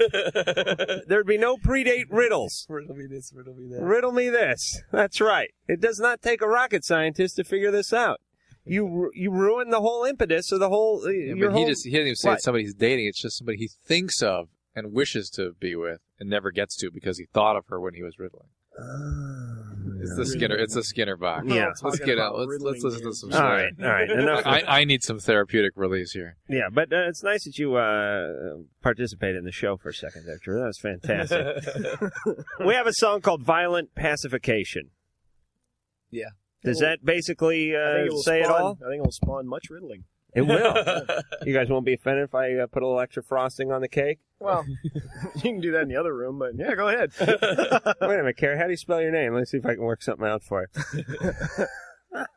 Speaker 4: There'd be no predate riddles.
Speaker 9: Riddle me this, riddle me that.
Speaker 4: Riddle me this. That's right. It does not take a rocket scientist to figure this out. You ru- you ruin the whole impetus of the whole. Uh,
Speaker 5: Yeah,
Speaker 4: your
Speaker 5: but he
Speaker 4: whole-
Speaker 5: just he didn't even say
Speaker 4: What?
Speaker 5: it's somebody he's dating. It's just somebody he thinks of and wishes to be with and never gets to because he thought of her when he was riddling.
Speaker 4: Uh,
Speaker 5: It's the Skinner. It's the Skinner box.
Speaker 4: Yeah.
Speaker 5: let's
Speaker 4: Talking
Speaker 5: get
Speaker 4: about
Speaker 5: out. Let's, let's listen to some.
Speaker 4: All right, all right, enough.
Speaker 5: I, I need some therapeutic release here.
Speaker 4: Yeah, but uh, it's nice that you uh, participated in the show for a second there, Drew. That was fantastic. we have a song called "Violent Pacification."
Speaker 10: Yeah.
Speaker 4: Does that basically
Speaker 10: I think
Speaker 4: uh,
Speaker 10: it will
Speaker 4: say it
Speaker 10: spawn-
Speaker 4: all?
Speaker 10: I think it'll spawn much riddling.
Speaker 4: It will. you guys won't be offended if I uh, put a little extra frosting on the cake.
Speaker 10: Well, you can do that in the other room, but yeah, go ahead.
Speaker 4: Wait a minute, Carrie. How do you spell your name? Let's see if I can work something out for you.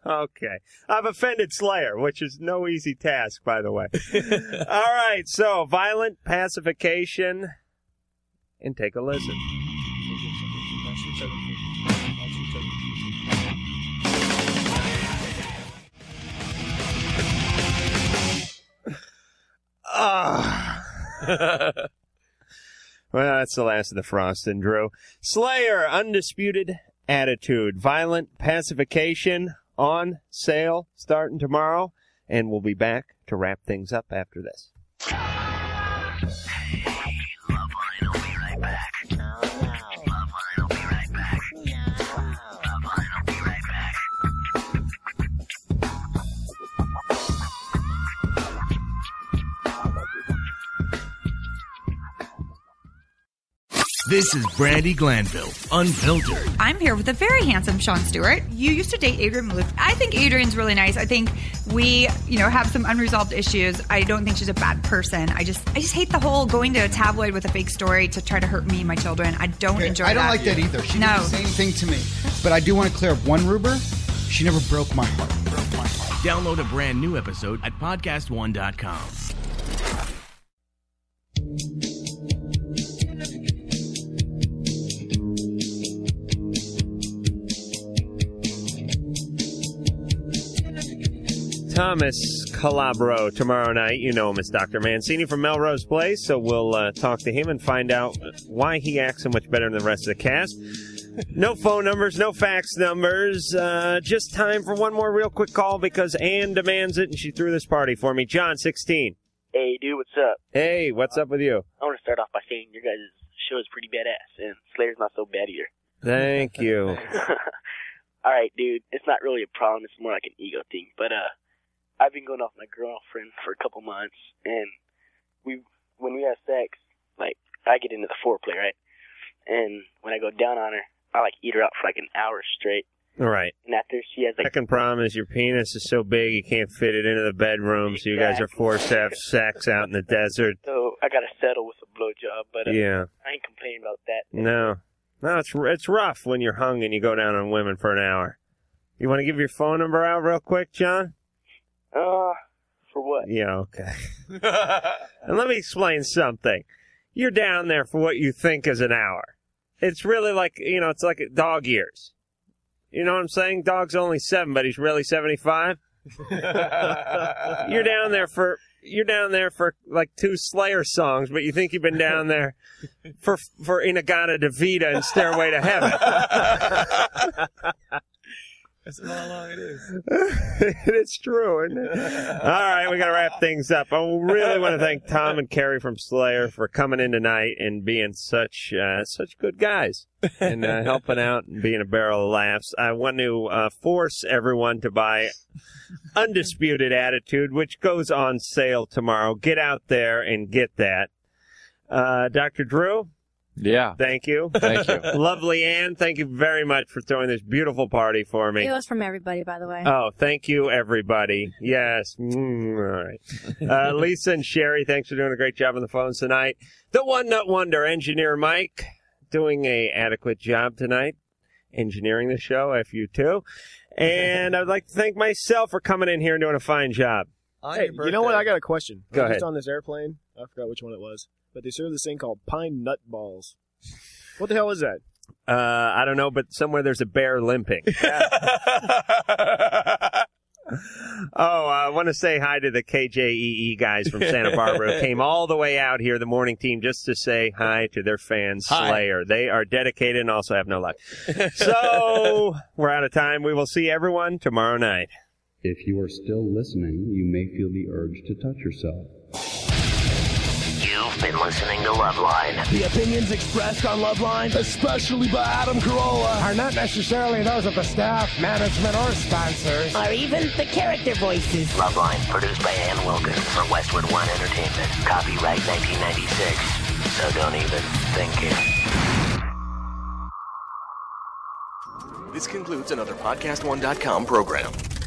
Speaker 4: okay. I've offended Slayer, which is no easy task, by the way. All right. So, violent pacification. And take a listen. Ah. Well, that's the last of the Frost and Drew. Slayer, Undisputed Attitude, Violent Pacification on sale starting tomorrow, and we'll be back to wrap things up after this.
Speaker 20: This is Brandy Glanville, unfiltered.
Speaker 21: I'm here with a very handsome Sean Stewart. You used to date Adrian Malouf. I think Adrian's really nice. I think we, you know, have some unresolved issues. I don't think she's a bad person. I just, I just hate the whole going to a tabloid with a fake story to try to hurt me and my children. I don't enjoy.
Speaker 22: I don't like that either. She
Speaker 21: no.
Speaker 22: did the same thing to me. But I do want to clear up one rumor. She never broke my heart.
Speaker 20: Download a brand new episode at podcastone.com.
Speaker 4: Thomas Calabro tomorrow night. You know him as Dr. Mancini from Melrose Place, so we'll uh, talk to him and find out why he acts so much better than the rest of the cast. No phone numbers, no fax numbers. Uh, just time for one more real quick call because Anne demands it, and she threw this party for me. John, 16.
Speaker 13: Hey, dude, what's up?
Speaker 4: Hey, what's up with you?
Speaker 13: I want to start off by saying your guys' show is pretty badass, and Slayer's not so bad either.
Speaker 4: Thank you.
Speaker 13: All right, dude, it's not really a problem. It's more like an ego thing. But uh, I've been going off my girlfriend for a couple months, and we when we have sex, like I get into the foreplay, right? And when I go down on her, I like eat her up for like an hour straight.
Speaker 4: All right.
Speaker 13: And after she has like
Speaker 4: Second problem is your penis is so big you can't fit it into the bedroom, so you guys are forced to have sex out in the desert.
Speaker 13: So I gotta settle with a blowjob, but uh,
Speaker 4: Yeah.
Speaker 13: I ain't complaining about that.
Speaker 4: No, no, it's it's rough when you're hung and you go down on women for an hour. You want to give your phone number out real quick, John?
Speaker 13: Uh, for what?
Speaker 4: Yeah, okay. and let me explain something. You're down there for what you think is an hour. It's really like you know, it's like dog years. You know what I'm saying? Dog's only seven, but he's really seventy-five. you're down there for you're down there for like two Slayer songs, but you think you've been down there for for Inagata Devita and Stairway to Heaven.
Speaker 9: That's how long it is.
Speaker 4: it's true, isn't it? All right, we got to wrap things up. I really want to thank Tom and Carrie from Slayer for coming in tonight and being such uh, such good guys and uh, helping out and being a barrel of laughs. I want to uh, force everyone to buy Undisputed Attitude, which goes on sale tomorrow. Get out there and get that. Uh, Dr. Drew,
Speaker 5: Yeah.
Speaker 4: thank you.
Speaker 5: Thank you.
Speaker 4: Lovely Anne, thank you very much for throwing this beautiful party for me.
Speaker 23: It was from everybody, by the way.
Speaker 5: Uh,
Speaker 4: Oh, thank you, everybody. Yes. Mm, all right. Uh, Lisa and Sherry, thanks for doing a great job on the phones tonight. The One Nut Wonder, Engineer Mike, doing a adequate job tonight, engineering the show, FU2. And I would like to thank myself for coming in here and doing a fine job.
Speaker 10: Hey, you know what? I got a question.
Speaker 4: Go
Speaker 10: I was
Speaker 4: ahead.
Speaker 10: Just on this airplane, I forgot which one it was, but they serve this thing called pine nut balls. what the hell is that?
Speaker 4: Uh, I don't know, but somewhere there's a bear limping. Oh, I want to say hi to the KJEE E guys from Santa Barbara who came all the way out here, the morning team, just to say hi to their fans,
Speaker 24: Hi.
Speaker 4: Slayer. They are dedicated and also have no luck. So we're out of time. We will see everyone tomorrow night.
Speaker 25: If you are still listening, you may feel the urge to touch yourself.
Speaker 1: You've been listening to Loveline.
Speaker 25: The opinions expressed on Loveline, especially by Adam Carolla,
Speaker 29: are not necessarily those of the staff, management, or sponsors,
Speaker 1: or even the character voices. Loveline, produced by Ann Wilkins for Westwood One Entertainment. Copyright 1996. So don't even think it.
Speaker 30: This concludes another PodcastOne.com program.